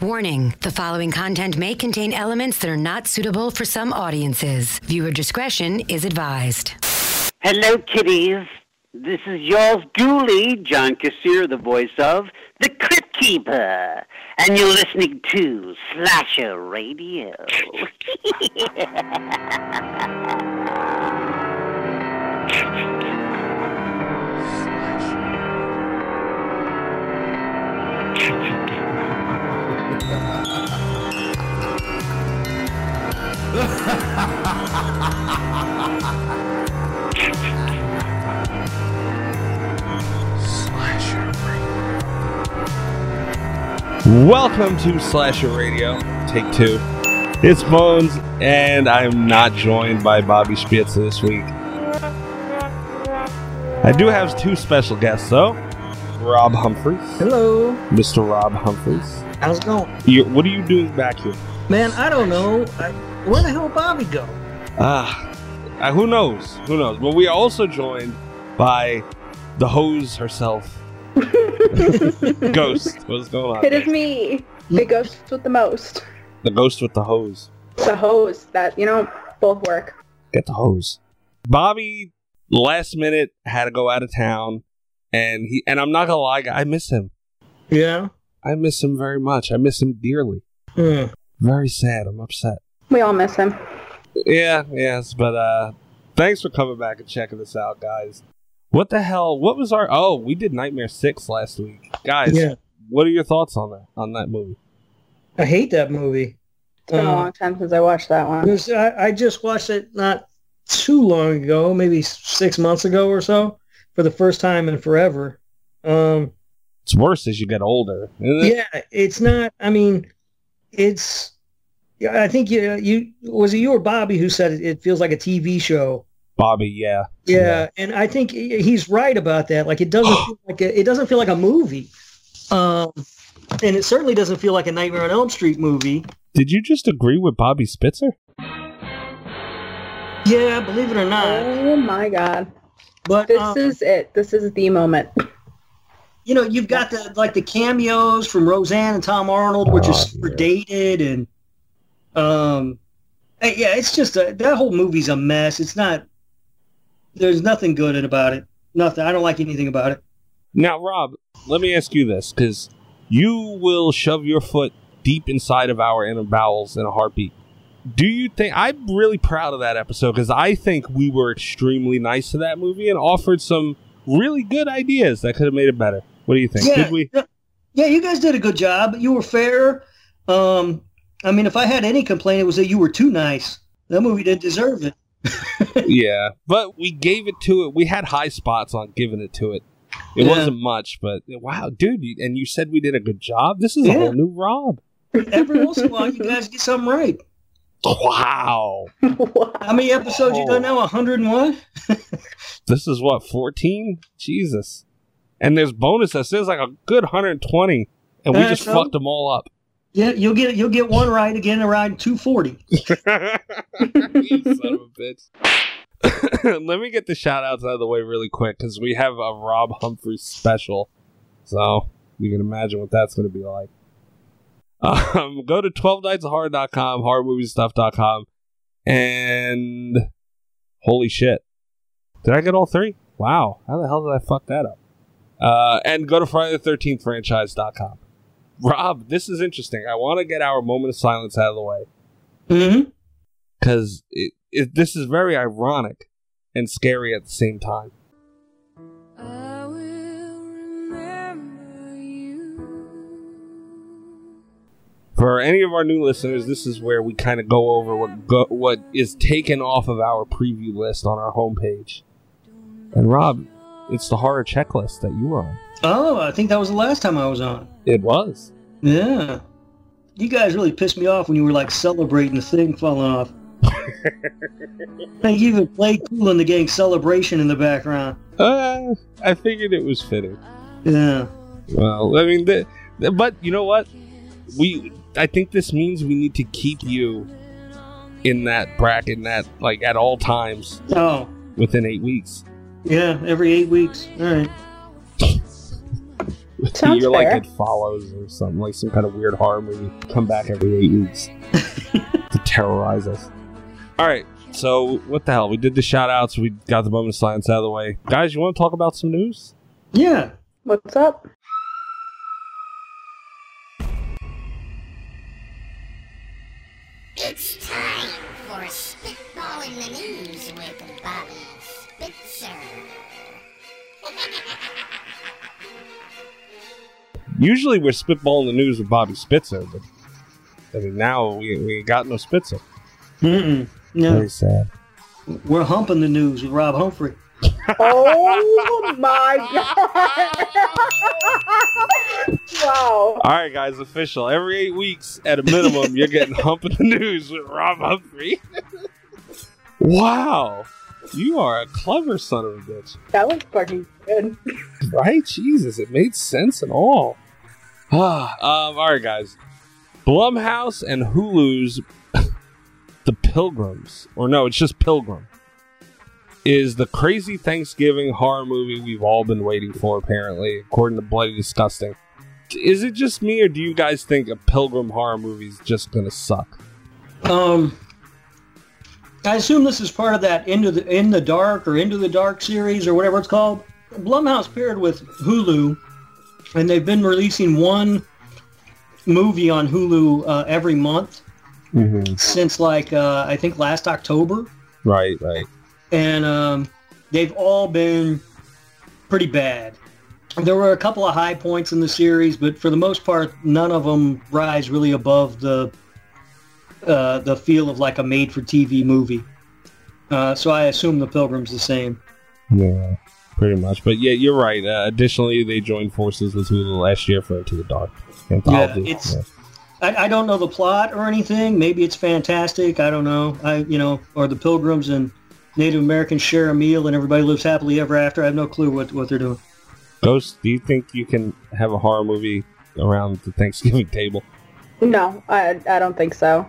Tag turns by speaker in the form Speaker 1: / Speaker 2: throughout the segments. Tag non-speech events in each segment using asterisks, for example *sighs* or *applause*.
Speaker 1: Warning the following content may contain elements that are not suitable for some audiences. Viewer discretion is advised.
Speaker 2: Hello, kitties. This is yours Dooley, John Kassir, the voice of The Crypt Keeper. And you're listening to Slasher Radio.
Speaker 3: Welcome to Slasher Radio, take two. It's Bones, and I'm not joined by Bobby Spitz this week. I do have two special guests, though Rob Humphreys.
Speaker 4: Hello.
Speaker 3: Mr. Rob Humphreys.
Speaker 4: How's it going?
Speaker 3: You, what are you doing back here?
Speaker 4: Man, I don't know. I, where the hell Bobby go?
Speaker 3: Ah, uh, who knows? Who knows? But we are also joined by the hose
Speaker 5: *laughs*
Speaker 3: herself, Ghost. What's going on?
Speaker 5: It is me, the ghost with the most.
Speaker 3: The ghost with the hose.
Speaker 5: The hose that you know both work.
Speaker 3: Get the hose. Bobby, last minute, had to go out of town, and he and I'm not gonna lie, I miss him.
Speaker 4: Yeah.
Speaker 3: I miss him very much. I miss him dearly.
Speaker 4: Hmm.
Speaker 3: Very sad. I'm upset.
Speaker 5: We all miss him.
Speaker 3: Yeah, yes, but uh thanks for coming back and checking this out, guys. What the hell? What was our? Oh, we did Nightmare Six last week, guys.
Speaker 4: Yeah.
Speaker 3: What are your thoughts on that on that movie?
Speaker 4: I hate that movie.
Speaker 5: It's been a
Speaker 4: Uh,
Speaker 5: long time since I watched that one.
Speaker 4: this- I, I just watched it not too long ago, maybe six months ago or so, for the first time in forever. Um,
Speaker 3: It's worse as you get older. isn't it?
Speaker 4: yeah, it's not. I mean, it's. Yeah, I think you you was it you or Bobby who said it, it feels like a TV show.
Speaker 3: Bobby. Yeah.
Speaker 4: Yeah, and I think he- he's right about that. Like it
Speaker 3: *gasps*
Speaker 4: doesn't feel like a, it doesn't feel like a movie, um, and it certainly doesn't feel like a Nightmare on Elm Street movie.
Speaker 3: Did you just agree with Bobby Spitzer?
Speaker 4: Yeah, believe it or not,
Speaker 5: Oh my god.
Speaker 4: but
Speaker 5: This
Speaker 4: um,
Speaker 5: is it. This is the moment. *laughs*
Speaker 4: you know you've got the like the cameos from Roseanne and Tom Arnold, which
Speaker 3: Oh,
Speaker 4: is super
Speaker 3: yeah. dated
Speaker 4: dated, and um, eh, yeah, it's just a, that whole movie's a mess. It's not. There's nothing good about it. Nothing. I don't like anything about it.
Speaker 3: Now, Rob, let me ask you this because you will shove your foot deep inside of our inner bowels in a heartbeat. Do you think I'm really proud of that episode because I think we were extremely nice to that movie and offered some really good ideas that could have made it better. What do you think? Did
Speaker 4: *laughs*
Speaker 3: we?
Speaker 4: yeah, yeah, you guys did a good job. You were fair. Um, I mean, if I had any complaint, it was that you were too nice. That movie didn't deserve it.
Speaker 3: yeah, but we gave it to it. We had high spots on giving it to it. It
Speaker 4: Yeah.
Speaker 3: wasn't much, but wow, dude! you- And you said we did a good job. This is a
Speaker 4: Yeah.
Speaker 3: whole new Rob.
Speaker 4: Every once in a while, you
Speaker 3: *laughs*
Speaker 4: guys get something right.
Speaker 3: Wow,
Speaker 4: How many episodes you done
Speaker 3: Oh.
Speaker 4: now? 101?
Speaker 3: this is what 14 jesus and there's bonuses there's like a good 120 and we
Speaker 4: Uh,
Speaker 3: just
Speaker 4: so?
Speaker 3: fucked them all up
Speaker 4: Yeah, you'll get you'll get one right again around 240.
Speaker 3: You son of a bitch *laughs* let me get the shout outs out of the way really quick because we have a rob humphrey special so you can imagine what that's going to be like um, go to 12 nights of horror.com horrormoviestuff.com and holy shit did i get all three wow how the hell did i fuck that up uh, and go to friday the 13th franchise.com rob this is interesting i want to get our moment of silence out of the way
Speaker 4: Mm-hmm.
Speaker 3: because it, it, this is very ironic and scary at the same time.
Speaker 6: I will remember you.
Speaker 3: For any of our new listeners, this is where we kind of go over what go, what is taken off of our preview list on our homepage. And Rob, it's the horror checklist that you were on.
Speaker 4: Oh, I think that was the last time I was on.
Speaker 3: It was.
Speaker 4: Yeah. You guys really pissed me off when you were like celebrating the thing
Speaker 3: *laughs*
Speaker 4: falling off. I think you even played cool in the game celebration in the background.
Speaker 3: Uh, I figured it was fitting.
Speaker 4: Yeah.
Speaker 3: Well, I mean, the, the- but you know what? We, I think this means we need to keep you in that bracket, in that like at all times
Speaker 4: Oh,
Speaker 3: within eight weeks. *laughs*
Speaker 4: yeah, every eight weeks. All right.
Speaker 5: Sounds
Speaker 3: you're
Speaker 5: fair.
Speaker 3: like it follows or something like some kind of weird horror movie. Come back every eight
Speaker 5: *laughs*
Speaker 3: weeks to terrorize us. All right. So what the hell? We did the shout outs. We got the moment of silence out of the way. Guys, you want to talk about some news?
Speaker 4: Yeah.
Speaker 5: What's up?
Speaker 7: It's time for Spitballing the News with Bobby Spitzer.
Speaker 3: Usually we're spitballing the news with Bobby Spitzer, but I mean, now we, we ain't got no Spitzer.
Speaker 4: Mm-mm. No.
Speaker 3: Very sad.
Speaker 4: We're humping the news with Rob Humphrey.
Speaker 5: Oh my god! wow.
Speaker 3: All right, guys, official. Every eight weeks at a minimum, you're getting humping the news with Rob Humphrey. *laughs* wow. You are a clever son of a bitch.
Speaker 5: That was fucking good.
Speaker 3: Right? Jesus, it made sense and all. *sighs* Ah, um, all right, guys. Blumhouse and Hulu's *laughs* The Pilgrims, or no, it's just Pilgrim, is the crazy Thanksgiving horror movie we've all been waiting for, apparently, according to Bloody Disgusting. Is it just me, or do you guys think a Pilgrim horror movie is just gonna suck?
Speaker 4: Um, I assume this is part of that into the in the dark or into the dark series or whatever it's called. Blumhouse paired with Hulu, and they've been releasing one movie on Hulu uh, every month
Speaker 3: Mm-hmm.
Speaker 4: since like uh, I think last October,
Speaker 3: Right, right.
Speaker 4: and um, they've all been pretty bad. There were a couple of high points in the series, but for the most part, none of them rise really above the uh, the feel of like a made-for-TV movie. Uh, so I assume The Pilgrim's the same.
Speaker 3: Yeah, pretty much. But yeah, you're right. Uh, additionally, they joined forces with Hulu last year for Into the Dark anthology.
Speaker 4: it's- I, I don't know the plot or anything. Maybe it's fantastic. I don't know. I you know, or The Pilgrims and Native Americans share a meal and everybody lives happily ever after. I have no clue what, what they're doing.
Speaker 3: Ghost, do you think you can have a horror movie around the Thanksgiving *laughs* table?
Speaker 5: No, I, I don't think so.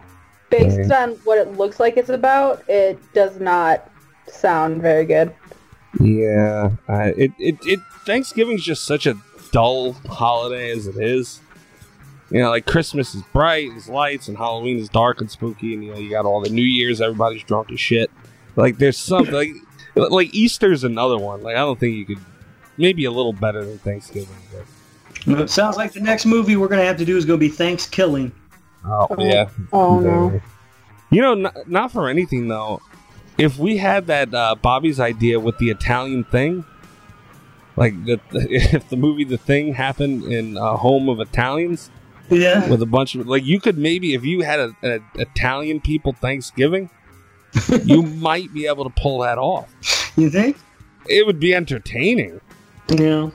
Speaker 5: Based
Speaker 3: Okay.
Speaker 5: on what it looks like it's about, it does not sound very good.
Speaker 3: Yeah, uh, it, it it Thanksgiving's just such a dull holiday as it is. You know, like Christmas is bright, there's lights, and Halloween is dark and spooky, and you know you got all the New Year's, everybody's drunk as shit. Like there's something like *laughs* like Easter's another one. Like I don't think you could maybe a little better than Thanksgiving. But,
Speaker 4: It sounds like the next movie we're gonna have to do is gonna be Thanksgiving.
Speaker 3: oh yeah,
Speaker 5: Oh no.
Speaker 3: You know, not, not for anything though. If we had that uh, Bobby's idea with the Italian thing, like the, *laughs* if the movie The Thing happened in a home of Italians
Speaker 4: Yeah.
Speaker 3: with a bunch of like, you could maybe if you had a, a Italian people Thanksgiving, you might be able to pull that off.
Speaker 4: You think?
Speaker 3: It would be entertaining.
Speaker 4: Yeah.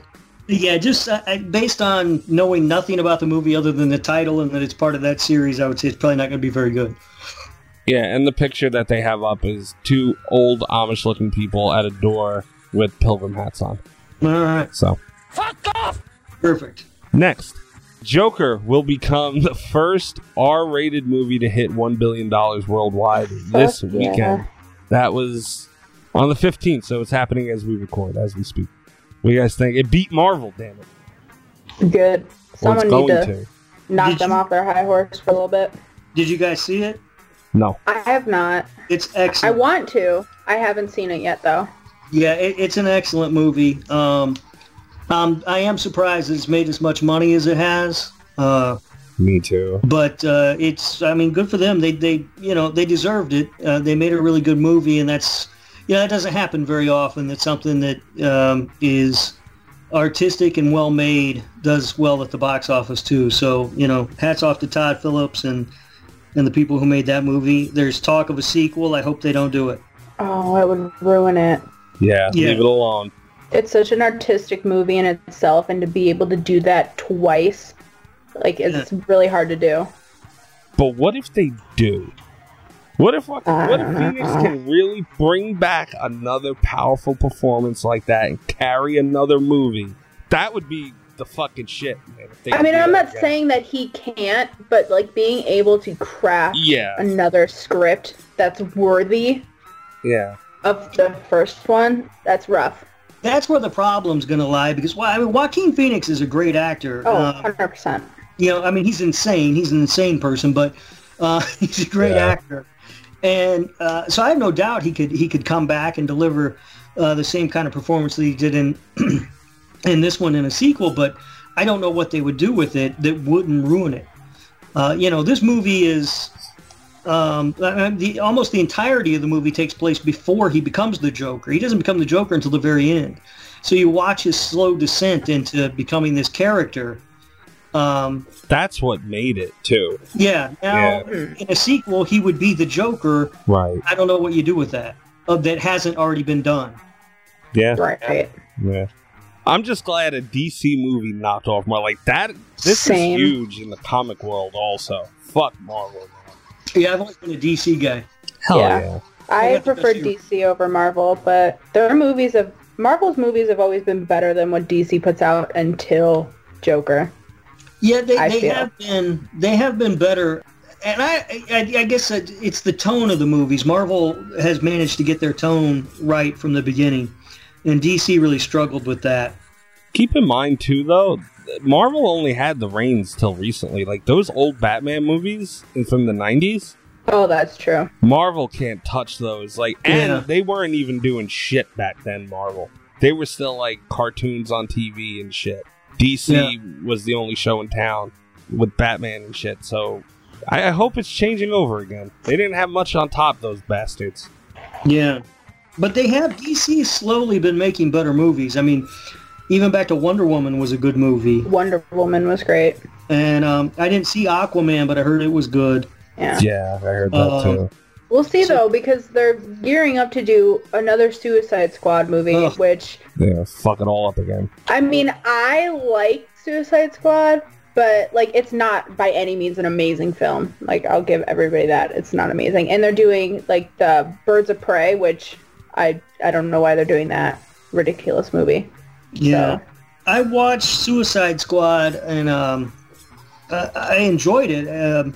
Speaker 4: Yeah, just uh, I- based on knowing nothing about the movie other than the title and that it's part of that series, I would say it's probably not going to be very good.
Speaker 3: Yeah, and the picture that they have up is two old Amish-looking people at a door with pilgrim hats on.
Speaker 4: All right,
Speaker 3: So.
Speaker 4: perfect.
Speaker 3: Next, Joker will become the first R-rated movie to hit one billion dollars worldwide this
Speaker 5: Fuck yeah.
Speaker 3: weekend. That was on the fifteenth, so it's happening as we record, as we speak. What do you guys think? It beat Marvel, damn it.
Speaker 5: Good.
Speaker 3: Or it's
Speaker 5: Someone need to, knock
Speaker 4: Did
Speaker 5: them
Speaker 4: you-
Speaker 5: off their high horse for a little bit.
Speaker 4: Did you guys see it?
Speaker 3: No.
Speaker 5: I have not.
Speaker 4: It's
Speaker 5: I
Speaker 4: excellent.
Speaker 5: want to. I haven't seen it yet though.
Speaker 4: yeah, it, it's an excellent movie. Um, um, I am surprised it's made as much money as it has. Uh,
Speaker 3: Me too.
Speaker 4: but uh, it's I mean good for them they they you know they deserved it uh, they made a really good movie and that's you know that doesn't happen very often that something that um, is artistic and well made does well at the box office too so you know hats off to Todd Phillips and and the people who made that movie there's talk of a sequel I hope they don't do it
Speaker 5: Oh, it would ruin it.
Speaker 3: Yeah,
Speaker 4: Yeah.
Speaker 3: leave it alone.
Speaker 5: It's such an artistic movie in itself, and to be able to do that twice, like it's
Speaker 3: Mm.
Speaker 5: really hard to do.
Speaker 3: But what if they do? What if what
Speaker 5: I
Speaker 3: if
Speaker 5: *laughs* don't
Speaker 3: Phoenix
Speaker 5: know.
Speaker 3: can really bring back another powerful performance like that and carry another movie? That would be the fucking shit. Man, if they
Speaker 5: I
Speaker 3: could
Speaker 5: mean,
Speaker 3: do
Speaker 5: I'm
Speaker 3: that
Speaker 5: not
Speaker 3: again.
Speaker 5: saying that he can't, but like being able to craft
Speaker 3: Yeah,
Speaker 5: another script that's worthy
Speaker 3: yeah.
Speaker 5: of the first one, that's rough.
Speaker 4: that's where the problem's going to lie because well, I mean, Joaquin Phoenix is a great actor.
Speaker 5: Oh,
Speaker 4: Uh,
Speaker 5: 100%.
Speaker 4: you know, I mean, he's insane. He's an insane person, but uh, *laughs* he's a great
Speaker 3: Yeah.
Speaker 4: actor, and uh, so I have no doubt he could he could come back and deliver uh, the same kind of performance that he did in *clears throat* in this one in a sequel. But I don't know what they would do with it that wouldn't ruin it. Uh, you know, this movie is um, I mean, the, almost the entirety of the movie takes place before he becomes the Joker. He doesn't become the Joker until the very end. So you watch his slow descent into becoming this character. Um,
Speaker 3: That's what made it too.
Speaker 4: yeah. Now, in a sequel, he would be the Joker.
Speaker 3: Right.
Speaker 4: I don't know what you do with that. Uh, that hasn't already been done.
Speaker 3: Yeah.
Speaker 5: Right.
Speaker 3: Yeah. I'm just glad a DC movie knocked off more like that. This
Speaker 5: Same.
Speaker 3: is huge in the comic world, also. Fuck Marvel. Man.
Speaker 4: Yeah, I've always been a DC guy.
Speaker 3: Hell
Speaker 5: Yeah.
Speaker 3: yeah.
Speaker 5: I
Speaker 4: that's
Speaker 5: prefer
Speaker 4: you.
Speaker 5: DC over Marvel, but their movies have Marvel's movies have always been better than what DC puts out until Joker.
Speaker 4: Yeah, they,
Speaker 5: I
Speaker 4: they
Speaker 5: feel.
Speaker 4: have been they have been better, and I I, I guess it- it's the tone of the movies. Marvel has managed to get their tone right from the beginning, and DC really struggled with that.
Speaker 3: Keep in mind too, though, th- Marvel only had the reins till recently. Like those old Batman movies from the '90s,
Speaker 5: Oh, that's true.
Speaker 3: Marvel can't touch those. Like, and
Speaker 4: Yeah.
Speaker 3: they weren't even doing shit back then. Marvel, they were still like cartoons on TV and shit. DC was the only show in town with Batman and shit. So, I, I hope it's changing over again. They didn't have much on top those bastards.
Speaker 4: Yeah, but they have DC slowly been making better movies. I mean, even back to Wonder Woman was a good movie,
Speaker 5: Wonder Woman was great.
Speaker 4: and um, I didn't see Aquaman, but I heard it was good.
Speaker 5: Yeah.
Speaker 3: Yeah, I heard
Speaker 4: that, too.
Speaker 5: We'll see
Speaker 4: So-
Speaker 5: though, because they're gearing up to do another Suicide Squad movie,
Speaker 4: Ugh.
Speaker 5: which
Speaker 3: Yeah, fuck it all up again.
Speaker 5: I mean, I like Suicide Squad, but like it's not by any means an amazing film. Like I'll give everybody that. It's not amazing. And they're doing like the Birds of Prey, which I I don't know why they're doing that ridiculous movie.
Speaker 4: Yeah.
Speaker 5: So-
Speaker 4: I watched Suicide Squad and um, I, I enjoyed it, um,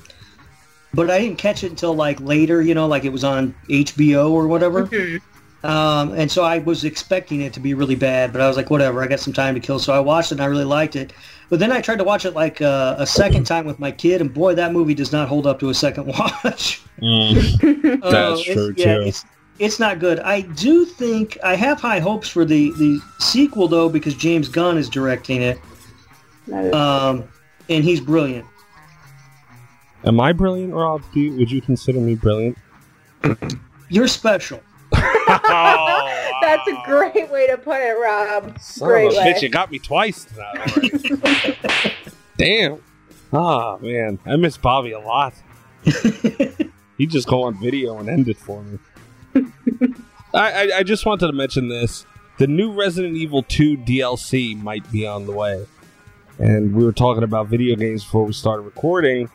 Speaker 4: but I didn't catch it until like later, you know, like it was on HBO or whatever. Um, and so I was expecting it to be really bad, but I was like, whatever, I got some time to kill. So I watched it and I really liked it. But then I tried to watch it like uh, a second time with my kid, and boy, that movie does not hold up to a second *laughs* watch.
Speaker 3: That's
Speaker 4: it's-
Speaker 3: true, too.
Speaker 4: Oh, It's, it's not good. I do think I have high hopes for the the sequel though because James Gunn is directing it,
Speaker 5: That is-
Speaker 4: um, and he's brilliant.
Speaker 3: Am I brilliant, Rob? Do you, would you consider me brilliant?
Speaker 4: You're special.
Speaker 5: That's a great way to put it, Rob.
Speaker 3: Son
Speaker 5: great
Speaker 3: of a
Speaker 5: way.
Speaker 3: bitch, you got me twice tonight. already. Damn. Ah, man. I miss Bobby a lot. he just go on video and end it for me. I, I, I just wanted to mention this. The new Resident Evil 2 DLC might be on the way. And we were talking about video games before we started recording.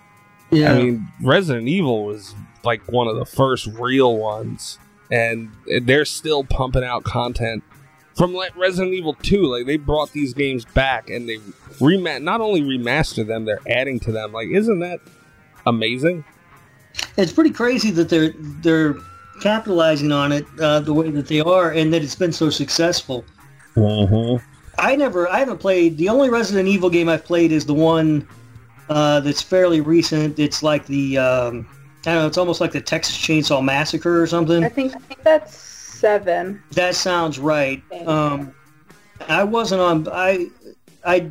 Speaker 4: Yeah,
Speaker 3: I mean, Resident Evil was like one of the first real ones, and they're still pumping out content from like Resident Evil 2. Like they brought these games back and they remat not only remaster them, they're adding to them. Like isn't that amazing?
Speaker 4: it's pretty crazy that they're they're capitalizing on it uh, the way that they are, and that it's been so successful.
Speaker 3: Mm-hmm.
Speaker 4: I never, I haven't played. The only Resident Evil game I've played is the one uh, that's fairly recent. It's like the, um, I don't know, it's almost like the Texas Chainsaw Massacre or something.
Speaker 5: I think I think that's seven.
Speaker 4: That sounds right. Um, I wasn't on. I I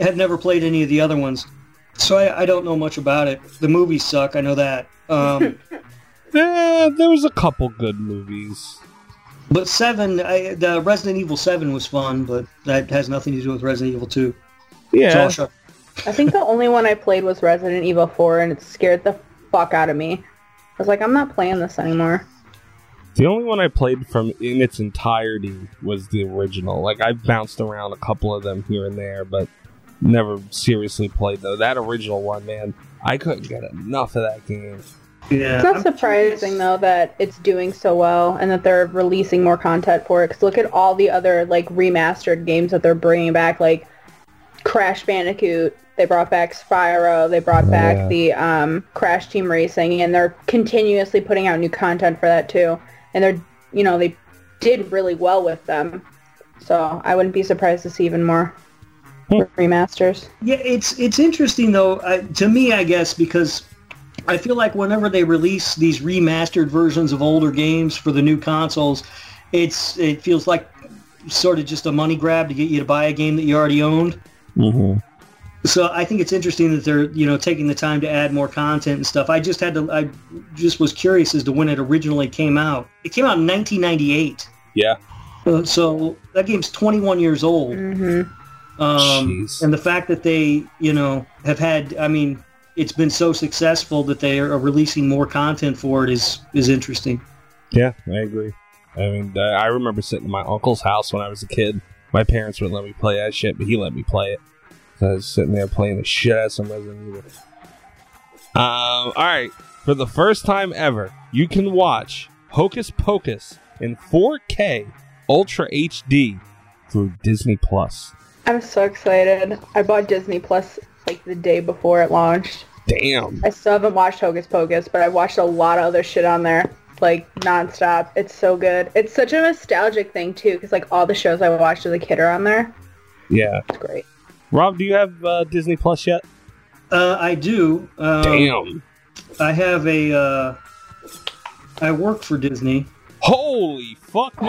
Speaker 4: had never played any of the other ones, so I, I don't know much about it. The movies suck. I know that.
Speaker 5: *laughs*
Speaker 4: Um,
Speaker 3: Eh, there was a couple good movies.
Speaker 4: but seven, I, the Resident Evil Seven was fun, but that has nothing to do with Resident Evil Two. It's all
Speaker 3: Yeah,
Speaker 4: shut-
Speaker 5: I think the only one I played was Resident Evil 4, and it scared the fuck out of me. I was like, I'm not playing this anymore.
Speaker 3: the only one I played from in its entirety was the original. Like I bounced around a couple of them here and there, but never seriously played though. That original one, man, I couldn't get enough of that game.
Speaker 4: Yeah.
Speaker 5: It's not surprising though that it's doing so well and that they're releasing more content for it. Cause look at all the other like remastered games that they're bringing back, like Crash Bandicoot. They brought back Spyro. They brought
Speaker 3: Oh,
Speaker 5: back
Speaker 3: yeah.
Speaker 5: the um, Crash Team Racing, and they're continuously putting out new content for that too. And they're you know they did really well with them. So I wouldn't be surprised to see even more
Speaker 3: Hmm.
Speaker 5: remasters.
Speaker 4: Yeah, it's it's interesting though. I, to me, I guess because I feel like whenever they release these remastered versions of older games for the new consoles, it's it feels like sort of just a money grab to get you to buy a game that you already owned.
Speaker 3: Mm-hmm.
Speaker 4: So I think it's interesting that they're you know taking the time to add more content and stuff. I just had to I just was curious as to when it originally came out. It came out in 1998,
Speaker 3: Yeah.
Speaker 4: Uh, so that game's 21 years old.
Speaker 5: hmm
Speaker 4: Um,
Speaker 3: Jeez.
Speaker 4: and the fact that they, you know, have had, I mean, it's been so successful that they are releasing more content for it is is interesting.
Speaker 3: Yeah, I agree. I mean, uh, I remember sitting in my uncle's house when I was a kid. My parents wouldn't let me play that shit, but he let me play it. So I was sitting there playing the shit out of some Resident Evil. Um, all right. For the first time ever, you can watch Hocus Pocus in 4K Ultra HD through Disney Plus.
Speaker 5: I'm so excited. I bought Disney Plus like the day before it launched.
Speaker 3: Damn.
Speaker 5: I still haven't watched Hocus Pocus, but I watched a lot of other shit on there, like nonstop. It's so good. It's such a nostalgic thing too, because like all the shows I watched as a kid are on there.
Speaker 3: Yeah.
Speaker 5: It's great.
Speaker 3: Rob, do you have uh, Disney Plus yet?
Speaker 4: Uh, I do. Um,
Speaker 3: Damn.
Speaker 4: I have a. Uh, I work for Disney.
Speaker 3: Holy fuck me.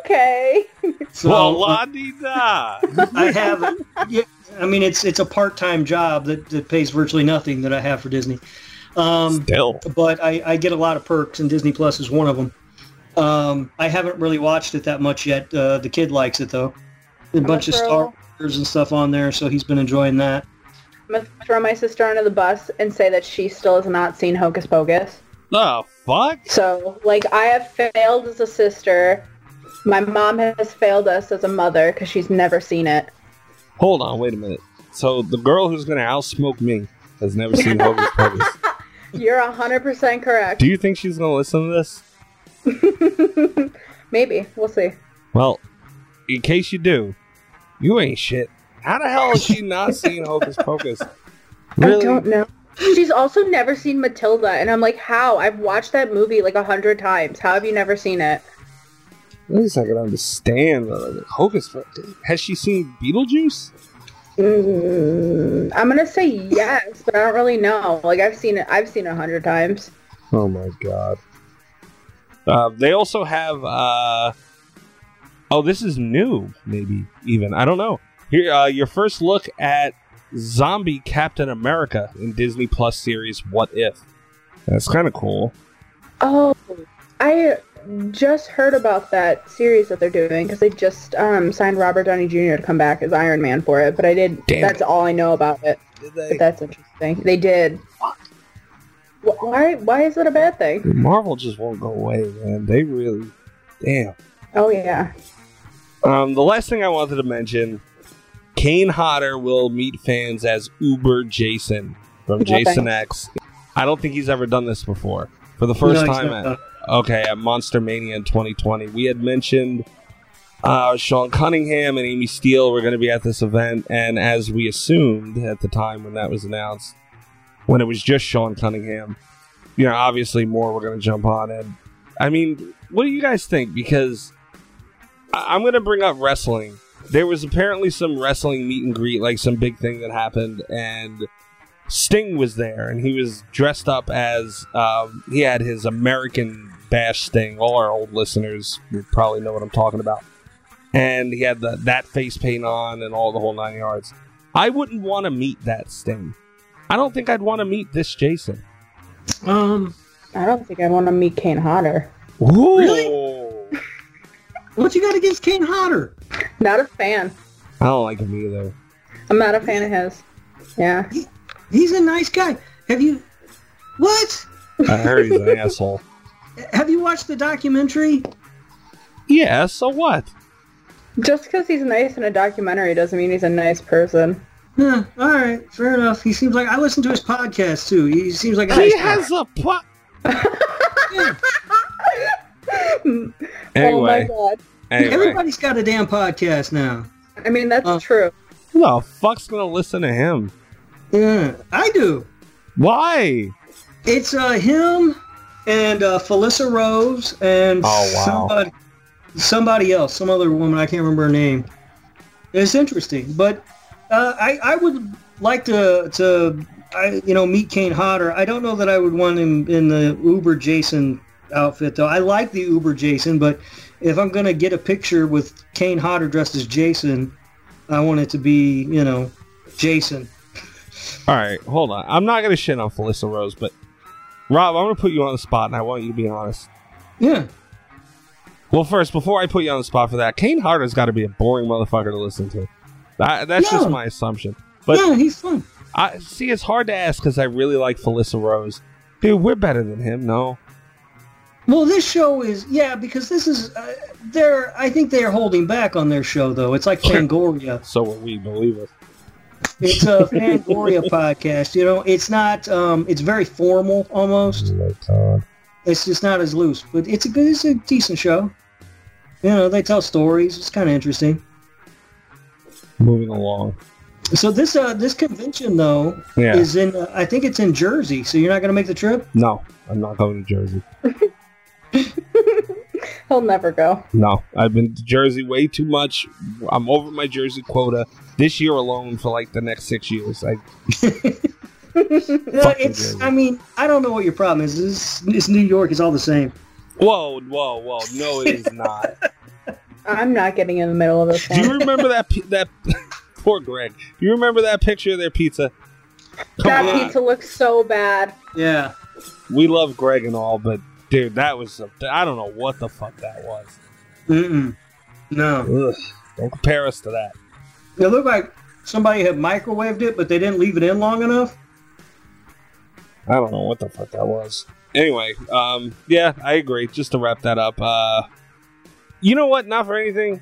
Speaker 5: okay.
Speaker 4: So
Speaker 3: Well, la di *laughs* da.
Speaker 4: I have. Yeah, I mean, it's it's a part time job that, that pays virtually nothing that I have for Disney. Um,
Speaker 3: Still.
Speaker 4: but I, I get a lot of perks, and Disney Plus is one of them. Um, I haven't really watched it that much yet. Uh, the kid likes it though. A bunch of
Speaker 5: throw-
Speaker 4: Star Wars and stuff on there, so he's been enjoying that.
Speaker 5: I'm gonna throw my sister under the bus and say that she still has not seen Hocus Pocus.
Speaker 3: The fuck?
Speaker 5: So, like, I have failed as a sister. My mom has failed us as a mother because she's never seen it.
Speaker 3: Hold on, wait a minute. So the girl who's gonna outsmoke me has never seen Hocus Pocus.
Speaker 5: You're 100% correct.
Speaker 3: Do you think she's gonna listen to this?
Speaker 5: Maybe. We'll see.
Speaker 3: Well, in case you do, you ain't shit. How the hell has she not seen Hocus Pocus?
Speaker 5: I don't know. She's also never seen Matilda, and I'm like, how? I've watched that movie like a hundred times. How have you never seen it?
Speaker 3: At least I can understand uh, Hocus Pocus. Has she seen Beetlejuice?
Speaker 5: Mm, I'm gonna say yes, but I don't really know. Like, I've seen it. I've seen it a hundred times.
Speaker 3: Oh my god. Uh, they also have. Uh, oh, this is new, maybe even. I don't know. Here, uh, your first look at Zombie Captain America in Disney Plus series What If. That's kind of cool.
Speaker 5: Oh, I just heard about that series that they're doing because they just um, signed Robert Downey Jr. to come back as Iron Man for it. But I did.
Speaker 3: Damn
Speaker 5: that's all I know about it.
Speaker 3: Did
Speaker 5: But that's interesting. They did. Wh- Why? Why is that a bad thing?
Speaker 3: Marvel just won't go away, man. They really. Damn.
Speaker 5: Oh yeah.
Speaker 3: Um, the last thing I wanted to mention Kane Hodder will meet fans as Uber Jason from
Speaker 5: No,
Speaker 3: Jason X. I don't think he's ever done this before. For the
Speaker 4: No,
Speaker 3: first
Speaker 4: he's
Speaker 3: time
Speaker 4: not
Speaker 3: at,
Speaker 4: done
Speaker 3: okay, at Monster Mania in 2020, we had mentioned uh, Sean Cunningham and Amy Steele were going to be at this event. And as we assumed at the time when that was announced, when it was just Sean Cunningham, you know, obviously more we're going to jump on. And I mean, what do you guys think? Because I- I'm going to bring up wrestling. There was apparently some wrestling meet and greet, like some big thing that happened, and Sting was there, and he was dressed up as um, he had his American Bash Sting. All our old listeners would probably know what I'm talking about. And he had the that face paint on and all the whole nine yards. I wouldn't want to meet that Sting. I don't think I'd want to meet this Jason.
Speaker 4: Um,
Speaker 5: I don't think I want to meet Kane Hodder.
Speaker 3: Ooh.
Speaker 4: what you got against Kane Hodder?
Speaker 5: Not a fan.
Speaker 3: I don't like him either.
Speaker 5: I'm not a fan of his. Yeah.
Speaker 4: He's a nice guy. Have you? What?
Speaker 3: I heard he's an *laughs* asshole.
Speaker 4: Have you watched the documentary?
Speaker 3: Yeah, so what?
Speaker 5: Just because he's nice in a documentary doesn't mean he's a nice person.
Speaker 4: Huh, all right, fair enough. He seems like I listen to his podcast too. He seems like a nice
Speaker 3: He
Speaker 4: guy.
Speaker 3: has a *laughs* pot.
Speaker 5: Oh my
Speaker 3: Anyway,
Speaker 5: god.
Speaker 3: anyway,
Speaker 4: Everybody's got a damn podcast now.
Speaker 5: I mean, that's
Speaker 4: Oh.
Speaker 5: true.
Speaker 3: who the fuck's gonna listen to him?
Speaker 4: Yeah, I do.
Speaker 3: Why?
Speaker 4: It's uh him and uh Felissa Rose and
Speaker 3: Oh, wow.
Speaker 4: somebody somebody else, some other woman. I can't remember her name. It's interesting, but uh, I I would like to to I, you know meet Kane Hodder. I don't know that I would want him in the Uber Jason outfit though. I like the Uber Jason, but if I'm gonna get a picture with Kane Hodder dressed as Jason, I want it to be you know Jason.
Speaker 3: All right, hold on. I'm not gonna shit on Felissa Rose, but Rob, I'm gonna put you on the spot, and I want you to be honest.
Speaker 4: Yeah.
Speaker 3: Well, first, before I put you on the spot for that, Kane Harder's got to be a boring motherfucker to listen to. That, that's just
Speaker 4: No.
Speaker 3: my assumption. But
Speaker 4: yeah, he's fun.
Speaker 3: I see. It's hard to ask because I really like Felissa Rose. Dude, we're better than him. No,
Speaker 4: Well, this show is yeah because this is uh, they're I think they're holding back on their show though. It's like Fangoria.
Speaker 3: so will we believe it. *laughs*
Speaker 4: It's a Fangoria podcast. You know, it's not. Um, it's very formal almost. It's just not as loose, but it's a good. It's a decent show. You know, they tell stories. It's kind of interesting.
Speaker 3: Moving along.
Speaker 4: So this uh this convention though
Speaker 3: Yeah.
Speaker 4: is in uh, I think it's in Jersey. So you're not gonna make the trip?
Speaker 3: No, I'm not going to Jersey.
Speaker 5: He'll never go.
Speaker 3: No, I've been to Jersey way too much. I'm over my Jersey quota this year alone for like the next six years. I,
Speaker 4: No,
Speaker 3: Fucking
Speaker 4: it's.
Speaker 3: Jersey.
Speaker 4: I mean, I don't know what your problem is. It's, it's New York. It's all the same.
Speaker 3: whoa, whoa, whoa! No, it is not.
Speaker 5: I'm not getting in the middle of this
Speaker 3: Do you
Speaker 5: one.
Speaker 3: remember that pi- that *laughs* poor Greg? Do you remember that picture of their pizza? Come
Speaker 5: That
Speaker 3: on.
Speaker 5: pizza looks so bad.
Speaker 4: Yeah.
Speaker 3: We love Greg and all, but dude, that was a, I don't know what the fuck that was.
Speaker 4: Mm-mm. No.
Speaker 3: Ugh, don't compare us to that.
Speaker 4: It looked like somebody had microwaved it, but they didn't leave it in long enough.
Speaker 3: I don't know what the fuck that was. Anyway, um, yeah, I agree. Just to wrap that up, uh, you know what? Not for anything.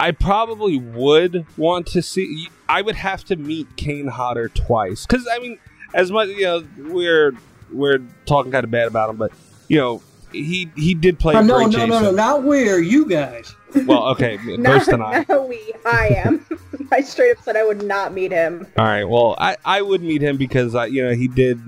Speaker 3: I probably would want to see. I would have to meet Kane Hodder twice because I mean, as much you know, we're we're talking kind of bad about him, but you know, he he did play.
Speaker 4: Oh,
Speaker 3: a
Speaker 4: no,
Speaker 3: great
Speaker 4: no, no, no,
Speaker 3: Jason.
Speaker 4: not where you guys.
Speaker 3: Well,
Speaker 4: *laughs*
Speaker 3: okay,
Speaker 5: *laughs*
Speaker 3: Ghost and I.
Speaker 5: not we. I am. *laughs* I straight up said I would not meet him.
Speaker 3: All right. Well, I I would meet him because I you know he did.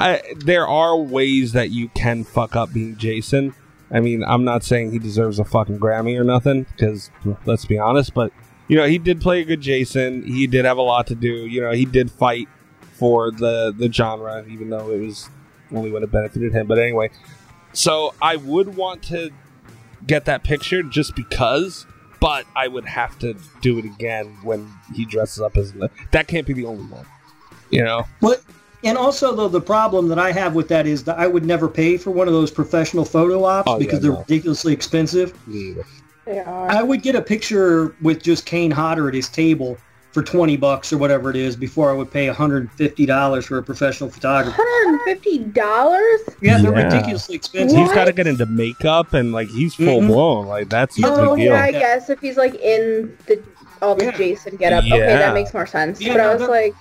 Speaker 3: I there are ways that you can fuck up being Jason. I mean, I'm not saying he deserves a fucking Grammy or nothing because let's be honest, but you know he did play a good Jason. He did have a lot to do. You know he did fight for the the genre, even though it was only would have benefited him. But anyway, so I would want to get that picture just because but I would have to do it again when he dresses up as that can't be the only one. You know?
Speaker 4: But and also though the problem that I have with that is that I would never pay for one of those professional photo ops
Speaker 3: Oh, yeah,
Speaker 4: because they're
Speaker 3: no.
Speaker 4: ridiculously expensive.
Speaker 5: They are.
Speaker 4: I would get a picture with just Kane Hodder at his table for twenty bucks or whatever it is before I would pay hundred and fifty dollars for a professional photographer.
Speaker 5: $150?
Speaker 4: Yeah, they're
Speaker 3: Yeah.
Speaker 4: ridiculously expensive.
Speaker 3: He's
Speaker 5: What?
Speaker 3: gotta get into makeup and like he's full
Speaker 4: Mhm.
Speaker 3: blown. Like that's a
Speaker 5: Oh,
Speaker 3: big
Speaker 5: yeah, I
Speaker 3: deal.
Speaker 5: guess if he's like in the all the
Speaker 4: Yeah.
Speaker 5: Jason get up. Okay,
Speaker 3: Yeah.
Speaker 5: that makes more sense.
Speaker 4: Yeah,
Speaker 5: but
Speaker 4: no,
Speaker 5: I was
Speaker 4: that-
Speaker 5: like,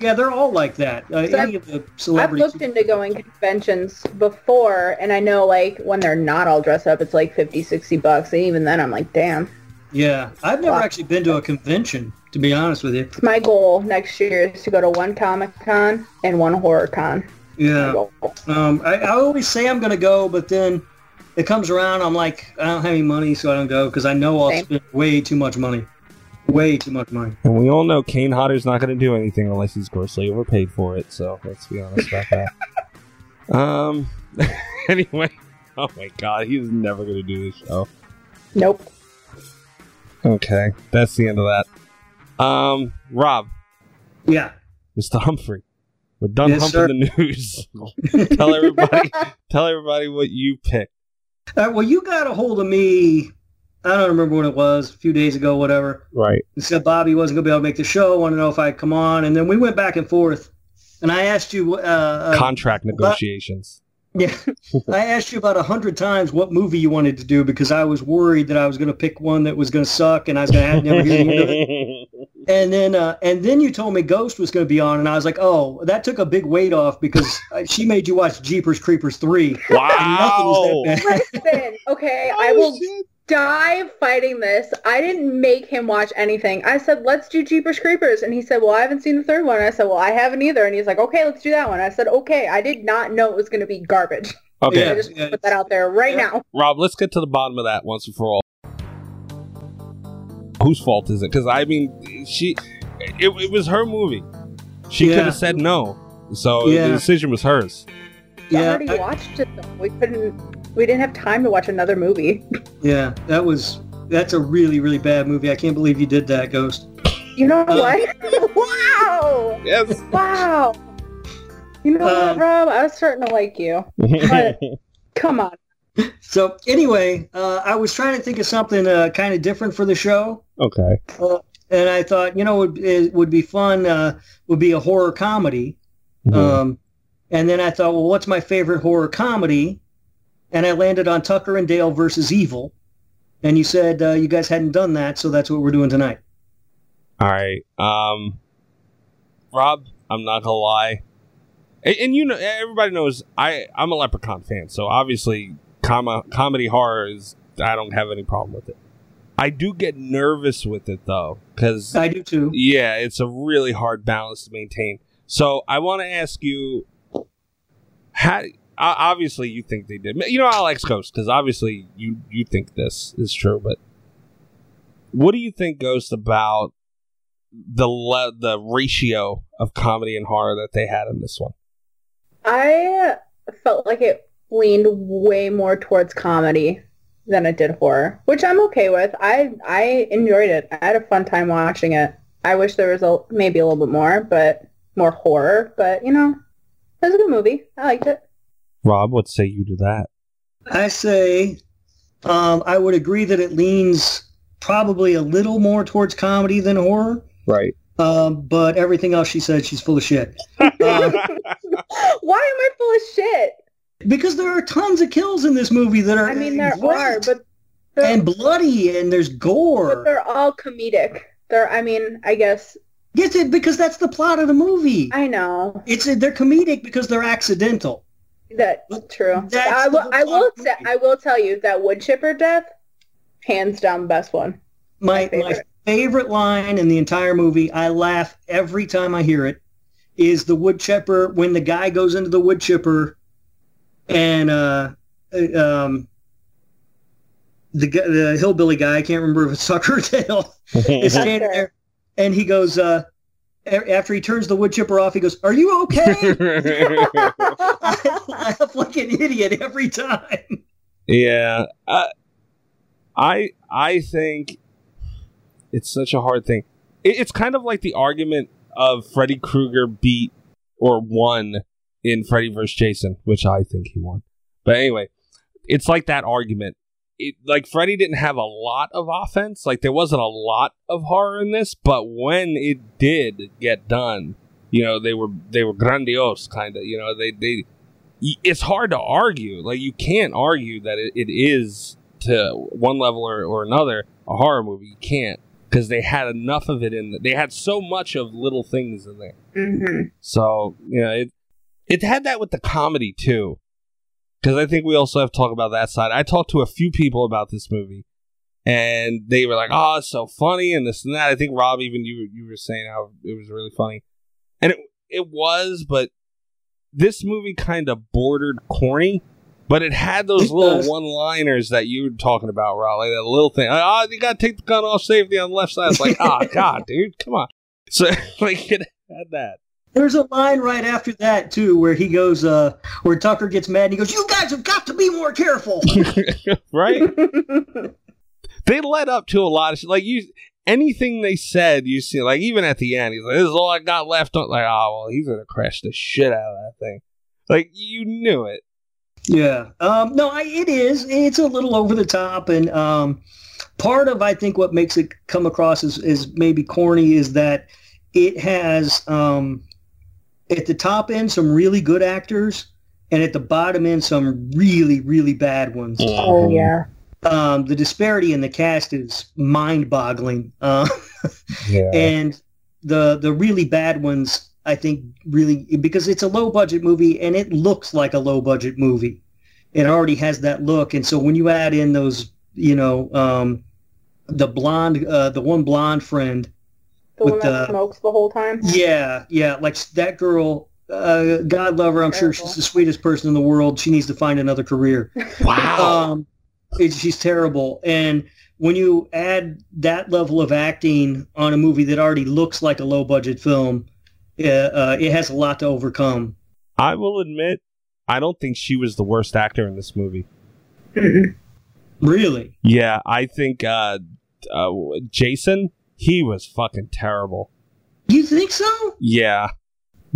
Speaker 4: Yeah, they're all like that. Uh,
Speaker 5: So
Speaker 4: any of the
Speaker 5: I've
Speaker 4: celebrities.
Speaker 5: looked into going to conventions before, and I know like when they're not all dressed up, it's like 50, 60 bucks. And even then, I'm like, damn.
Speaker 4: Yeah, I've never actually been to a convention, to be honest with you.
Speaker 5: My goal next year is to go to one Comic Con and one Horror Con. My
Speaker 4: Yeah,
Speaker 5: goal.
Speaker 4: um, I, I always say I'm going to go, but then it comes around, I'm like, I don't have any money, so I don't go because I know I'll
Speaker 5: Same.
Speaker 4: spend way too much money, way too much money.
Speaker 3: And we all know Kane Hodder's not gonna do anything unless he's grossly overpaid for it, so let's be honest about that. um *laughs* anyway. Oh my god, he's never gonna do this show.
Speaker 5: Nope.
Speaker 3: Okay. That's the end of that. Um Rob,
Speaker 4: Yeah,
Speaker 3: Mr. Humphrey. We're done
Speaker 4: Yes,
Speaker 3: humping
Speaker 4: sir.
Speaker 3: the news. *laughs* tell everybody tell everybody what you picked.
Speaker 4: uh, well, you got a hold of me. I don't remember when it was, a few days ago, whatever.
Speaker 3: Right.
Speaker 4: and said Bobby wasn't going to be able to make the show. Wanted to know if I'd come on, and then we went back and forth. And I asked you, uh, uh,
Speaker 3: Contract negotiations.
Speaker 4: *laughs* Yeah, I asked you about a hundred times what movie you wanted to do because I was worried that I was going to pick one that was going to suck, and I was going to never get into it. And then, uh, and then you told me Ghost was going to be on, and I was like, oh, that took a big weight off because uh, she made you watch Jeepers Creepers three.
Speaker 3: *laughs*
Speaker 4: And nothing
Speaker 3: wow. Oh,
Speaker 4: was
Speaker 5: *laughs*
Speaker 4: that bad.
Speaker 5: Listen, okay, I will die fighting this. I didn't make him watch anything. I said, let's do Jeepers Creepers. And he said, well, I haven't seen the third one. I said, well, I haven't either. And he's like, okay, let's do that one. I said, okay. I did not know it was going to be garbage.
Speaker 3: Okay,
Speaker 5: I
Speaker 4: Yeah,
Speaker 5: just
Speaker 4: yeah,
Speaker 5: put that out there right
Speaker 4: yeah.
Speaker 5: now.
Speaker 3: Rob, let's get to the bottom of that once and for all. Whose fault is it? Because I mean, she, it, it was her movie. She
Speaker 4: Yeah.
Speaker 3: could have said no, so
Speaker 4: Yeah.
Speaker 3: the decision was hers.
Speaker 5: We
Speaker 4: yeah,
Speaker 5: already
Speaker 4: I-
Speaker 5: watched it. Though. We couldn't. We didn't have time to watch another movie. *laughs*
Speaker 4: yeah. That was that's a really really bad movie. I can't believe you did that, Ghost.
Speaker 5: You know
Speaker 4: Uh.
Speaker 5: what? *laughs* wow!
Speaker 3: *laughs* Yes.
Speaker 5: Wow! You know
Speaker 4: Uh.
Speaker 5: what, Rob? I was starting to like you. But come on.
Speaker 4: So anyway, uh, I was trying to think of something uh, kind of different for the show, uh,
Speaker 3: okay.
Speaker 4: and I thought you know would it would be fun uh, would be a horror comedy.
Speaker 3: Mm-hmm.
Speaker 4: Um, and then I thought, well, what's my favorite horror comedy? And I landed on Tucker and Dale versus Evil. And you said uh, you guys hadn't done that, so that's what we're doing tonight.
Speaker 3: all right. Um, Rob, I'm not gonna lie, and, and you know everybody knows I I'm a Leprechaun fan, so obviously, comma comedy horror is I don't have any problem with it. I do get nervous with it though, because
Speaker 4: I do too.
Speaker 3: Yeah, it's a really hard balance to maintain. So I want to ask you, how? o- Obviously, you think they did. You know, Alex Ghost, because obviously you you think this is true. But what do you think, Ghost, about the le- the ratio of comedy and horror that they had in this one?
Speaker 5: I felt like it leaned way more towards comedy than it did horror, which I'm okay with. I I enjoyed it. I had a fun time watching it. I wish there was a, maybe a little bit more, but more horror. But you know, it was a good movie. I liked it.
Speaker 3: Rob, what say you to that?
Speaker 4: I say um, I would agree that it leans probably a little more towards comedy than horror,
Speaker 3: Right.
Speaker 4: um, but everything else she said, she's full of shit. Uh,
Speaker 5: Why am I full of shit?
Speaker 4: because there are tons of kills in this movie that are
Speaker 5: I mean, there
Speaker 4: great
Speaker 5: are, but they're,
Speaker 4: and bloody and there's
Speaker 5: but
Speaker 4: gore.
Speaker 5: they're all comedic. They're. I mean, I guess
Speaker 4: Yes, it because that's the plot of the movie.
Speaker 5: I know
Speaker 4: It's they're comedic because they're accidental.
Speaker 5: that's true.
Speaker 4: That's
Speaker 5: I will.
Speaker 4: the
Speaker 5: I will.
Speaker 4: fucking
Speaker 5: Say,
Speaker 4: movie.
Speaker 5: I will tell you that wood chipper death, hands down, best one.
Speaker 4: My
Speaker 5: My favorite.
Speaker 4: my favorite line in the entire movie, I laugh every time I hear it, is the wood chipper when the guy goes into the wood chipper, and uh, uh, um, the gu- the hillbilly guy, I can't remember if it's Tucker or Dale, is standing there, and he goes. Uh, a- after he turns the wood chipper off, he goes, "Are
Speaker 3: *laughs*
Speaker 4: you okay?" *laughs* I laugh like an idiot every time.
Speaker 3: Yeah, uh, I I think it's such a hard thing. It, it's kind of like the argument of Freddy Krueger beat or won in Freddy vs. Jason, which I think he won. But anyway, it's like that argument. It, like Freddy didn't have a lot of offense. Like there wasn't a lot of horror in this, but when it did get done, you know they were they were grandiose kind of. You know they they y- it's hard to argue. Like you can't argue that it, it is to one level or, or another a horror movie. You can't because they had enough of it in. They had so much of little things in there.
Speaker 5: hmm
Speaker 3: So you know it. It had that with the comedy too, because I think we also have to talk about that side. I talked to a few people about this movie, and they were like, "Oh, it's so funny," and this and that. I think Rob, even you, you were saying how it was really funny, and it it was, but this movie kind of bordered corny, but it had those
Speaker 4: It
Speaker 3: little
Speaker 4: does.
Speaker 3: one liners that you were talking about, Rob, like that little thing. Like, oh, you got to take the gun off safety on the left side. It's like,
Speaker 4: *laughs*
Speaker 3: oh god, dude, come on. So *laughs* like it had that.
Speaker 4: There's a line right after that too, where he goes, uh, where Tucker gets mad and he goes, "You guys have got to be more careful."
Speaker 3: *laughs* right?
Speaker 5: Mm-hmm.
Speaker 4: *laughs*
Speaker 3: they led up to a lot of shit. Like you, anything they said, you see, like even at the end, he's like, "This is all I got left." On like, oh well, he's gonna crash the shit out of that thing. Like you knew it.
Speaker 4: yeah, um, no, I, it is. It's a little over the top, and um, part of I think what makes it come across as, as maybe corny is that it has um, at the top end some really good actors, and at the bottom end some really really bad ones.
Speaker 5: Oh yeah.
Speaker 4: Um, the disparity in the cast is mind-boggling. Uh,
Speaker 3: yeah.
Speaker 4: and the the really bad ones i think really because it's a low budget movie and it looks like a low budget movie it already has that look and so when you add in those you know um the blonde uh the one blonde friend
Speaker 5: The one
Speaker 4: With
Speaker 5: that
Speaker 4: the-
Speaker 5: smokes the whole time.
Speaker 4: yeah yeah like that girl uh, God love her. I'm sure she's the sweetest person in the world. She needs to find another career.
Speaker 3: *laughs* Wow.
Speaker 4: Um, it, she's terrible. And when you add that level of acting on a movie that already looks like a low budget film, uh, uh, it has a lot to overcome.
Speaker 3: I will admit, I don't think she was the worst actor in this movie.
Speaker 4: Really?
Speaker 3: Yeah, I think uh, uh Jason, he was fucking terrible.
Speaker 4: You think so?
Speaker 3: Yeah.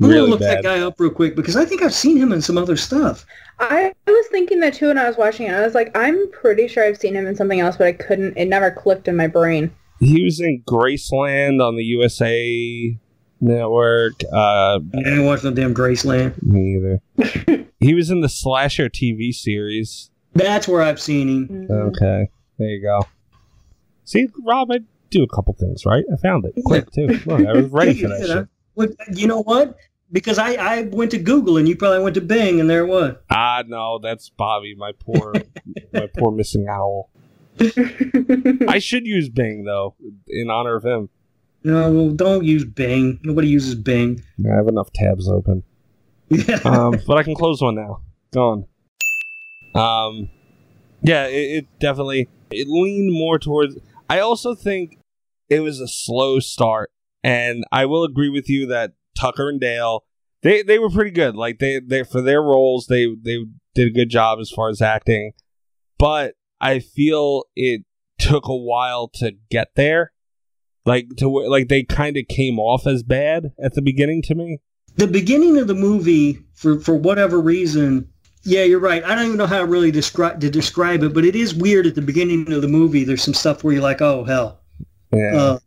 Speaker 4: I'm
Speaker 3: Really
Speaker 4: gonna look
Speaker 3: bad.
Speaker 4: that guy up real quick because I think I've seen him in some other stuff.
Speaker 5: I was thinking that too when I was watching it. I was like, I'm pretty sure I've seen him in something else, but I couldn't. It never clicked in my brain.
Speaker 3: He was in Graceland on the USA network. Uh
Speaker 4: I didn't watch no damn Graceland.
Speaker 3: me either. he was in the slasher TV series.
Speaker 4: That's where I've seen him.
Speaker 5: *laughs*
Speaker 3: Okay. There you go. See, Rob, I do a couple things, right? I found it. Quick too. Look, I was ready for that
Speaker 4: Yeah,
Speaker 3: shit.
Speaker 4: Well, you know what? Because I, I went to Google and you probably went to Bing and there it was.
Speaker 3: Ah no, that's Bobby, my poor *laughs* my poor missing owl.
Speaker 4: Oh.
Speaker 3: I should use Bing though, in honor of him.
Speaker 4: No, don't use Bing. Nobody uses Bing. *laughs*
Speaker 3: I have enough tabs open.
Speaker 4: Yeah.
Speaker 3: um, *laughs* but I can close one now. Gone. Um, yeah, it, it definitely it leaned more towards. I also think it was a slow start, and I will agree with you that Tucker and Dale they they were pretty good. Like they they for their roles they they did a good job as far as acting, but I feel it took a while to get there. Like to where- like they kind of came off as bad at the beginning to me.
Speaker 4: the beginning of the movie, for, for whatever reason, yeah, you're right. I don't even know how really describe to describe it, but it is weird at the beginning of the movie. There's some stuff where you're like, oh hell.
Speaker 3: Yeah.
Speaker 4: Uh,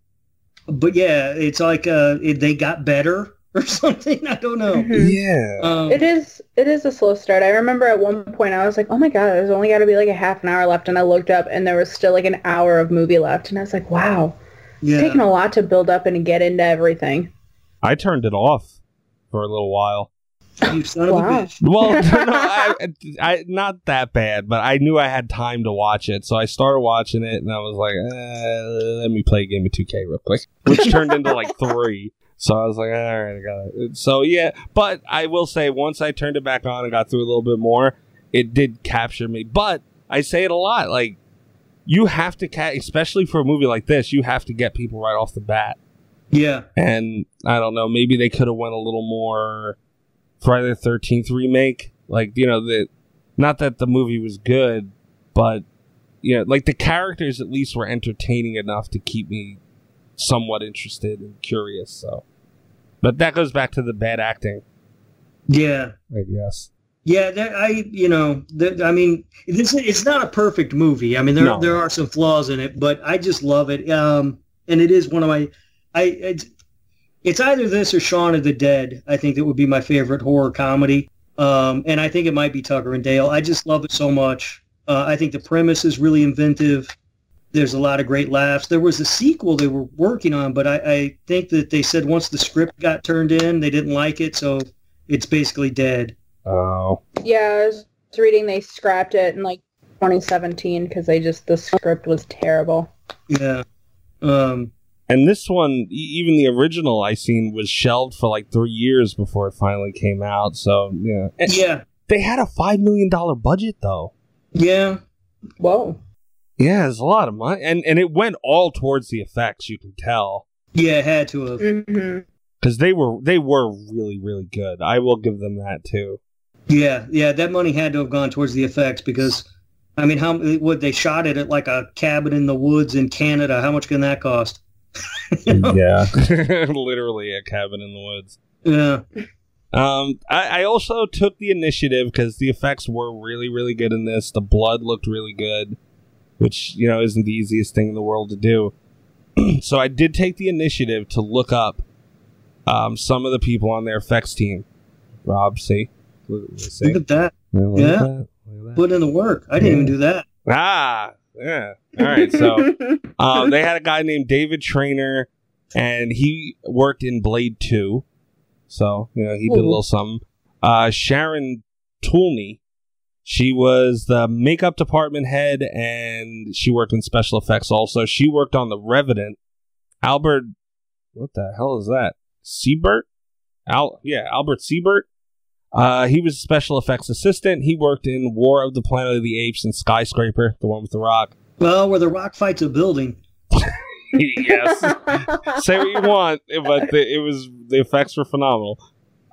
Speaker 4: but yeah, it's like uh, it, they got better *laughs* or something. I don't
Speaker 5: *laughs*
Speaker 4: know.
Speaker 5: Mm-hmm.
Speaker 3: yeah.
Speaker 4: Um,
Speaker 5: It is it is a slow start. I remember at one point I was like, "Oh my god, there's only got to be like a half an hour left." And I looked up and there was still like an hour of movie left, and I was like, "Wow, it's
Speaker 4: yeah.
Speaker 5: taking a lot to build up and to get into everything."
Speaker 3: I turned it off for a little while.
Speaker 4: You son of a
Speaker 5: Wow.
Speaker 4: bitch.
Speaker 3: Well, *laughs* no, I, I, not that bad, but I knew I had time to watch it, so I started watching it, and I was like, eh, "Let me play a game of 2K real quick," which turned into like three. So I was like, "All right, I got it." So yeah, but I will say, once I turned it back on and got through a little bit more, it did capture me. But I say it a lot, like you have to, ca- especially for a movie like this, you have to get people right off the bat.
Speaker 4: Yeah.
Speaker 3: and I don't know, maybe they could have went a little more Friday the Thirteenth remake. Like you know, the not that the movie was good, but you know, like the characters at least were entertaining enough to keep me somewhat interested and curious. So, but that goes back to the bad acting,
Speaker 4: Yeah.
Speaker 3: I guess.
Speaker 4: Yeah, that, I you know, that, I mean, this it's not a perfect movie. I mean, there
Speaker 3: No.
Speaker 4: there are some flaws in it, but I just love it. Um, and it is one of my, I it's, it's either this or Shaun of the Dead. I think that would be my favorite horror comedy. Um, and I think it might be Tucker and Dale. I just love it so much. Uh, I think the premise is really inventive. There's a lot of great laughs. There was a sequel they were working on, but I, I think that they said once the script got turned in, they didn't like it, so it's basically dead.
Speaker 3: Oh,
Speaker 5: Yeah, I was reading they scrapped it in like 2017 because they just the script was terrible.
Speaker 4: Yeah. Um,
Speaker 3: and this one, e- even the original I seen was shelved for like three years before it finally came out. So yeah, And
Speaker 4: yeah.
Speaker 3: they had a five million dollar budget though.
Speaker 4: Yeah.
Speaker 5: Whoa.
Speaker 3: Yeah, it's a lot of money, and and it went all towards the effects. You can tell
Speaker 4: Yeah, it had to have.
Speaker 5: hmm
Speaker 3: because they were they were really really good. I will give them that too.
Speaker 4: Yeah. Yeah. That money had to have gone towards the effects because, I mean, how would they shot it at like a cabin in the woods in Canada? How much can that cost? You know?
Speaker 3: Yeah, *laughs* literally a cabin in the woods.
Speaker 4: Yeah.
Speaker 3: Um, I, I also took the initiative because the effects were really really good in this. The blood looked really good, which you know isn't the easiest thing in the world to do. *clears throat* so I did take the initiative to look up um, some of the people on their effects team. Rob, see, Look- see?
Speaker 4: Look at that.
Speaker 3: Look at
Speaker 4: Yeah.
Speaker 3: that. Look at that.
Speaker 4: Put in the work. I didn't even do that.
Speaker 3: Ah, yeah. All right.
Speaker 5: *laughs*
Speaker 3: So um, they had a guy named David Trainer, and he worked in Blade Two, so you know he did a little something. Uh, Sharon Toolney, she was the makeup department head, and she worked in special effects. Also, she worked on The Revenant. Albert, what the hell is that? Siebert. Al, yeah, Albert Siebert. Uh, he was a special effects assistant. He worked in War of the Planet of the Apes and Skyscraper, the one with the rock.
Speaker 4: Well, where the rock fights a building.
Speaker 3: *laughs* yes. Say what you want, but the, it was the effects were phenomenal.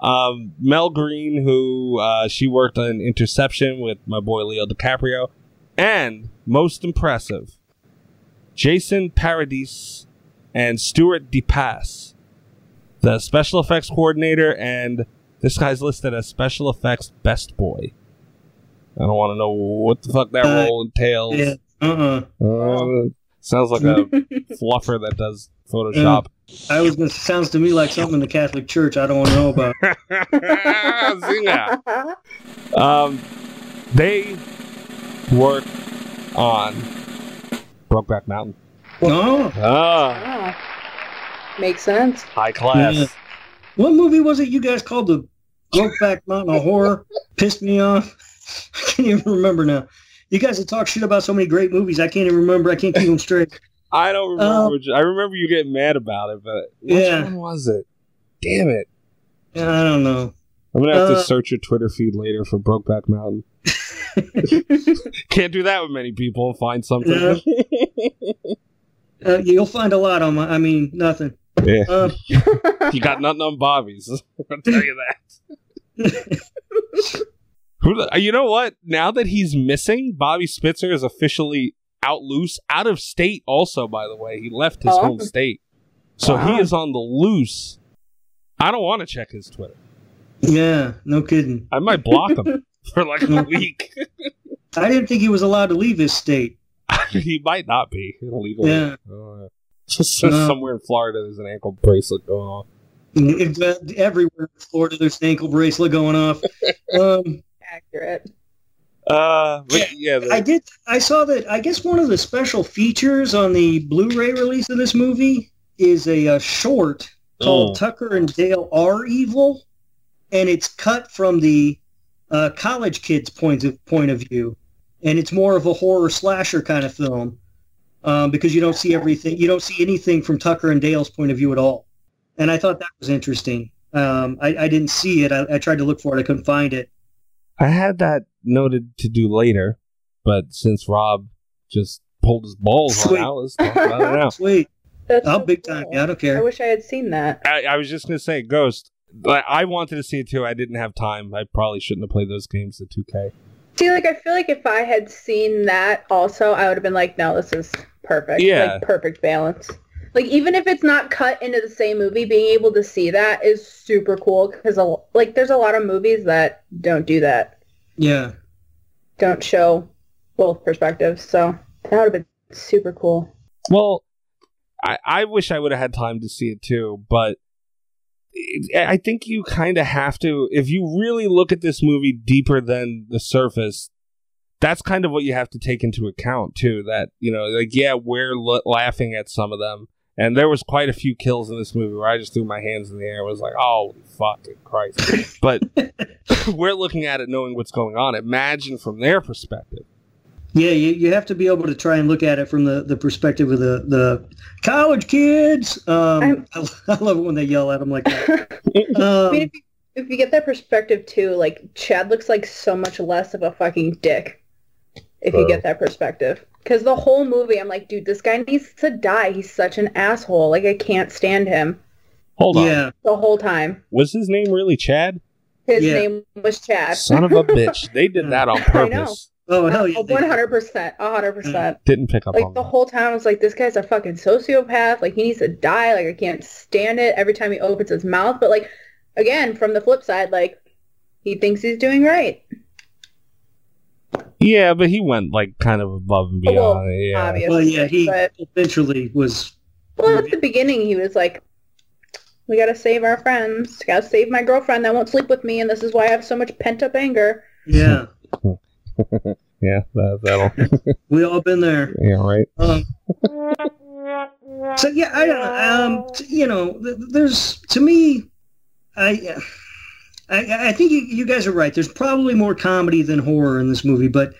Speaker 3: Um, Mel Green, who uh, she worked on Interception with my boy Leo DiCaprio, and most impressive, Jason Paradis and Stuart DePass, the special effects coordinator, and this guy's listed as special effects best boy. I don't want to know what the fuck that
Speaker 4: Uh,
Speaker 3: role entails.
Speaker 4: Yeah. Uh-uh.
Speaker 3: Uh, *laughs* sounds like
Speaker 4: *laughs*
Speaker 3: a fluffer that does
Speaker 4: Mm.
Speaker 3: Photoshop.
Speaker 4: I was gonna sounds to me like something in the Catholic Church I don't want to know about. Ah,
Speaker 3: Zinger. Um, they work on Brokeback Mountain.
Speaker 4: No.
Speaker 3: Ah,
Speaker 5: Oh. Makes sense.
Speaker 3: high class.
Speaker 4: Yeah. What movie was it you guys called the Brokeback Mountain of Horror? Pissed me off. *laughs* I can't even remember now. You guys have talked shit about so many great movies. I can't even remember. I can't keep them straight.
Speaker 3: I don't remember.
Speaker 4: Um,
Speaker 3: which, I remember you getting mad about it, but which
Speaker 4: Yeah.
Speaker 3: one was it? Damn it!
Speaker 4: I don't know.
Speaker 3: I'm gonna have to
Speaker 4: Uh,
Speaker 3: search your Twitter feed later for Brokeback
Speaker 4: *laughs*
Speaker 3: Mountain. *laughs* Can't do that with many people. Find something.
Speaker 4: Yeah. Uh, you'll find a lot on my. I mean, nothing.
Speaker 3: Yeah.
Speaker 4: Uh,
Speaker 3: *laughs* you got nothing on Bobby's. *laughs* I'll tell you that. Who the- uh, you know what? Now that he's missing, Bobby Spitzer is officially out loose, out of state. Also, by the way, he left his
Speaker 5: Oh.
Speaker 3: home state, so
Speaker 5: Wow.
Speaker 3: he is on the loose. I don't want to check his Twitter.
Speaker 4: yeah, no kidding.
Speaker 3: I might block him for like a week. *laughs*
Speaker 4: I didn't think he was allowed to leave his state.
Speaker 3: he might not be illegally.
Speaker 4: Yeah.
Speaker 3: Uh, so
Speaker 4: No.
Speaker 3: somewhere in Florida, there's an ankle bracelet going on.
Speaker 4: If, uh, Everywhere in Florida, there's an ankle bracelet going off. Um,
Speaker 5: Accurate.
Speaker 3: Uh, but yeah, the-
Speaker 4: I did. I saw that. I guess one of the special features on the Blu-ray release of this movie is a, uh short called
Speaker 3: Mm.
Speaker 4: Tucker and Dale Are Evil, and it's cut from the uh, college kids' point of point of view, and it's more of a horror slasher kind of film um, because you don't see everything. You don't see anything from Tucker and Dale's point of view at all, and I thought that was interesting. Um, I, I didn't see it. I, I tried to look for it. I couldn't find it.
Speaker 3: I had that noted to do later, but since Rob just pulled his balls on
Speaker 4: Sweet.
Speaker 3: out, let's talk about it now.
Speaker 4: Sweet.
Speaker 5: That's
Speaker 4: Oh,
Speaker 5: so
Speaker 4: big time.
Speaker 5: cool.
Speaker 4: Yeah, I don't care.
Speaker 5: I wish I had seen that.
Speaker 3: *laughs* I, I was just gonna say Ghost. But I wanted to see it too. I didn't have time. I probably shouldn't have played those games at 2K.
Speaker 5: See, like I feel like if I had seen that also, I would have been like, no, this is perfect.
Speaker 3: Yeah.
Speaker 5: Like perfect balance. Like even if it's not cut into the same movie, being able to see that is super cool because like there's a lot of movies that don't do that,
Speaker 4: Yeah.
Speaker 5: don't show both perspectives. So that would have been super cool.
Speaker 3: Well, I, I wish I would have had time to see it too, but it- I think you kind of have to. If you really look at this movie deeper than the surface, that's kind of what you have to take into account too. That you know, like yeah, we're l- laughing at some of them, and there was quite a few kills in this movie where I just threw my hands in the air and was like, "Oh, fucking Christ!" But *laughs* we're looking at it knowing what's going on. Imagine from their perspective.
Speaker 4: Yeah, you, you have to be able to try and look at it from the, the perspective of the, the college kids. Um,
Speaker 5: I'm-
Speaker 4: I, *laughs* I love it when they yell at them like that.
Speaker 5: *laughs*
Speaker 4: Um,
Speaker 5: I mean, if you, if you get that perspective too, like Chad looks like so much less of a fucking dick. If you
Speaker 3: Oh.
Speaker 5: get that perspective, because the whole movie, I'm like, dude, this guy needs to die. He's such an asshole. Like I can't stand him
Speaker 3: Hold on,
Speaker 4: yeah,
Speaker 5: the whole time.
Speaker 3: was his name really Chad?
Speaker 5: His
Speaker 4: Yeah.
Speaker 5: name was Chad.
Speaker 3: Son *laughs* of a bitch. They did that on
Speaker 5: I know.
Speaker 3: purpose.
Speaker 5: *laughs*
Speaker 4: oh hell Mm. yeah,
Speaker 5: One hundred percent, hundred percent.
Speaker 3: Didn't pick up
Speaker 5: Like
Speaker 3: on
Speaker 5: the
Speaker 3: that.
Speaker 5: whole time, I was like, this guy's a fucking sociopath. Like he needs to die. Like I can't stand it every time he opens his mouth. But like, again, from the flip side, like he thinks he's doing right.
Speaker 3: yeah, but he went like kind of above and beyond.
Speaker 5: Well,
Speaker 3: yeah.
Speaker 5: Obviously,
Speaker 4: Well, yeah, he
Speaker 5: but-
Speaker 4: eventually was.
Speaker 5: Well, at the beginning, he was like, "We gotta save our friends. Gotta save my girlfriend that won't sleep with me, and this is why I have so much pent up anger."
Speaker 4: Yeah,
Speaker 3: Yeah, that, that'll.
Speaker 4: we all been there.
Speaker 3: yeah, right.
Speaker 4: Um, so yeah, I don't know. Um, t- you know, th- there's to me, I, I, I think you, you guys are right. There's probably more comedy than horror in this movie, but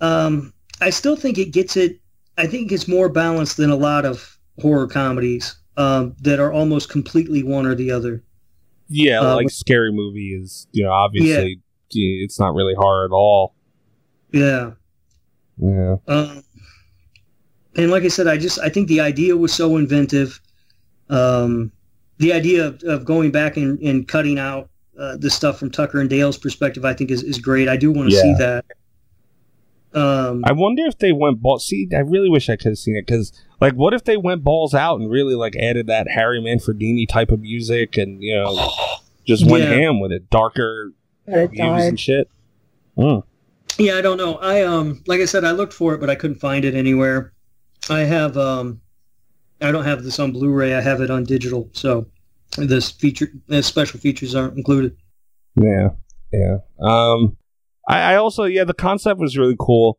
Speaker 4: um, I still think it gets it. I think it's more balanced than a lot of horror comedies um, that are almost completely one or the other.
Speaker 3: yeah,
Speaker 4: Uh,
Speaker 3: like scary movie is you know obviously yeah, it's not really horror at all.
Speaker 4: Yeah.
Speaker 3: Yeah,
Speaker 4: Um, and like I said, I just I think the idea was so inventive. Um, the idea of, of going back and, and cutting out uh, the stuff from Tucker and Dale's perspective, I think, is, is great. I do want to see that. Um,
Speaker 3: I wonder if they went ball. See, I really wish I could have seen it because like, what if they went balls out and really like added that Harry Manfredini type of music and you *sighs* know just went
Speaker 4: Yeah.
Speaker 3: ham with it, darker
Speaker 5: But
Speaker 4: Oh,
Speaker 5: it
Speaker 3: views
Speaker 5: died.
Speaker 3: and shit. Mm.
Speaker 4: yeah, I don't know. I um, like I said, I looked for it, but I couldn't find it anywhere. I have um, I don't have this on Blu-ray. I have it on digital, so this feature, uh, special features aren't included.
Speaker 3: Yeah, yeah. Um, I, I also yeah, the concept was really cool.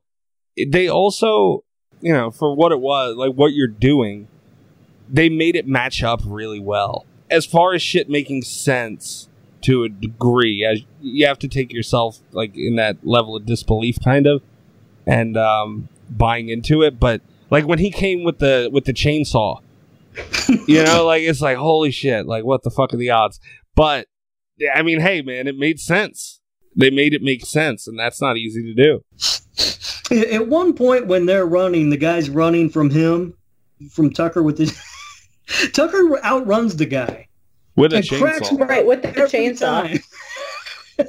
Speaker 3: It- They also, you know, for what it was, like what you're doing, they made it match up really well as far as shit making sense to a degree. As you have to take yourself like in that level of disbelief, kind of, and um, buying into it. But like when he came with the with the chainsaw, you know, like it's like holy shit, like what the fuck are the odds? But yeah, I mean, hey, man, it made sense. They made it make sense, and that's not easy to do.
Speaker 4: At at one point when they're running, the guy's running from him, from Tucker with his. *laughs* Tucker outruns the guy.
Speaker 3: With a
Speaker 4: It cracks
Speaker 3: chainsaw,
Speaker 4: me-
Speaker 5: Right, with the
Speaker 4: every
Speaker 5: chainsaw.
Speaker 4: time.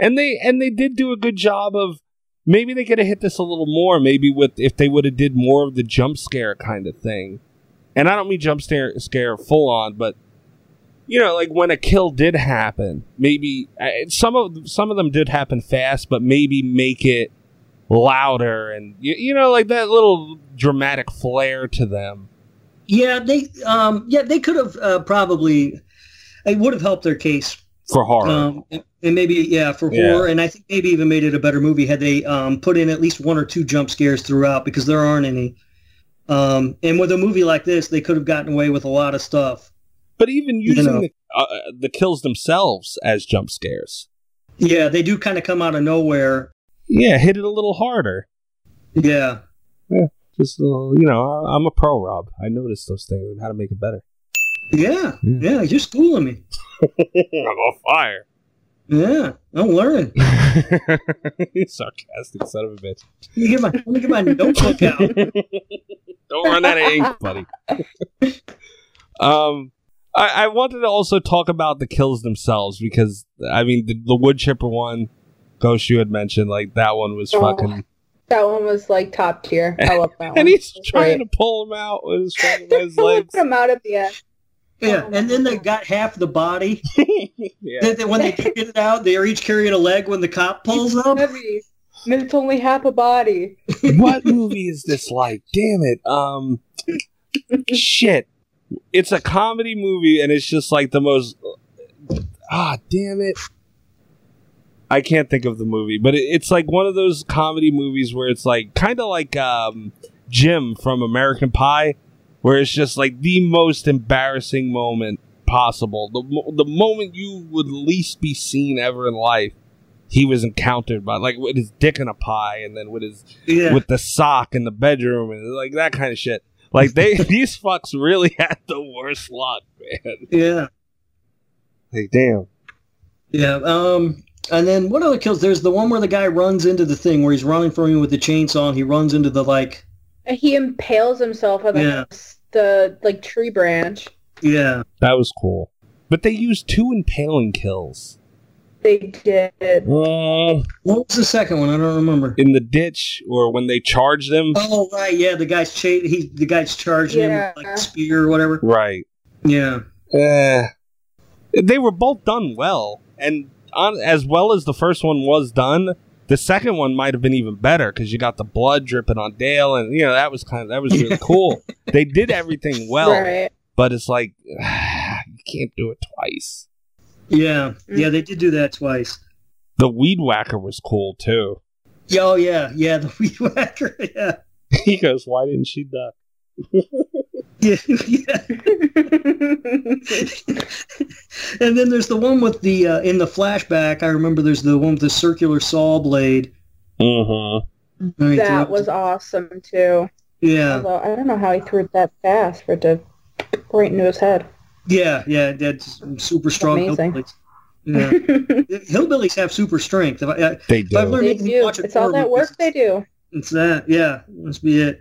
Speaker 3: and they and they did do a good job of maybe they could have hit this a little more. Maybe with if they would have did more of the jump scare kind of thing, and I don't mean jump scare scare full on, but you know, like when a kill did happen, maybe I- some of some of them did happen fast, but maybe make it louder and you, you know, like that little dramatic flair to them.
Speaker 4: Yeah, they um, yeah they could have uh, probably it would have helped their case.
Speaker 3: For horror,
Speaker 4: Um, and and maybe yeah for
Speaker 3: Yeah.
Speaker 4: horror, and I think maybe even made it a better movie had they um, put in at least one or two jump scares throughout because there aren't any. Um, and with a movie like this, they could have gotten away with a lot of stuff.
Speaker 3: But even
Speaker 4: You
Speaker 3: using
Speaker 4: know.
Speaker 3: the, uh, uh, the kills themselves as jump scares,
Speaker 4: Yeah, they do kind of come out of nowhere.
Speaker 3: yeah, hit it a little harder.
Speaker 4: Yeah.
Speaker 3: Just uh, you know, I, I'm a pro, Rob. I noticed those things and how to make it
Speaker 5: *laughs*
Speaker 3: better.
Speaker 4: Yeah,
Speaker 3: Yeah.
Speaker 4: yeah, you're schooling me.
Speaker 3: I'm on fire. *laughs*
Speaker 4: Yeah, I'm learning.
Speaker 3: Sarcastic son of a bitch.
Speaker 4: Let me get my, let me
Speaker 3: *laughs*
Speaker 4: get my notebook out.
Speaker 3: Don't run out of
Speaker 5: *laughs*
Speaker 3: ink, buddy. um, I, I wanted to also talk about the kills themselves because I mean the, the wood chipper one, Ghost you had mentioned like that one was
Speaker 5: Oh.
Speaker 3: fucking,
Speaker 5: That one was like top tier. I love that
Speaker 3: *laughs*
Speaker 5: one.
Speaker 3: and he's trying
Speaker 5: Right.
Speaker 3: to pull him out with
Speaker 5: *laughs*
Speaker 3: his fucking
Speaker 5: They're
Speaker 3: his legs.
Speaker 5: pulling him out at the uh, end.
Speaker 4: Yeah, and then they got half the body.
Speaker 3: yeah.
Speaker 4: Then- then when they get it out, they're each carrying a leg when the cop pulls up.
Speaker 5: Heavy. And It's only half a body.
Speaker 3: what movie is this like? Damn it. Um shit. It's a comedy movie and it's just like the most Ah, damn it. I can't think of the movie, but it, it's like one of those comedy movies where it's like kind of like um Jim from American Pie where it's just like the most embarrassing moment possible. The mo- the moment you would least be seen ever in life. He was encountered by like with his dick in a pie and then with his
Speaker 4: Yeah,
Speaker 3: with the sock in the bedroom and like that kind of shit. Like *laughs* they these fucks really had the worst luck, man.
Speaker 4: yeah,
Speaker 3: Like damn.
Speaker 4: yeah. Um, and then what other kills? There's the one where the guy runs into the thing where he's running from you with the chainsaw, and he runs into the like.
Speaker 5: And he impales himself on the,
Speaker 4: Yeah.
Speaker 5: the like tree branch.
Speaker 4: Yeah,
Speaker 3: That was cool. But they used two impaling kills.
Speaker 5: They did.
Speaker 3: Mm,
Speaker 4: what was the second one? I don't remember.
Speaker 3: in the ditch or when they charged them.
Speaker 4: Oh right, yeah, the guy's cha- he the guy's charging him with,
Speaker 5: Yeah.
Speaker 4: like a spear or whatever.
Speaker 3: Right.
Speaker 4: Yeah,
Speaker 3: Eh. They were both done well. And on, as well as the first one was done, the second one might have been even better because you got the blood dripping on Dale and you know that was kind of that was *laughs* really cool. They did everything well.
Speaker 5: right. *laughs*
Speaker 3: but it's like *sighs* you can't do it twice.
Speaker 4: yeah,
Speaker 3: Mm.
Speaker 4: yeah. They did do that twice.
Speaker 3: The weed whacker was cool too. *laughs*
Speaker 4: Yeah, Oh yeah, yeah, the *laughs* weed whacker. Yeah,
Speaker 3: he goes, "Why didn't she duck?"
Speaker 4: yeah, yeah. and then there's the one with the uh, in the flashback. I remember there's the one with the circular saw blade.
Speaker 3: Mm-hmm.
Speaker 4: I mean,
Speaker 5: that
Speaker 4: through-
Speaker 5: was awesome too.
Speaker 4: yeah, *laughs*
Speaker 5: Although I don't know how he threw it that fast for it to right into his head.
Speaker 4: Yeah, yeah, that's super strong
Speaker 5: Amazing.
Speaker 4: hillbillies.
Speaker 5: *laughs*
Speaker 4: Yeah. hillbillies have super strength. If I, I,
Speaker 3: They
Speaker 4: If I've
Speaker 3: do.
Speaker 4: learned-
Speaker 5: They
Speaker 4: Watch a
Speaker 5: do.
Speaker 4: horror
Speaker 5: It's all that
Speaker 4: movie.
Speaker 5: work they do.
Speaker 4: it's that. Yeah, must be it.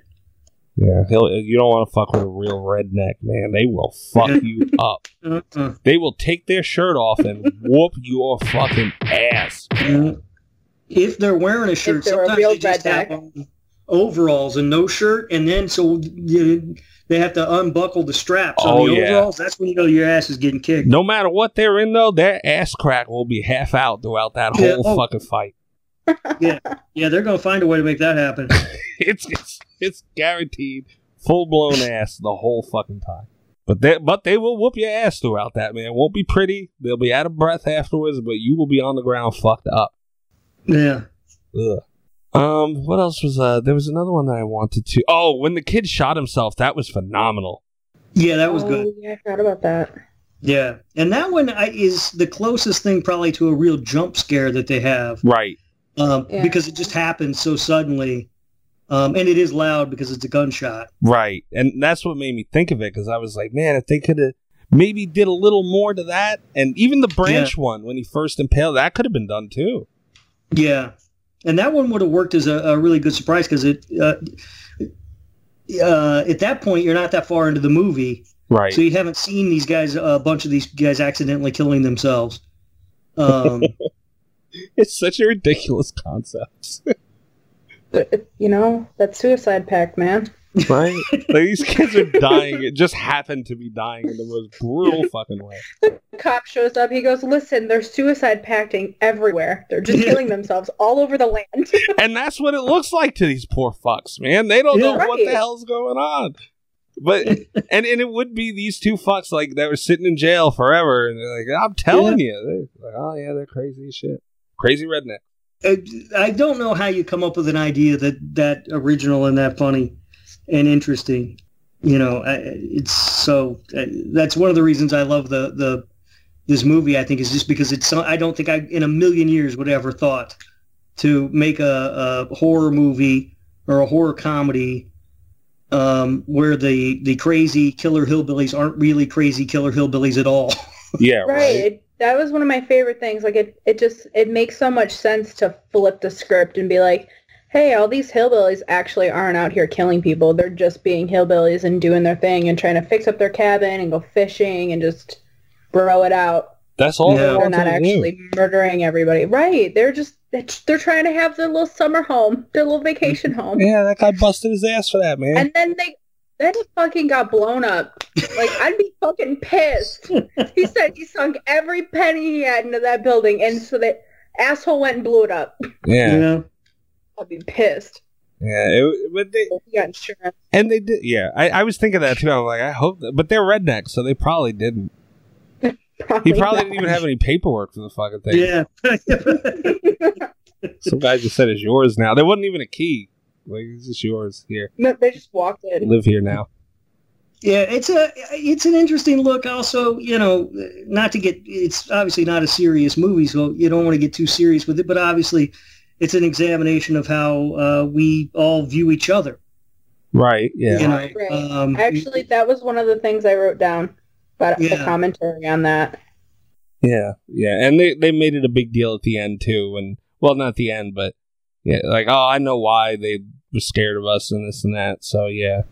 Speaker 3: Yeah, he'll, you don't want to fuck with a real redneck, man. They will fuck
Speaker 4: *laughs*
Speaker 3: you up.
Speaker 4: Uh-uh.
Speaker 3: They will take their shirt off and whoop your fucking ass.
Speaker 4: Yeah. If they're wearing a shirt,
Speaker 5: they're a
Speaker 4: sometimes
Speaker 5: real
Speaker 4: they just have
Speaker 5: redneck.
Speaker 4: on overalls and no shirt, and then so you, they have to unbuckle the straps
Speaker 3: Oh,
Speaker 4: on the
Speaker 3: yeah.
Speaker 4: overalls. That's when you know your ass is getting kicked.
Speaker 3: No matter what they're in, though, their ass crack will be half out throughout that whole
Speaker 4: Yeah, oh.
Speaker 3: fucking fight.
Speaker 4: Yeah, they're gonna find a way to make that happen.
Speaker 3: *laughs* It's it's, it's guaranteed full blown ass the whole fucking time. But they but they will whoop your ass throughout that man. It won't be pretty. They'll be out of breath afterwards, but you will be on the ground fucked up.
Speaker 4: yeah.
Speaker 3: Ugh. Um, what else was uh? There was another one that I wanted to. Oh, when the kid shot himself, that was phenomenal.
Speaker 4: Yeah, that was good.
Speaker 5: Oh, yeah, I forgot about that.
Speaker 4: Yeah, and that one I, is the closest thing probably to a real jump scare that they have
Speaker 3: Right.
Speaker 4: um,
Speaker 5: Yeah.
Speaker 4: because it just happens so suddenly, um, and it is loud because it's a gunshot.
Speaker 3: Right. And that's what made me think of it because I was like, man, if they could have maybe did a little more to that, and even the branch one when he first impaled, that could have been done too.
Speaker 4: Yeah, and that one would have worked as a, a really good surprise because it. Uh, uh, at that point, you're not that far into the movie,
Speaker 3: Right.
Speaker 4: so you haven't seen these guys, a bunch of these guys, accidentally killing themselves. Um,
Speaker 3: it's such a ridiculous concept.
Speaker 5: But, uh, you know, that suicide pact, man.
Speaker 3: Right. like *laughs* these kids are dying. It just happened to be dying in the most brutal fucking way.
Speaker 5: The cop shows up. He goes, listen, they're suicide pacting everywhere.
Speaker 4: *laughs*
Speaker 5: They're just killing themselves all over the land.
Speaker 3: And that's what it looks like to these poor fucks, man. They don't know
Speaker 5: Yeah.
Speaker 3: what the
Speaker 5: Right.
Speaker 3: hell's going on. But and, and it would be these two fucks like that were sitting in jail forever, and they're like, "I'm telling you, they're like, oh yeah, they're crazy as shit, crazy redneck."
Speaker 4: I I don't know how you come up with an idea that that original and that funny and interesting. You know, I- it's so that's one of the reasons I love the the this movie. I think is just because it's. so- I don't think I in a million years would ever thought to make a, a horror movie or a horror comedy um, where the the crazy killer hillbillies aren't really crazy killer hillbillies at all.
Speaker 3: Yeah,
Speaker 5: right. It, that was one of my favorite things. Like it, it just it makes so much sense to flip the script and be like, hey, all these hillbillies actually aren't out here killing people. They're just being hillbillies and doing their thing and trying to fix up their cabin and go fishing and just bro it out.
Speaker 3: That's all.
Speaker 4: Yeah.
Speaker 3: they
Speaker 5: They're
Speaker 3: want
Speaker 5: not
Speaker 3: to do.
Speaker 5: actually murdering everybody. Right. They're just they're trying to have their little summer home, their little vacation home.
Speaker 3: Yeah, that guy busted his ass for that, man.
Speaker 5: And then they then he fucking got blown up. Like I'd be fucking pissed. He said he sunk every penny he had into that building and so that asshole went and blew it up.
Speaker 4: You
Speaker 3: yeah,
Speaker 4: know,
Speaker 5: I'd be pissed.
Speaker 3: yeah. It, but they
Speaker 5: He got insurance.
Speaker 3: and they did. Yeah, I, I was thinking that too. I'm like, I hope, that, but they're rednecks, so they probably didn't. He probably didn't even have any paperwork for the fucking thing.
Speaker 4: yeah. *laughs*
Speaker 3: Some guy just said it's yours now. There wasn't even a key. Like it's just yours here.
Speaker 5: No, they just walked in.
Speaker 3: Live here now.
Speaker 4: Yeah, it's a it's an interesting look. Also, you know, not to get it's obviously not a serious movie, so you don't want to get too serious with it. But obviously, it's an examination of how uh, we all view each other.
Speaker 3: Right. Yeah.
Speaker 4: You know,
Speaker 5: Right.
Speaker 4: um,
Speaker 5: Actually that was one of the things I wrote down about the
Speaker 4: Yeah.
Speaker 5: commentary on that.
Speaker 3: Yeah. Yeah. And they they made it a big deal at the end too. And well, not the end, but yeah, like oh, I know why they were scared of us and this and that. So yeah.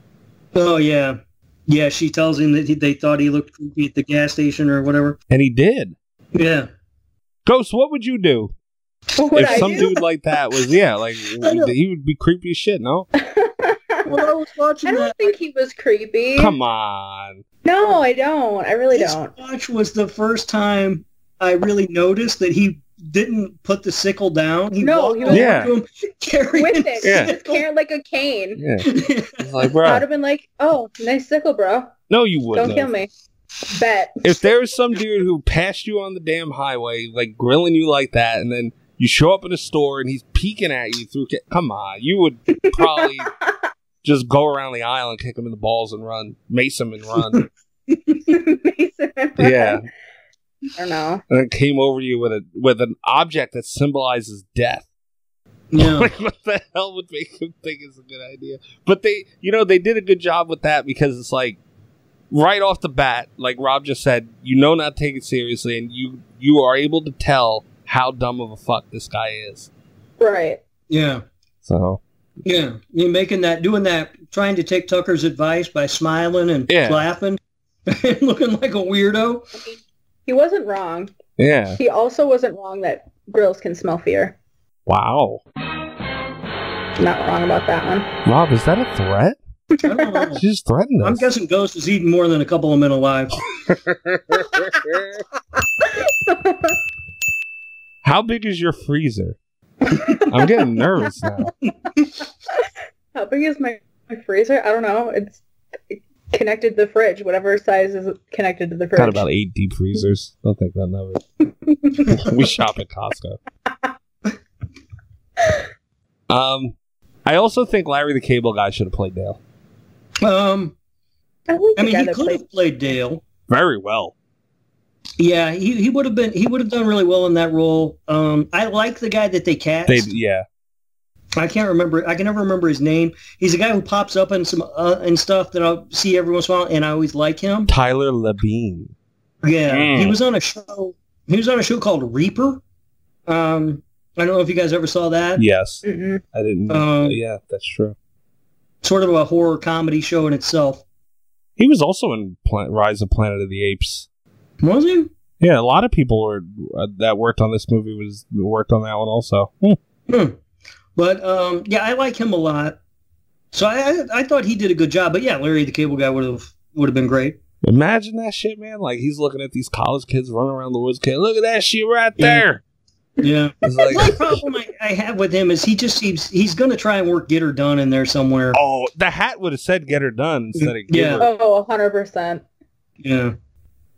Speaker 4: oh yeah, yeah. She tells him that he, they thought he looked creepy at the gas station or whatever.
Speaker 3: And he did.
Speaker 4: Yeah,
Speaker 3: Ghost, what would you do
Speaker 5: What would
Speaker 3: if
Speaker 5: I
Speaker 3: some
Speaker 5: *laughs* do?
Speaker 3: dude like that was yeah,
Speaker 5: *laughs*
Speaker 3: like he would be creepy as shit. No,
Speaker 4: well, I was watching
Speaker 5: I
Speaker 4: that.
Speaker 5: don't think he was creepy.
Speaker 3: come on.
Speaker 5: No, I don't. I really
Speaker 4: This
Speaker 5: don't.
Speaker 4: watch was the first time I really noticed that he didn't put the sickle down. He
Speaker 5: No,
Speaker 4: walked
Speaker 5: he was-
Speaker 4: over
Speaker 3: Yeah.
Speaker 4: to him carrying
Speaker 5: With
Speaker 4: the
Speaker 5: it,
Speaker 3: Yeah.
Speaker 5: just carrying like a cane.
Speaker 3: Yeah.
Speaker 4: *laughs* sickle.
Speaker 3: It's like
Speaker 5: I'd
Speaker 3: bro.
Speaker 5: have been like, "Oh, nice sickle, bro.
Speaker 3: No, you wouldn't.
Speaker 5: Don't
Speaker 3: have.
Speaker 5: kill me." Bet. *laughs*
Speaker 3: if there was some dude who passed you on the damn highway, like grilling you like that, and then you show up in a store and he's peeking at you through, ca- come on, you would probably just go around the aisle and kick him in the balls and run, mace him and run.
Speaker 5: Mason and Ryan.
Speaker 3: yeah,
Speaker 5: I don't know.
Speaker 3: and then came over to you with a with an object that symbolizes death. *laughs*
Speaker 4: Yeah.
Speaker 3: Like, what the hell would make him think it's a good idea? But they, you know, they did a good job with that because it's like right off the bat, like Rob just said, you know not to take it seriously, and you you are able to tell how dumb of a fuck this guy is.
Speaker 5: Right.
Speaker 4: Yeah.
Speaker 3: So
Speaker 4: Yeah. You making that, doing that, trying to take Tucker's advice by smiling and
Speaker 3: Yeah.
Speaker 4: laughing *laughs* and looking like a weirdo.
Speaker 5: He wasn't wrong.
Speaker 3: yeah,
Speaker 5: He also wasn't wrong that grills can smell fear.
Speaker 3: wow,
Speaker 5: Not wrong about that one.
Speaker 3: Rob, is that a threat?
Speaker 4: I don't
Speaker 3: *laughs*
Speaker 4: know.
Speaker 3: She just threatened
Speaker 4: I'm
Speaker 3: us.
Speaker 4: guessing Ghost is eating more than a couple of men alive.
Speaker 3: how big is your freezer? *laughs* I'm getting nervous now.
Speaker 5: How big is my, my freezer? I don't know. It's connected to the fridge. Whatever size is connected to the fridge.
Speaker 3: Got about eight deep freezers. Don't think none
Speaker 4: *laughs*
Speaker 3: of it. we shop at Costco. Um, I also think Larry the Cable Guy should have played Dale
Speaker 4: Um,
Speaker 5: I, like
Speaker 4: I
Speaker 5: the
Speaker 4: mean,
Speaker 5: guy
Speaker 4: he
Speaker 5: that
Speaker 4: could
Speaker 5: played.
Speaker 4: have played Dale.
Speaker 3: very well.
Speaker 4: Yeah, he, he would have been he would have done really well in that role. Um, I like the guy that they cast.
Speaker 3: They yeah.
Speaker 4: I can't remember. I can never remember his name. He's a guy who pops up in some uh, and stuff that I'll see every once in a while, and I always like him.
Speaker 3: Tyler Labine.
Speaker 4: Yeah,
Speaker 3: Mm.
Speaker 4: he was on a show. He was on a show called Reaper. Um, I don't know if you guys ever saw that.
Speaker 3: Yes,
Speaker 5: Mm-mm.
Speaker 3: I didn't.
Speaker 4: Um,
Speaker 3: yeah, that's true.
Speaker 4: Sort of a horror comedy show in itself.
Speaker 3: He was also in Plan- Rise of Planet of the Apes.
Speaker 4: Was he?
Speaker 3: Yeah, a lot of people were uh, that worked on this movie was worked on that one also. Hmm.
Speaker 4: Hmm. But um, yeah, I like him a lot. So I, I I thought he did a good job. But yeah, Larry the Cable Guy would have would have been great.
Speaker 3: Imagine that shit, man! Like he's looking at these college kids running around the woods. Kid, look at that shit right there. *laughs*
Speaker 4: Yeah.
Speaker 3: It's
Speaker 4: *laughs* The only
Speaker 3: like,
Speaker 4: problem I, I have with him is he just seems he's going to try and work get her done in there somewhere.
Speaker 3: oh, the hat would have said "Get her done" instead of "Give
Speaker 4: Yeah.
Speaker 3: her."
Speaker 5: Oh, *laughs* 100%.
Speaker 4: Yeah.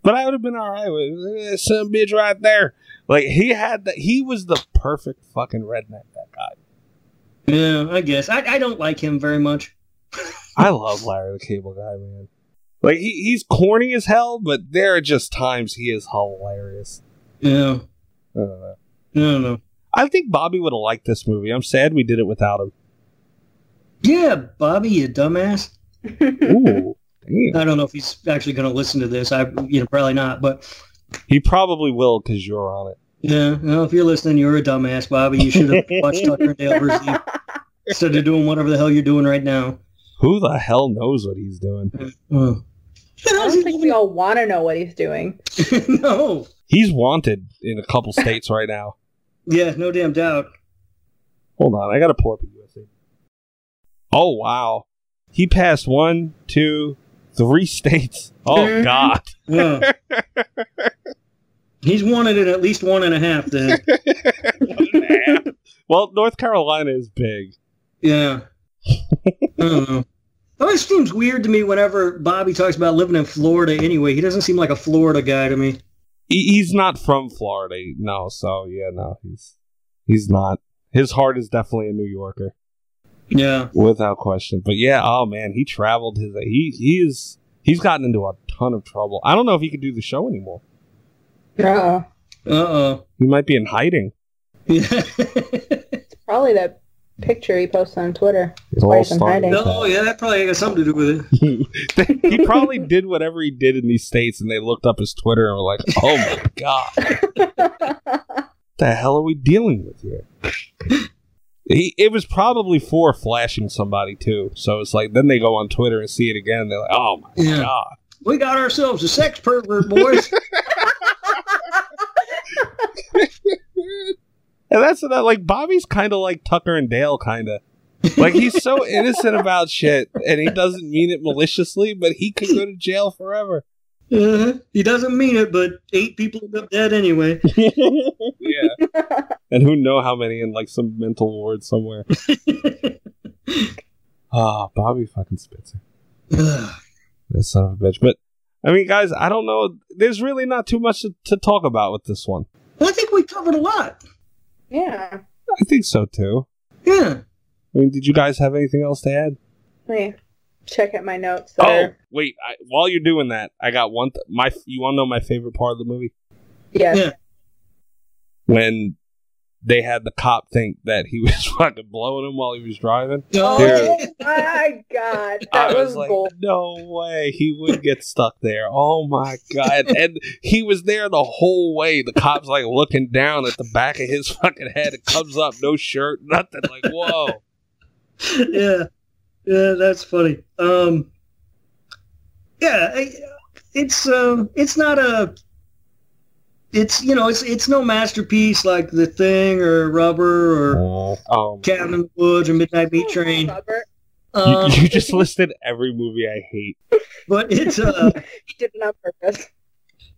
Speaker 3: But I would have been all right with "Look at that son of a bitch right there. Like he had that. He was the perfect fucking redneck. That guy.
Speaker 4: Yeah, I guess. I, I don't like him very much.
Speaker 3: I love Larry the Cable Guy, man. Like he, he's corny as hell, but there are just times he is hilarious.
Speaker 4: Yeah.
Speaker 3: I don't know.
Speaker 4: I don't know.
Speaker 3: I think Bobby would have liked this movie. I'm sad we did it without him.
Speaker 4: Yeah, Bobby, you dumbass.
Speaker 3: Ooh, damn.
Speaker 4: I don't know if he's actually going to listen to this. I, you know, probably not. But
Speaker 3: He probably will because you're on it.
Speaker 4: yeah, well, if you're listening, you're a dumbass, Bobby. You should have watched Tucker and Dale versus Evil instead of doing whatever the hell you're doing right now.
Speaker 3: Who the hell knows what he's doing?
Speaker 4: Oh.
Speaker 5: I don't think we all want to know what he's doing.
Speaker 4: *laughs* no.
Speaker 3: He's wanted in a couple states right now.
Speaker 4: Yeah, no damn doubt.
Speaker 3: Hold on, I gotta pull up a USA. Oh wow, he passed one, two, three *laughs* states. Oh
Speaker 5: Mhm.
Speaker 3: god. *laughs*
Speaker 4: Yeah. he's wanted it at least one and a half then.
Speaker 3: well, North Carolina is big.
Speaker 4: Yeah. I don't know. Always seems weird to me whenever Bobby talks about living in Florida anyway. He doesn't seem like a Florida guy to me.
Speaker 3: He, he's not from Florida, no. So yeah, no, he's he's not. His heart is definitely a New Yorker,
Speaker 4: Yeah.
Speaker 3: without question. But yeah, oh man, he traveled his. He he is he's gotten into a ton of trouble. I don't know if he could do the show anymore.
Speaker 5: Uh-oh.
Speaker 4: Uh oh.
Speaker 3: He might be in hiding.
Speaker 4: *laughs* Yeah.
Speaker 5: It's probably that picture he posted on Twitter.
Speaker 3: It's
Speaker 5: why he's in
Speaker 3: started with
Speaker 4: no, yeah, that probably got something to do with it.
Speaker 3: that. he probably did whatever he did in these states, and they looked up his Twitter and were like, "Oh my god." the hell are we dealing with here? He, it was probably for flashing somebody too. So it's like then they go on Twitter and see it again. they're like, oh my
Speaker 4: Yeah.
Speaker 3: god,
Speaker 4: We got ourselves a sex pervert, boys.
Speaker 3: and that's that. Like Bobby's kind of like Tucker and Dale, kind of like he's so innocent about shit, and he doesn't mean it maliciously, but he could go to jail forever.
Speaker 4: uh, he doesn't mean it, but eight people end up dead anyway.
Speaker 3: Yeah, and who know how many in like some mental ward somewhere. Ah, Bobby fucking Spitzer.
Speaker 4: Ugh.
Speaker 3: This son of a bitch. But I mean, guys, I don't know. There's really not too much to, to talk about with this one.
Speaker 4: I think we covered a lot.
Speaker 5: yeah.
Speaker 3: I think so too.
Speaker 4: Yeah.
Speaker 3: I mean, did you guys have anything else to add?
Speaker 5: Let me check at my notes.
Speaker 3: Oh,
Speaker 5: There.
Speaker 3: wait. I, while you're doing that, I got one. Th- my, you want to know my favorite part of the movie
Speaker 5: Yes.
Speaker 4: Yeah.
Speaker 3: when they had the cop think that he *laughs* was fucking blowing him while he was driving.
Speaker 5: Oh my god, that
Speaker 3: *laughs* I
Speaker 5: was,
Speaker 3: was like,
Speaker 5: gold.
Speaker 3: no way, he would get stuck there. Oh my god! And he was there the whole way. The cops like looking down at the back of his fucking head. It comes up, no shirt, nothing. Like whoa.
Speaker 4: yeah, *laughs* yeah, that's funny. Um, yeah, I- it's uh, it's not a, it's you know, it's it's no masterpiece like The Thing or Rubber or
Speaker 3: Um,
Speaker 4: Cabin in the Woods or Midnight Meat Train.
Speaker 5: Robert,
Speaker 4: Um,
Speaker 3: you, you just listed every movie I hate.
Speaker 4: but it's uh,
Speaker 5: he did it on purpose.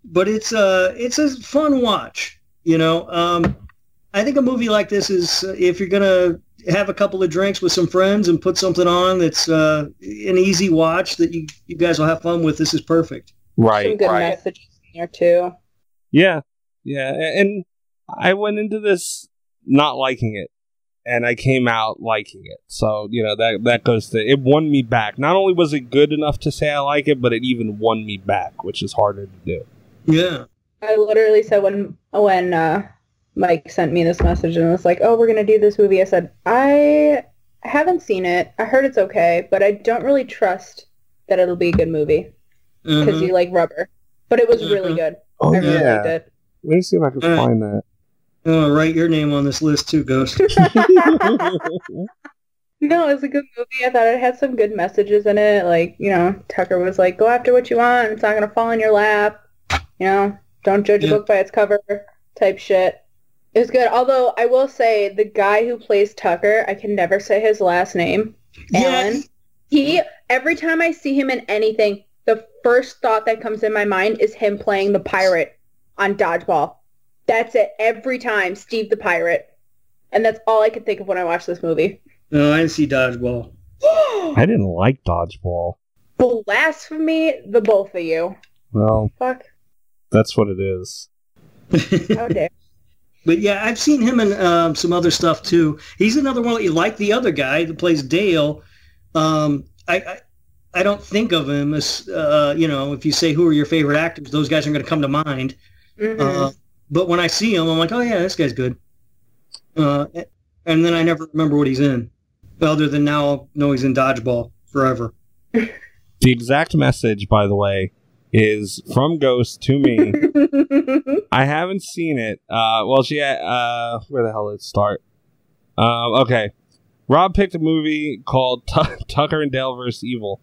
Speaker 4: but it's uh, it's a fun watch. You know, um, I think a movie like this is uh, if you're gonna have a couple of drinks with some friends and put something on that's uh, an easy watch that you, you guys will have fun with. This is perfect.
Speaker 5: Some good messages in there too.
Speaker 3: Yeah, yeah, a- and I went into this not liking it, and I came out liking it. So you know that that goes to it won me back. Not only was it good enough to say I like it, but it even won me back, which is harder to do.
Speaker 4: Yeah.
Speaker 5: I literally said when when uh, Mike sent me this message and was like, "Oh, we're gonna do this movie," I said, "I haven't seen it. I heard it's okay, but I don't really trust that it'll be a good movie because
Speaker 4: Mhm.
Speaker 5: you like rubber." But it was really
Speaker 4: Mhm.
Speaker 5: good.
Speaker 3: Oh
Speaker 5: I really liked it.
Speaker 3: let me see if I can
Speaker 4: All right.
Speaker 3: find that.
Speaker 4: I'm gonna Oh, write your name on this list too,
Speaker 3: *laughs*
Speaker 4: Ghost.
Speaker 5: *laughs* No, it was a good movie. I thought it had some good messages in it. Like, you know, Tucker was like, go after what you want. It's not going to fall in your lap. You know, don't judge
Speaker 4: Yeah.
Speaker 5: a book by its cover type shit. It was good. Although I will say the guy who plays Tucker, I can never say his last name. Alan. He, every time I see him in anything, the first thought that comes in my mind is him playing the pirate on Dodgeball. That's it. Every time, Steve the pirate. And that's all I could think of when I watched this movie.
Speaker 4: No, Oh, I didn't see dodgeball. *laughs*
Speaker 3: I didn't like dodgeball.
Speaker 5: Blasphemy the both of you.
Speaker 3: Well,
Speaker 5: Fuck. Oh,
Speaker 3: that's what it is.
Speaker 5: How dare.
Speaker 4: But yeah, I've seen him in um, some other stuff too. He's another one like the other guy that plays Dale. Um, I, I I don't think of him as uh, you know. If you say who are your favorite actors, those guys aren't going to come to mind.
Speaker 5: Mhm.
Speaker 4: Uh,
Speaker 5: *laughs*
Speaker 4: but when I see him, I'm like, oh yeah, this guy's good. Uh, and then I never remember what he's in, other than now I'll know he's in dodgeball forever.
Speaker 3: The exact message, by the way, is from Ghost to me. I haven't seen it. Uh, well, she. Uh, where the hell did it start? Um, okay, Rob picked a movie called Tu- *laughs* Tucker and Dale vs. Evil,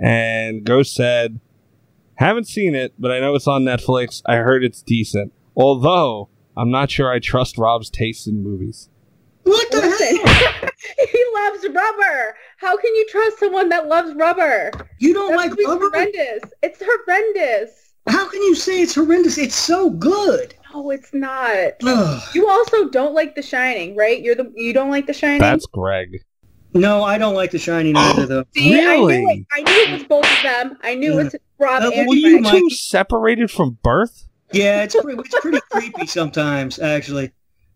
Speaker 3: and Ghost said, "Haven't seen it, but I know it's on Netflix. I heard it's decent. Although I'm not sure I trust Rob's taste in movies.
Speaker 4: What the
Speaker 5: Listen.
Speaker 4: heck?
Speaker 5: *laughs* he loves rubber. How can you trust someone that loves rubber?
Speaker 4: You don't
Speaker 5: That
Speaker 4: like
Speaker 5: movie's
Speaker 4: rubber?
Speaker 5: horrendous. It's horrendous.
Speaker 4: How can you say it's horrendous? It's so good.
Speaker 5: No, it's not.
Speaker 4: Ugh.
Speaker 5: You also don't like The Shining, right? You're the you don't like The Shining.
Speaker 3: That's Greg.
Speaker 4: No, I don't like The Shining either, though.
Speaker 5: See, I knew, it.
Speaker 3: Really?
Speaker 5: I knew it was both of them. I knew it was Rob
Speaker 4: Uh,
Speaker 5: and
Speaker 4: well,
Speaker 5: Greg.
Speaker 4: you might-
Speaker 3: Two separated from birth.
Speaker 4: Yeah, it's pretty, it's pretty creepy sometimes, actually.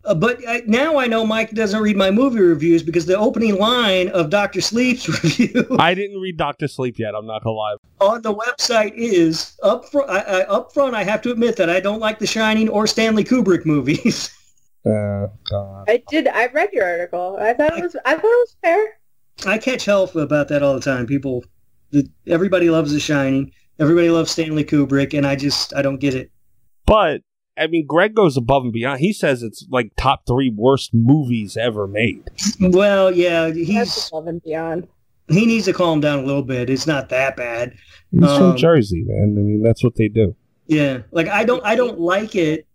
Speaker 4: Uh, but I, now I know Mike doesn't read my movie reviews because the opening line of Doctor Sleep's *laughs* review
Speaker 3: I didn't read Doctor Sleep yet. I'm not gonna lie.
Speaker 4: on the website is up front. I, I, up front, I have to admit that I don't like The Shining or Stanley Kubrick movies. *laughs*
Speaker 3: Oh God.
Speaker 5: I did. I read your article. I thought it was. I thought it was fair.
Speaker 4: I catch hell f- about that all the time. People, the, everybody loves The Shining. Everybody loves Stanley Kubrick, and I just I don't get it.
Speaker 3: But I mean, Greg goes above and beyond. He says it's like top three worst movies ever made.
Speaker 4: Well, yeah, he's
Speaker 5: That's above and beyond.
Speaker 4: he needs to calm down a little bit. It's not that bad.
Speaker 3: He's
Speaker 4: Um,
Speaker 3: from Jersey, man. I mean, that's what they do.
Speaker 4: Yeah, like I don't I don't like it,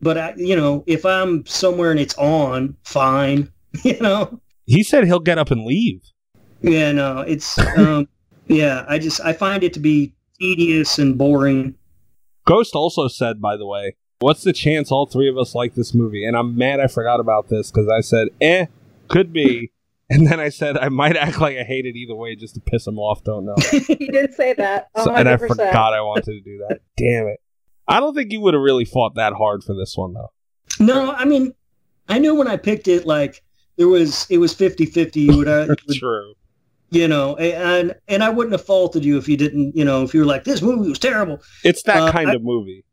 Speaker 4: but I you know if I'm somewhere and it's on, fine. *laughs* You know.
Speaker 3: He said he'll get up and leave.
Speaker 4: Yeah, no, it's um, yeah. I just I find it to be tedious and boring.
Speaker 3: Ghost also said, by the way, what's the chance all three of us like this movie? And I'm mad I forgot about this because I said, eh, could be. *laughs* And then I said, I might act like I hate it either way just to piss him off. Don't
Speaker 4: *laughs*
Speaker 3: know.
Speaker 4: Oh
Speaker 5: He did say that.
Speaker 3: So- and I
Speaker 5: 100%.
Speaker 3: forgot I wanted to do
Speaker 4: *laughs*
Speaker 3: that. Damn it. I don't think you would have really fought that hard for this one, though.
Speaker 4: No, I mean, I knew when I picked it, like there was it was 50-50. You would, uh, would
Speaker 3: True.
Speaker 4: you know, a- and and I wouldn't have faulted you if you didn't, you know, if you were like this movie was terrible.
Speaker 3: It's that
Speaker 4: Uh,
Speaker 3: kind
Speaker 4: I-
Speaker 3: of movie.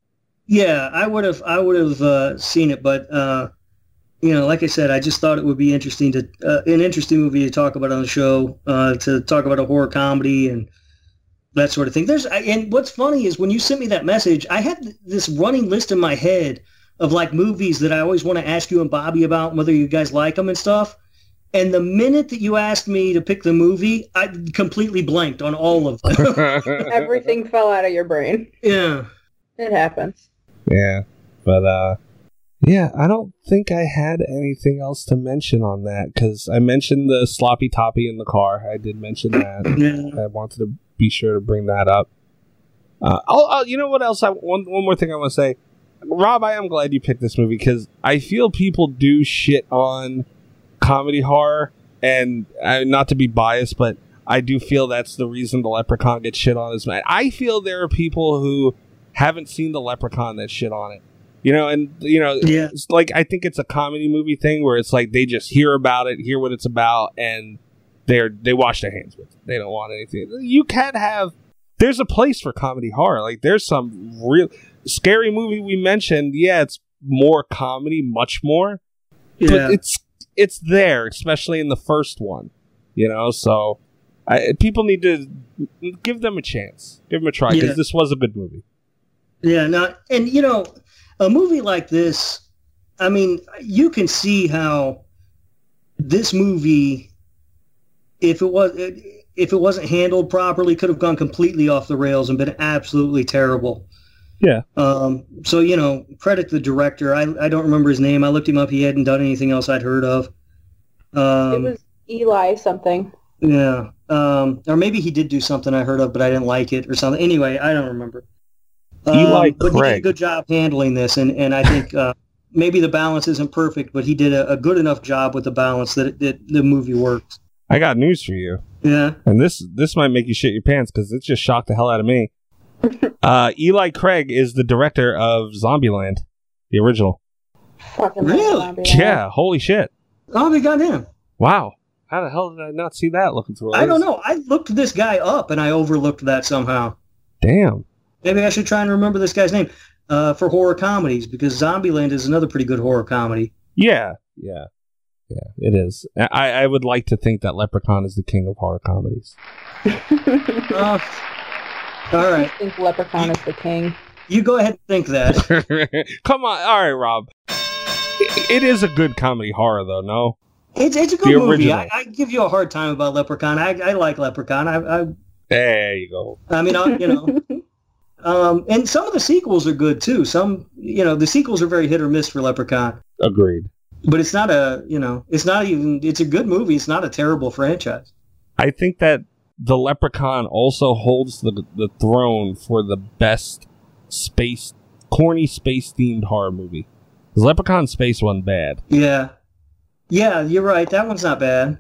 Speaker 4: Yeah, I would have I would have uh, seen it, but uh, you know, like I said, I just thought it would be interesting to uh, an interesting movie to talk about on the show, uh, to talk about a horror comedy and that sort of thing. There's I- and what's funny is when you sent me that message, I had th- this running list in my head of like movies that I always want to ask you and Bobby about, whether you guys like them and stuff. And the minute that you asked me to pick the movie, I completely blanked on all of them.
Speaker 5: Everything fell out of your brain.
Speaker 4: *laughs* yeah.
Speaker 5: It happens.
Speaker 3: *laughs* Yeah. But uh yeah, I don't think I had anything else to mention on that cuz I mentioned the sloppy toppy in the car. I did mention that.
Speaker 4: Yeah.
Speaker 3: I wanted to be sure to bring that up. Uh, I'll, I'll, you know what else? I one one more thing I want to say, Rob. I am glad you picked this movie because I feel people do shit on comedy horror, and uh, not to be biased, but I do feel that's the reason the Leprechaun gets shit on as much. I feel there are people who haven't seen the Leprechaun that shit on it. You know, and you know,
Speaker 4: Yeah.
Speaker 3: it's like I think it's a comedy movie thing where it's like they just hear about it, hear what it's about, and they're they wash their hands with it. They don't want anything. You can have. There's a place for comedy horror. Like there's some real scary movie we mentioned. Yeah, it's more comedy, much more,
Speaker 4: Yeah.
Speaker 3: but it's it's there, especially in the first one. You know, so I, people need to give them a chance, give them a try because
Speaker 4: Yeah.
Speaker 3: this was a good movie.
Speaker 4: Yeah, no, and you know, a movie like this, I mean, you can see how this movie, if it was, if it wasn't handled properly, could have gone completely off the rails and been absolutely terrible.
Speaker 3: Yeah.
Speaker 4: Um, so you know, credit the director. I I don't remember his name. I looked him up. He hadn't done anything else I'd heard of. Um,
Speaker 5: it was Eli something.
Speaker 4: yeah. Um, or maybe he did do something I heard of, but I didn't like it or something. Anyway, I don't remember. Um,
Speaker 3: Eli
Speaker 4: but he did a
Speaker 3: Craig.
Speaker 4: good job handling this, and, and I think uh, maybe the balance isn't perfect, but he did a, a good enough job with the balance that, it, that the movie works.
Speaker 3: I got news for you.
Speaker 4: Yeah.
Speaker 3: and this this might make you shit your pants because it just shocked the hell out of me. Uh, Eli Craig is the director of Zombieland, the original.
Speaker 5: Fucking
Speaker 4: Really?
Speaker 5: zombie.
Speaker 3: Yeah, holy shit!
Speaker 4: Oh, they goddamn.
Speaker 3: Wow, how the hell did I not see that looking through? all
Speaker 4: I don't
Speaker 3: this?
Speaker 4: know. I looked this guy up, and I overlooked that somehow.
Speaker 3: Damn.
Speaker 4: Maybe I should try and remember this guy's name uh, for horror comedies, because Zombieland is another pretty good horror comedy.
Speaker 3: Yeah, yeah, yeah. It is. I I would like to think that Leprechaun is the king of horror comedies. *laughs*
Speaker 4: Uh, all
Speaker 5: I
Speaker 4: right.
Speaker 5: think Leprechaun is the king.
Speaker 4: You go ahead and think that.
Speaker 3: Come on, all right, Rob. It- it is a good comedy horror though. No,
Speaker 4: It's, it's a good
Speaker 3: The
Speaker 4: movie.
Speaker 3: original.
Speaker 4: I, I give you a hard time about Leprechaun. I, I like Leprechaun. I, I,
Speaker 3: there you go.
Speaker 4: I mean, I, you know, um, and some of the sequels are good too. Some, you know, the sequels are very hit or miss for Leprechaun.
Speaker 3: Agreed.
Speaker 4: But it's not a, you know, it's not even. It's a good movie. It's not a terrible franchise.
Speaker 3: I think that the Leprechaun also holds the the throne for the best space corny space themed horror movie. 'Cause Leprechaun Space one bad.
Speaker 4: Yeah, yeah, you're right. That one's not bad.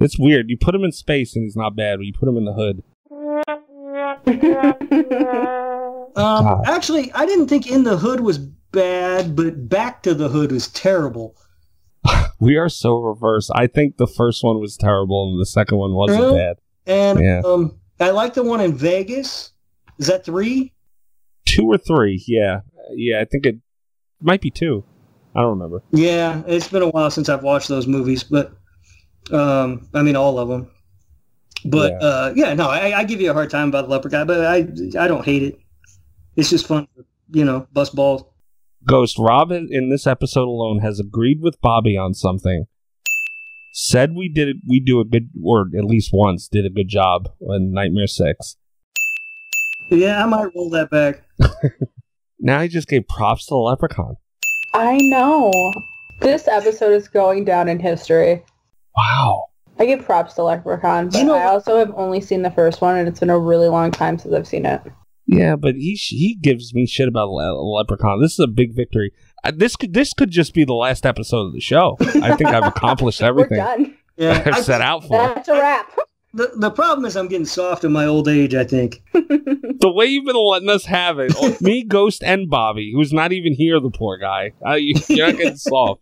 Speaker 3: It's weird. You put him in space and he's not bad, but you put him in the hood.
Speaker 4: Um,
Speaker 3: God.
Speaker 4: actually, I didn't think In the Hood was bad, but Back to the Hood was terrible.
Speaker 3: We are so reversed. I think the first one was terrible and the second one wasn't
Speaker 4: Really?
Speaker 3: bad.
Speaker 4: And
Speaker 3: Yeah.
Speaker 4: um, I like the one in Vegas. Is that three?
Speaker 3: Two or three, yeah, yeah. I think it might be two. I don't remember.
Speaker 4: Yeah, it's been a while since I've watched those movies, but um, I mean all of them. But
Speaker 3: Yeah.
Speaker 4: uh, yeah, no, I, I give you a hard time about Leprechaun, but I I don't hate it. It's just fun, you know, bust balls.
Speaker 3: Ghost Rob has- in this episode alone has agreed with Bobby on something. Said we did we do a good or at least once did a good job on Nightmare Six.
Speaker 4: Yeah, I might roll that back.
Speaker 3: Now he just gave props to the Leprechaun.
Speaker 5: I know. This episode is going down in history.
Speaker 3: Wow.
Speaker 5: I give props to Leprechaun, but
Speaker 4: You know-
Speaker 5: I also have only seen the first one, and it's been a really long time since I've seen it.
Speaker 3: Yeah, but he sh- he gives me shit about Le- Leprechaun. This is a big victory. Uh, this could this could just be the last episode of the show. I think I've accomplished everything
Speaker 5: *laughs* We're done.
Speaker 3: *laughs*
Speaker 4: Yeah, I-
Speaker 3: I've set out for.
Speaker 5: That's a wrap.
Speaker 4: the the problem is I'm getting soft in my old age. I think.
Speaker 3: the way you've been letting us have it, oh, me, *laughs* Ghost, and Bobby, who's not even here, the poor guy. Uh, you, you're not getting soft.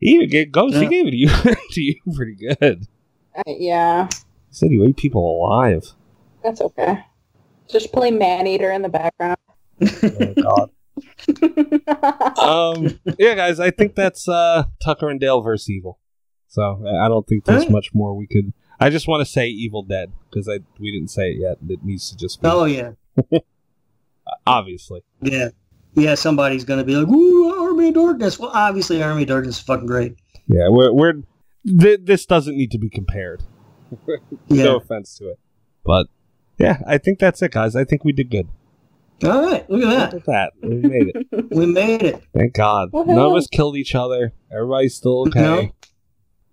Speaker 3: He even gave Ghost. He
Speaker 4: Yeah.
Speaker 3: gave it to you, *laughs* to you pretty good.
Speaker 5: Uh, yeah,
Speaker 3: He said you ate people alive.
Speaker 5: that's okay. Just play Maneater in the background. *laughs*
Speaker 3: Oh, God. Um, yeah, guys, I think that's uh, Tucker and Dale versus Evil. So I I don't think there's
Speaker 4: Alright.
Speaker 3: much more we could. I just want to say Evil Dead because I we didn't say it yet. It needs to just be
Speaker 4: Oh yeah,
Speaker 3: obviously.
Speaker 4: yeah, yeah. Somebody's gonna be like, "Ooh, Army of Darkness." Well, obviously, Army of Darkness is fucking great.
Speaker 3: Yeah, we're we're th- this doesn't need to be compared.
Speaker 4: Yeah.
Speaker 3: No offense to it, but yeah, I think that's it, guys. I think we did good.
Speaker 4: All right, look at
Speaker 3: Look at that, we made it.
Speaker 4: that. We made it.
Speaker 3: *laughs* Thank God. None of us killed each other. Everybody's still okay.
Speaker 4: No.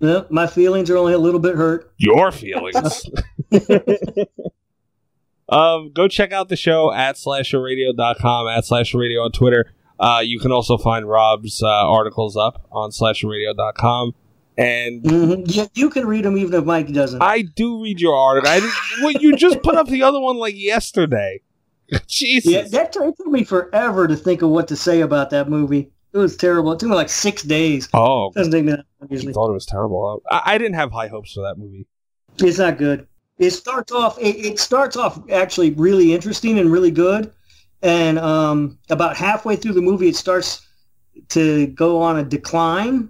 Speaker 4: Yep, my feelings are only a little bit hurt.
Speaker 3: your feelings. *laughs* um, go check out the show at slasherradio.com, at slasherradio on Twitter. Uh, you can also find Rob's uh, articles up on slasherradio.com. And
Speaker 4: hmm Yeah, you can read them even if Mike doesn't.
Speaker 3: I do read your article. I didn't, well, you just put up the other one like yesterday. *laughs* Jesus.
Speaker 4: yeah, that took took me forever to think of what to say about that movie. It was terrible. It took me like six days.
Speaker 3: oh,
Speaker 4: doesn't take me that long
Speaker 3: I
Speaker 4: usually.
Speaker 3: thought it was terrible. I, I didn't have high hopes for that movie.
Speaker 4: It's not good. It starts off. It, it starts off actually really interesting and really good, and um, about halfway through the movie, it starts to go on a decline, and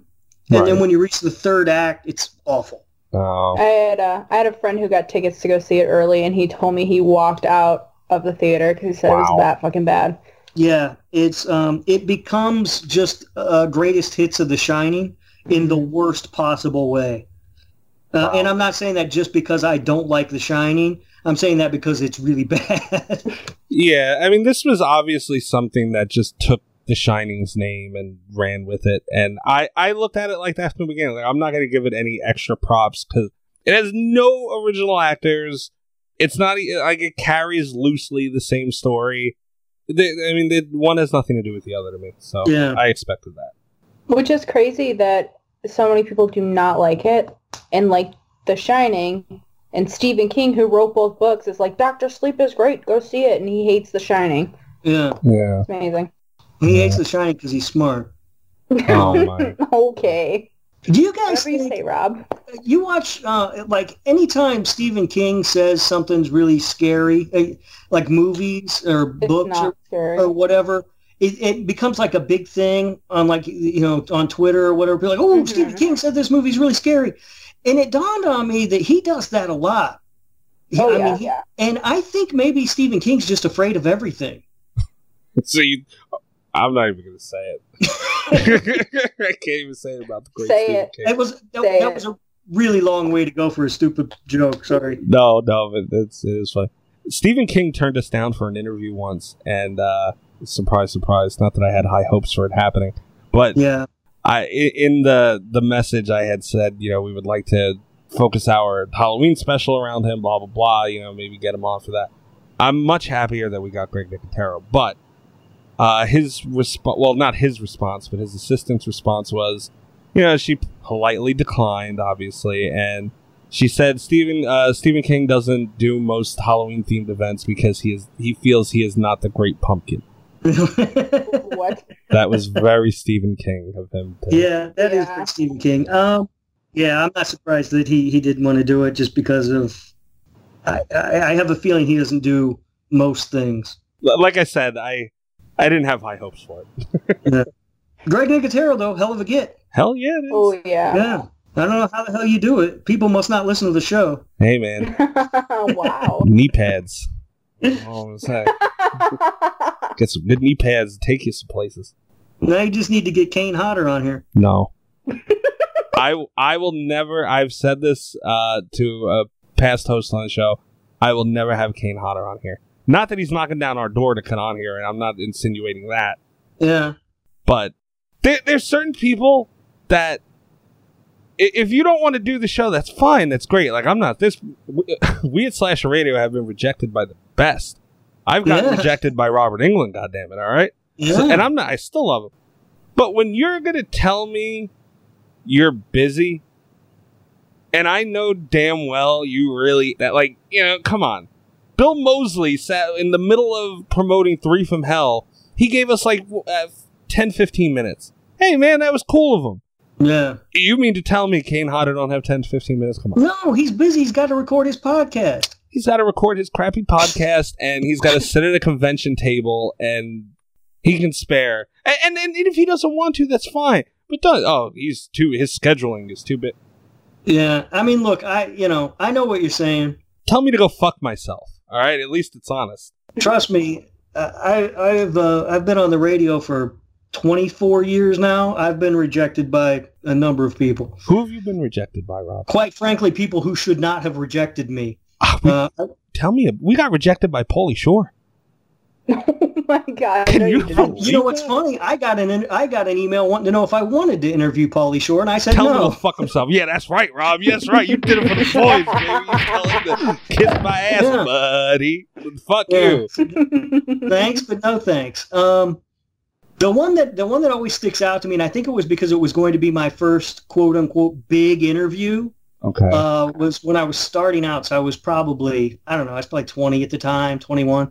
Speaker 3: Right.
Speaker 4: then when you reach the third act, it's awful.
Speaker 3: Oh.
Speaker 5: I had uh, I had a friend who got tickets to go see it early, and he told me he walked out of the theater because he said it
Speaker 3: Wow.
Speaker 5: was that fucking bad.
Speaker 4: Yeah, it's um, it becomes just uh, greatest hits of The Shining in the worst possible way. Uh,
Speaker 3: Wow.
Speaker 4: And I'm not saying that just because I don't like The Shining. I'm saying that because it's really *laughs* bad.
Speaker 3: Yeah, I mean, this was obviously something that just took The Shining's name and ran with it. And I, I looked at it like that from the beginning. Like, I'm not going to give it any extra props because it has no original actors. It's not e- like it carries loosely the same story. They, I mean, they, one has nothing to do with the other to me. So
Speaker 4: Yeah.
Speaker 3: I expected that.
Speaker 5: Which is crazy that so many people do not like it. And like The Shining and Stephen King, who wrote both books, is like, Doctor Sleep is great. Go see it. And he hates The Shining.
Speaker 4: yeah,
Speaker 3: Yeah.
Speaker 5: It's amazing.
Speaker 4: he hates The Shining because he's smart.
Speaker 3: Oh, my.
Speaker 5: *laughs* okay.
Speaker 4: Do you guys
Speaker 5: Whatever you
Speaker 4: think-
Speaker 5: say, Rob.
Speaker 4: you watch uh, like anytime Stephen King says something's really scary, eh, like movies or
Speaker 5: It's
Speaker 4: books
Speaker 5: not
Speaker 4: or,
Speaker 5: scary.
Speaker 4: or whatever, it, it becomes like a big thing on like you know on Twitter or whatever. People are like, oh,
Speaker 5: Mhm.
Speaker 4: Stephen King said this movie's really scary, and it dawned on me that he does that a lot. He-
Speaker 5: oh,
Speaker 4: I
Speaker 5: yeah,
Speaker 4: mean, he-
Speaker 5: yeah.
Speaker 4: and I think maybe Stephen King's just afraid of everything.
Speaker 3: So you, I'm not even going to say it. *laughs* I can't even say it about the great
Speaker 5: Say
Speaker 3: Stephen
Speaker 5: it.
Speaker 3: King.
Speaker 4: It was that,
Speaker 5: Say
Speaker 4: that
Speaker 5: it.
Speaker 4: was a really long way to go for a stupid joke. Sorry.
Speaker 3: No, no, but it's it is funny. Stephen King turned us down for an interview once, and uh, surprise, surprise. Not that I had high hopes for it happening, but
Speaker 4: Yeah. *laughs*
Speaker 3: I i- in the the message I had said, you know, we would like to focus our Halloween special around him, blah blah blah. You know, maybe get him on for that. I'm much happier that we got Greg Nicotero, but uh, his response, well, not his response, but his assistant's response was, you know, she politely declined, obviously, and she said Stephen uh, Stephen King doesn't do most Halloween themed events because he is he feels he is not the Great Pumpkin.
Speaker 5: What?
Speaker 3: That was very Stephen King of him. to-
Speaker 4: Yeah, that is
Speaker 5: Yeah.
Speaker 4: pretty Stephen King. Um, yeah, I'm not surprised that he, he didn't want to do it just because of. I, I, I have a feeling he doesn't do most things.
Speaker 3: L- like I said, I I didn't have high hopes for it.
Speaker 4: Greg Nicotero, though, hell of a get.
Speaker 3: Hell yeah, it is.
Speaker 5: Oh,
Speaker 4: *laughs*
Speaker 5: yeah. *laughs*
Speaker 4: Yeah. I don't know how the hell you do it. People must not listen to the show.
Speaker 3: Hey man,
Speaker 5: wow. *laughs*
Speaker 3: knee pads. That's all I'm gonna say. Get some good knee pads. to Take you some places.
Speaker 4: Now you just need to get Kane Hodder on here.
Speaker 3: No, *laughs* I I will never. I've said this uh, to a past host on the show. I will never have Kane Hodder on here. Not that he's knocking down our door to come on here, and I'm not insinuating that.
Speaker 4: Yeah.
Speaker 3: but there, there's certain people that i- if you don't want to do the show that's fine that's great like i'm not this *laughs* we- we at slash radio have been rejected by the best i've gotten
Speaker 4: Yeah.
Speaker 3: rejected by robert england god damn it all right
Speaker 4: Yeah.
Speaker 3: So- and i'm not i still love him but when you're gonna tell me you're busy and i know damn well you really that like you know come on bill mosley sat in the middle of promoting three from hell he gave us like w- uh, 10 15 minutes hey man that was cool of him
Speaker 4: yeah.
Speaker 3: you mean to tell me kane hodder don't have 10 to 15 minutes come on
Speaker 4: No, he's busy. He's got to record his podcast.
Speaker 3: he's got to record his crappy podcast and he's got to sit at a convention table and he can spare. And, and and if he doesn't want to, that's fine. But does oh, he's too his scheduling is too bit.
Speaker 4: Yeah, I mean, look, I you know, I know what you're saying.
Speaker 3: Tell me to go fuck myself. All right, at least it's honest.
Speaker 4: Trust me, I I- I've uh, I've been on the radio for 24 years now. I've been rejected by a number of people.
Speaker 3: Who have you been rejected by, Rob?
Speaker 4: Quite frankly, people who should not have rejected me.
Speaker 3: Ah, we-
Speaker 4: Uh,
Speaker 3: tell me, we got rejected by Paulie Shore.
Speaker 5: oh my god.
Speaker 3: Can
Speaker 5: no,
Speaker 3: you-
Speaker 5: didn't.
Speaker 4: you know what's funny? I got an I got an email wanting to know if I wanted to interview Paulie Shore, and I said
Speaker 3: Tell him
Speaker 4: no.
Speaker 3: to fuck himself. Yeah, that's right, Rob. Yeah, that's right. You did
Speaker 4: *laughs*
Speaker 3: it for the boys, baby. You tell him to kiss my ass,
Speaker 4: Yeah.
Speaker 3: buddy. Fuck
Speaker 4: Yeah.
Speaker 3: you. *laughs*
Speaker 4: thanks, but no thanks. Um, the one that the one that always sticks out to me, and I think it was because it was going to be my first quote unquote big interview.
Speaker 3: Okay.
Speaker 4: uh, was when I was starting out. So I was probably, I don't know, I was probably 20 at the time, 21.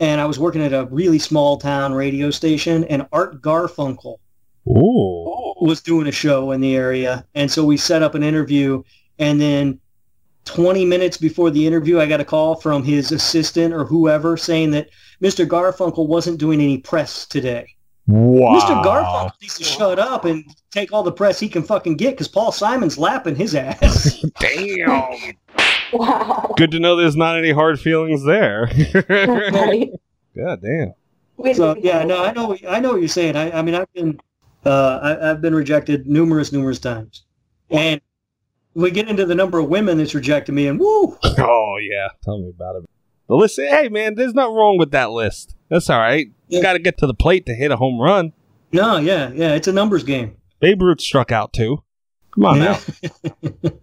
Speaker 4: And I was working at a really small town radio station and Art Garfunkel
Speaker 3: Ooh.
Speaker 4: was doing a show in the area. And so we set up an interview and then 20 minutes before the interview, I got a call from his assistant or whoever saying that Mr. Garfunkel wasn't doing any press today.
Speaker 3: Wow.
Speaker 4: Mr. Garfunkel needs to shut up and take all the press he can fucking get because Paul Simon's lapping his ass.
Speaker 3: Damn.
Speaker 4: *laughs*
Speaker 5: wow.
Speaker 3: Good to know there's not any hard feelings there.
Speaker 5: Right.
Speaker 3: God damn.
Speaker 5: We
Speaker 4: So
Speaker 5: didn't
Speaker 4: yeah,
Speaker 5: know.
Speaker 4: no, I
Speaker 5: *laughs*
Speaker 4: know, what- I know what you're saying. I, I mean, I've been, uh, I, I've been rejected numerous, numerous times, and we get into the number of women that's rejected me, and woo,
Speaker 3: Oh yeah. Tell me about it. The list. Hey man, there's nothing wrong with that list. That's all right. You
Speaker 4: Yeah.
Speaker 3: got to get to the plate to hit a home run.
Speaker 4: no, yeah, yeah, it's a numbers game.
Speaker 3: Babe Ruth struck out too. Come on now.
Speaker 4: Yeah.
Speaker 3: Oh,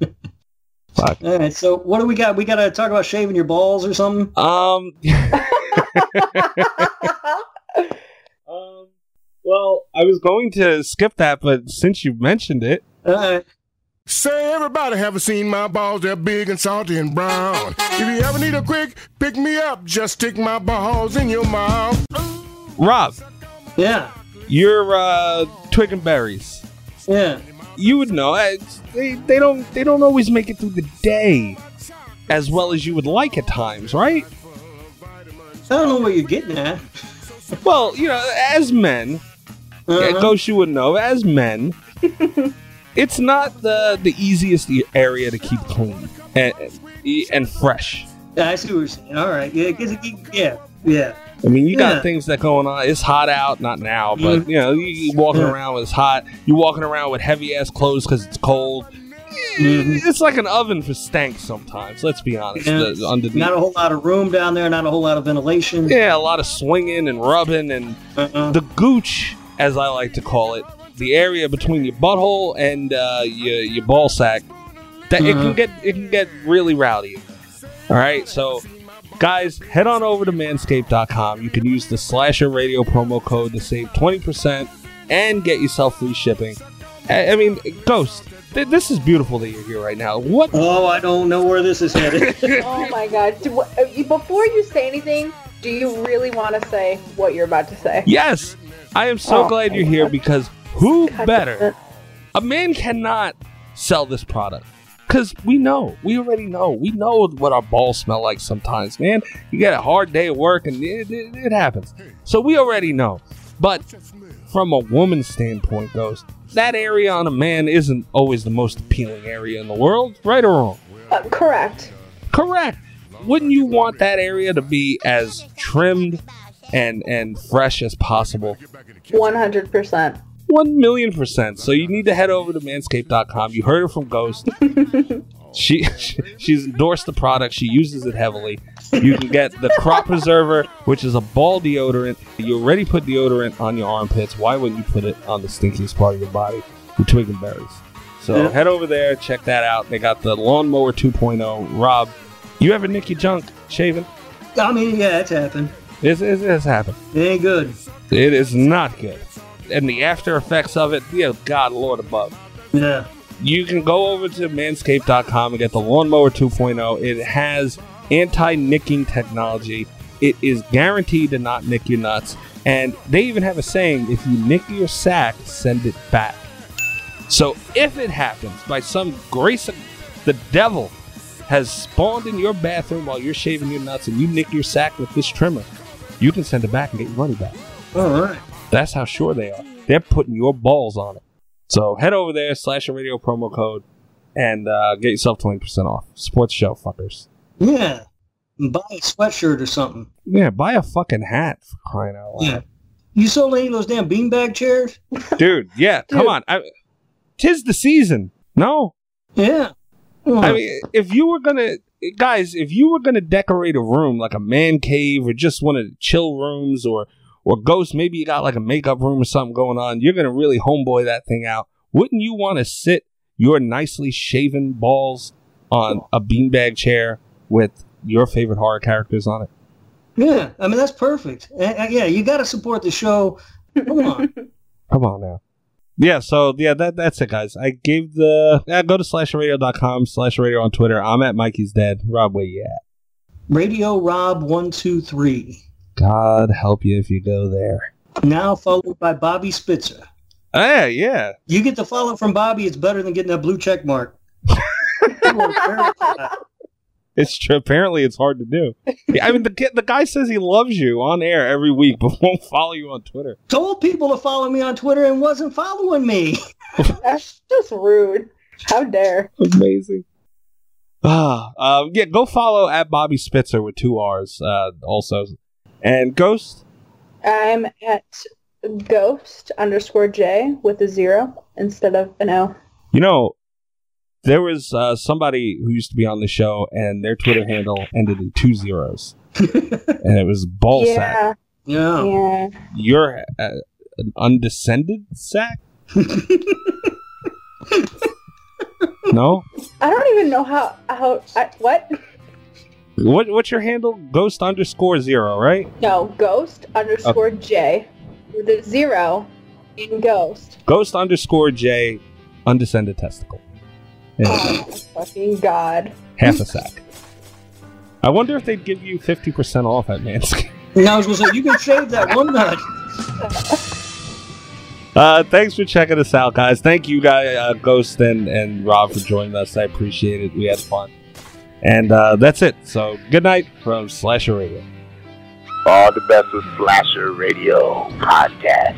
Speaker 3: Fuck.
Speaker 4: All right, so what do we got? We got to talk about shaving your balls or something.
Speaker 3: Um. um. Well, I was going to skip that, but since you mentioned it,
Speaker 4: Uh,
Speaker 8: Say, everybody, have you seen my balls? They're big and salty and brown. If you ever need a quick pick me up, just stick my balls in your mouth.
Speaker 3: Rob,
Speaker 4: yeah,
Speaker 3: you're uh, twig and berries.
Speaker 4: yeah,
Speaker 3: you would know. uh, it's- They, they don't they don't always make it through the day as well as you would like at times, right?
Speaker 4: I don't know what you're getting at.
Speaker 3: Well, you know, as men, yeah,
Speaker 4: Uh-huh.
Speaker 3: Ghost, you would know. As
Speaker 4: *laughs*
Speaker 3: men, it's not the the easiest e- area to keep clean and and- and fresh.
Speaker 4: Yeah, I see what you're saying. All right, yeah, 'cause it- yeah, yeah,
Speaker 3: I mean, you got
Speaker 4: Yeah. Mm-hmm.
Speaker 3: things that going on. It's hot out, not now, but you know, you, you walking
Speaker 4: Yeah.
Speaker 3: around when it's hot. You walking around with heavy ass clothes because it's cold.
Speaker 4: Mhm.
Speaker 3: It's like an oven for stank sometimes. Let's be honest.
Speaker 4: yeah.
Speaker 3: the- underneath.
Speaker 4: Not a whole lot of room down there. Not a whole lot of ventilation.
Speaker 3: Yeah, a lot of swinging and rubbing and
Speaker 4: Uh-uh.
Speaker 3: the gooch, as I like to call it, the area between your butthole and uh, your your ball sack. That it can
Speaker 4: Uh-huh.
Speaker 3: get it can get really rowdy. All right, so guys, head on over to manscaped.com. You can use the slasher radio promo code to save twenty percent and get yourself free shipping. I, I mean, Ghost, th- this is beautiful that you're here right now. What?
Speaker 4: Oh, I don't know where this is headed.
Speaker 3: *laughs*
Speaker 4: *laughs*
Speaker 5: Oh my god. Do, what- uh, you- before you say anything, do you really want to say what you're about to say?
Speaker 3: Yes, I am so
Speaker 5: Oh.
Speaker 3: glad you're here because who
Speaker 5: God
Speaker 3: better?
Speaker 5: damn it.
Speaker 3: a man cannot sell this product because we know we already know we know what our balls smell like sometimes man you get a hard day at work and it, it, it happens so we already know but from a woman's standpoint goes that area on a man isn't always the most appealing area in the world right or wrong
Speaker 5: *laughs* Uh, correct.
Speaker 3: correct wouldn't you want that area to be as trimmed and and fresh as possible
Speaker 5: 100%.
Speaker 3: one million percent. So you need to head over to manscaped.com. You heard it from Ghost. she, she she's endorsed the product. She uses it heavily. You can get the crop preserver, which is a ball deodorant. You already put deodorant on your armpits. Why wouldn't you put it on the stinkiest part of your body? Your twig and berries. So
Speaker 4: Yeah.
Speaker 3: head over there, check that out. They got the lawnmower 2.0. Rob, you ever nick your junk shaving?
Speaker 4: I mean, yeah, it's happened.
Speaker 3: This this has happened.
Speaker 4: It ain't good.
Speaker 3: It is not good, and the after effects of it, dear God, Lord above.
Speaker 4: Yeah.
Speaker 3: You can go over to manscaped.com and get the Lawnmower 2.0. It has anti nicking technology. It is guaranteed to not nick your nuts. And they even have a saying if you nick your sack, send it back. So if it happens by some grace of the devil has spawned in your bathroom while you're shaving your nuts and you nick your sack with this trimmer, you can send it back and get your money back.
Speaker 4: All right.
Speaker 3: That's how sure they are. They're putting your balls on it. So head over there, slash your radio promo code, and uh, get yourself 20% off. Support the show, fuckers.
Speaker 4: Yeah. Buy a sweatshirt or something.
Speaker 3: Yeah, buy a fucking hat for crying out
Speaker 4: Yeah.
Speaker 3: loud.
Speaker 4: You sold any of those damn beanbag chairs?
Speaker 3: Dude, yeah, come on. I, tis the season. No,
Speaker 4: Yeah. Come
Speaker 3: I
Speaker 4: on.
Speaker 3: mean, if you were gonna, guys, if you were gonna decorate a room like a man cave or just one of the chill rooms or or ghost, maybe you got like a makeup room or something going on. You're gonna really homeboy that thing out. Wouldn't you want to sit your nicely shaven balls on a beanbag chair with your favorite horror characters on it?
Speaker 4: yeah. I mean, that's perfect. Uh, uh, yeah, you got to support the show. Come on.
Speaker 3: Come on now. Yeah, so yeah, that that's it, guys. I gave the yeah, go to slashradio.com, slash radio on Twitter. I'm at Mikey's Dead. Rob, where you at?
Speaker 4: Radio Rob 123.
Speaker 3: God help you if you go there.
Speaker 4: Now followed by Bobby Spitzer.
Speaker 3: Yeah, Eh, yeah.
Speaker 4: You get the follow from Bobby, it's better than getting that blue check mark. You are verified.
Speaker 3: It's true. apparently it's hard to do. I mean, the kid- the guy says he loves you on air every week, *laughs* but won't follow you on Twitter. *sighs*
Speaker 4: Told people to follow me on Twitter and wasn't following me.
Speaker 5: That's just rude. How dare.
Speaker 3: Amazing. Ah, um, yeah. Go follow at Bobby Spitzer with two R's. Uh, also, and Ghost.
Speaker 5: I'm at ghost underscore J with a zero instead of an O.
Speaker 3: You know, there was uh, somebody who used to be on the show, and their Twitter handle ended in two zeros, and it was ball sack.
Speaker 4: Yeah.
Speaker 5: yeah, yeah.
Speaker 3: You're uh, an undescended sack. no.
Speaker 5: I don't even know how how I, what.
Speaker 3: What what's your handle? Ghost underscore zero, right?
Speaker 5: No, ghost underscore J with a zero in ghost.
Speaker 3: Ghost underscore J undescended testicle. Yeah,
Speaker 5: Oh, my fucking god.
Speaker 3: half a sack. I wonder if they'd give you fifty percent off at Manscaped. *laughs*
Speaker 4: And I was going to say, you can shave that one nut.
Speaker 3: Uh, thanks for checking us out, guys. Thank you, guys, uh, Ghost and, and Rob, for joining us. I appreciate it. We had fun, and uh, that's it. So, good night from Slasher Radio.
Speaker 2: All the best with Slasher Radio Podcast.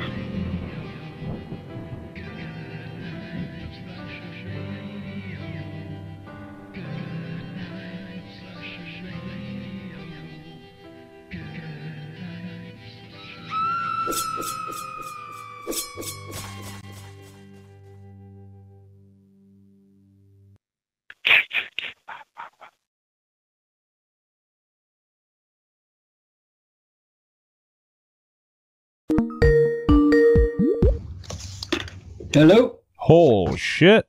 Speaker 4: Hello?
Speaker 3: Oh shit!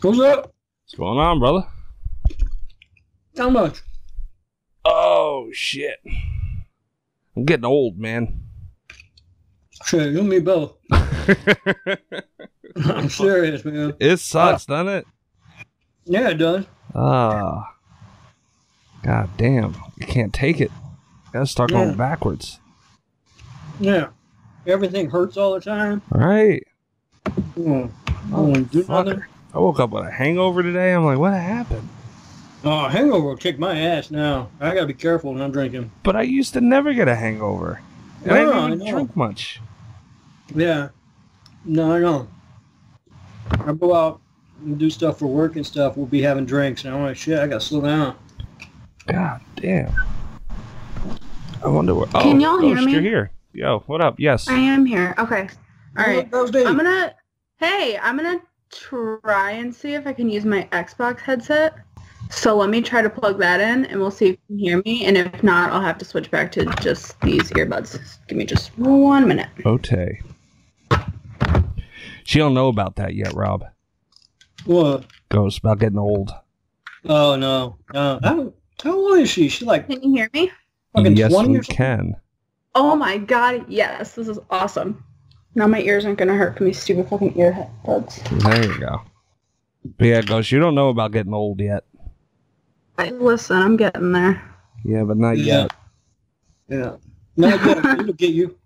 Speaker 4: What's up?
Speaker 3: What's going on, brother?
Speaker 4: How much?
Speaker 3: Oh shit! I'm getting old, man.
Speaker 4: Shit, you and me both. I'm serious, man.
Speaker 3: It sucks, doesn't it?
Speaker 4: Yeah, it does.
Speaker 3: Ah. God damn. I can't take it. Gotta start going
Speaker 4: Yeah.
Speaker 3: backwards.
Speaker 4: Yeah. Everything hurts all the time.
Speaker 3: Alright.
Speaker 4: Mm. I
Speaker 9: Oh,
Speaker 4: want to do nothing.
Speaker 3: Fucker. I woke up with a hangover today. I'm like, what happened?
Speaker 4: Oh, hangover will kick my ass now. I got to be careful when I'm drinking.
Speaker 3: But I used to never get a hangover. And I
Speaker 4: Yeah, I
Speaker 3: didn't even
Speaker 4: know.
Speaker 3: drink much.
Speaker 4: Yeah. No, I know. I go out and do stuff for work and stuff. We'll be having drinks, and I'm like, shit, I gotta slow down.
Speaker 3: God damn. I wonder where. Oh,
Speaker 9: Can y'all hear
Speaker 3: Ghost,
Speaker 9: me?
Speaker 3: You're here. Yo, what up? Yes.
Speaker 9: I am here. Okay. All right.
Speaker 4: Those days.
Speaker 9: I'm gonna. Hey, I'm gonna try and see if I can use my Xbox headset. So let me try to plug that in, and we'll see if you can hear me. And if not, I'll have to switch back to just these earbuds. Give me just one minute.
Speaker 3: Ote. She don't know about that yet, Rob.
Speaker 4: What?
Speaker 3: Ghost, about getting old.
Speaker 4: Oh no. No. I don't, how old is she? She's like
Speaker 9: Can you hear me?
Speaker 4: fucking
Speaker 3: yes,
Speaker 4: 20
Speaker 3: we
Speaker 4: or something.
Speaker 3: can.
Speaker 9: Oh my god! Yes, this is awesome. Now my ears aren't gonna hurt from these stupid fucking earbuds.
Speaker 3: There you go. But yeah, Ghost, you don't know about getting old yet.
Speaker 9: Hey, Listen, I'm getting there.
Speaker 3: Yeah, but not
Speaker 4: Yeah.
Speaker 3: yet.
Speaker 4: Yeah. No, yeah, it'll get you.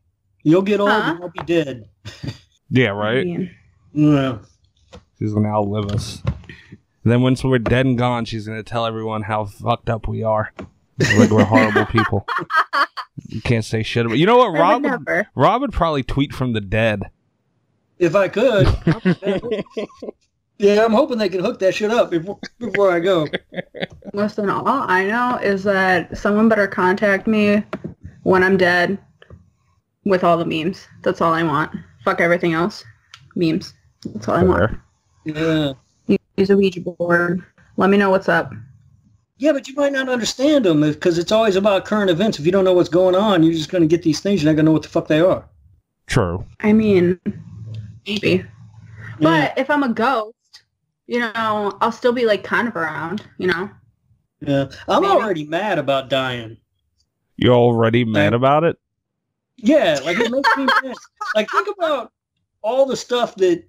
Speaker 4: You'll get old, and I'll be dead.
Speaker 3: Yeah, right?
Speaker 9: Man.
Speaker 4: Yeah.
Speaker 3: She's going to outlive us. Then once we're dead and gone, she's going to tell everyone how fucked up we are. Like we're horrible people. You can't say shit about. You know what?
Speaker 5: I would
Speaker 3: Rob would,
Speaker 5: never.
Speaker 3: Rob would probably tweet from the dead.
Speaker 4: If I could. yeah, I'm hoping they can hook that shit up before, before I go.
Speaker 5: Listen, all I know is that someone better contact me when I'm dead with all the memes. That's all I want. Fuck everything else. Memes. That's all I want.
Speaker 4: Yeah.
Speaker 5: Use a Ouija board. Let me know what's up.
Speaker 4: Yeah, but you might not understand them because it's always about current events. If you don't know what's going on, you're just going to get these things. You're not going to know what the fuck they are.
Speaker 3: True.
Speaker 5: I mean, maybe.
Speaker 4: Yeah.
Speaker 5: But if I'm a ghost, you know, I'll still be like kind of around, you know?
Speaker 4: Yeah. I'm
Speaker 5: Maybe.
Speaker 4: already mad about dying.
Speaker 3: You're already mad
Speaker 4: Yeah.
Speaker 3: about it.
Speaker 4: Yeah, like it makes me mad. Like think about all the stuff that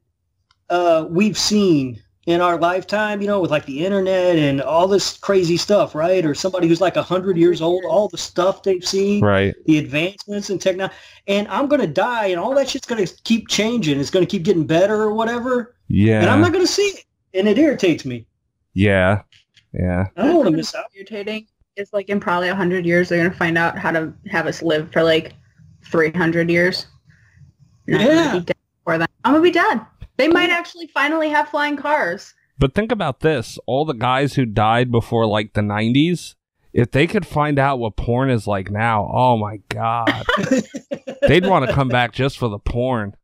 Speaker 4: uh, we've seen in our lifetime, you know, with like the internet and all this crazy stuff, right? Or somebody who's like a hundred years old, all the stuff they've seen,
Speaker 3: Right.
Speaker 4: the advancements in technology. And I'm gonna die, and all that shit's gonna keep changing. It's gonna keep getting better or whatever,
Speaker 3: Yeah.
Speaker 4: and I'm not gonna see it, and it irritates me.
Speaker 3: yeah. Yeah.
Speaker 4: I don't want to miss out. *laughs*
Speaker 5: irritating is like in probably 100 years, they're going to find out how to have us live for like 300 years. And I'm gonna
Speaker 4: Yeah.
Speaker 5: be dead before then. I'm going to be dead. They might actually finally have flying cars.
Speaker 3: But think about this: all the guys who died before like the '90s, if they could find out what porn is like now, oh my god, they'd want to come back just for the porn.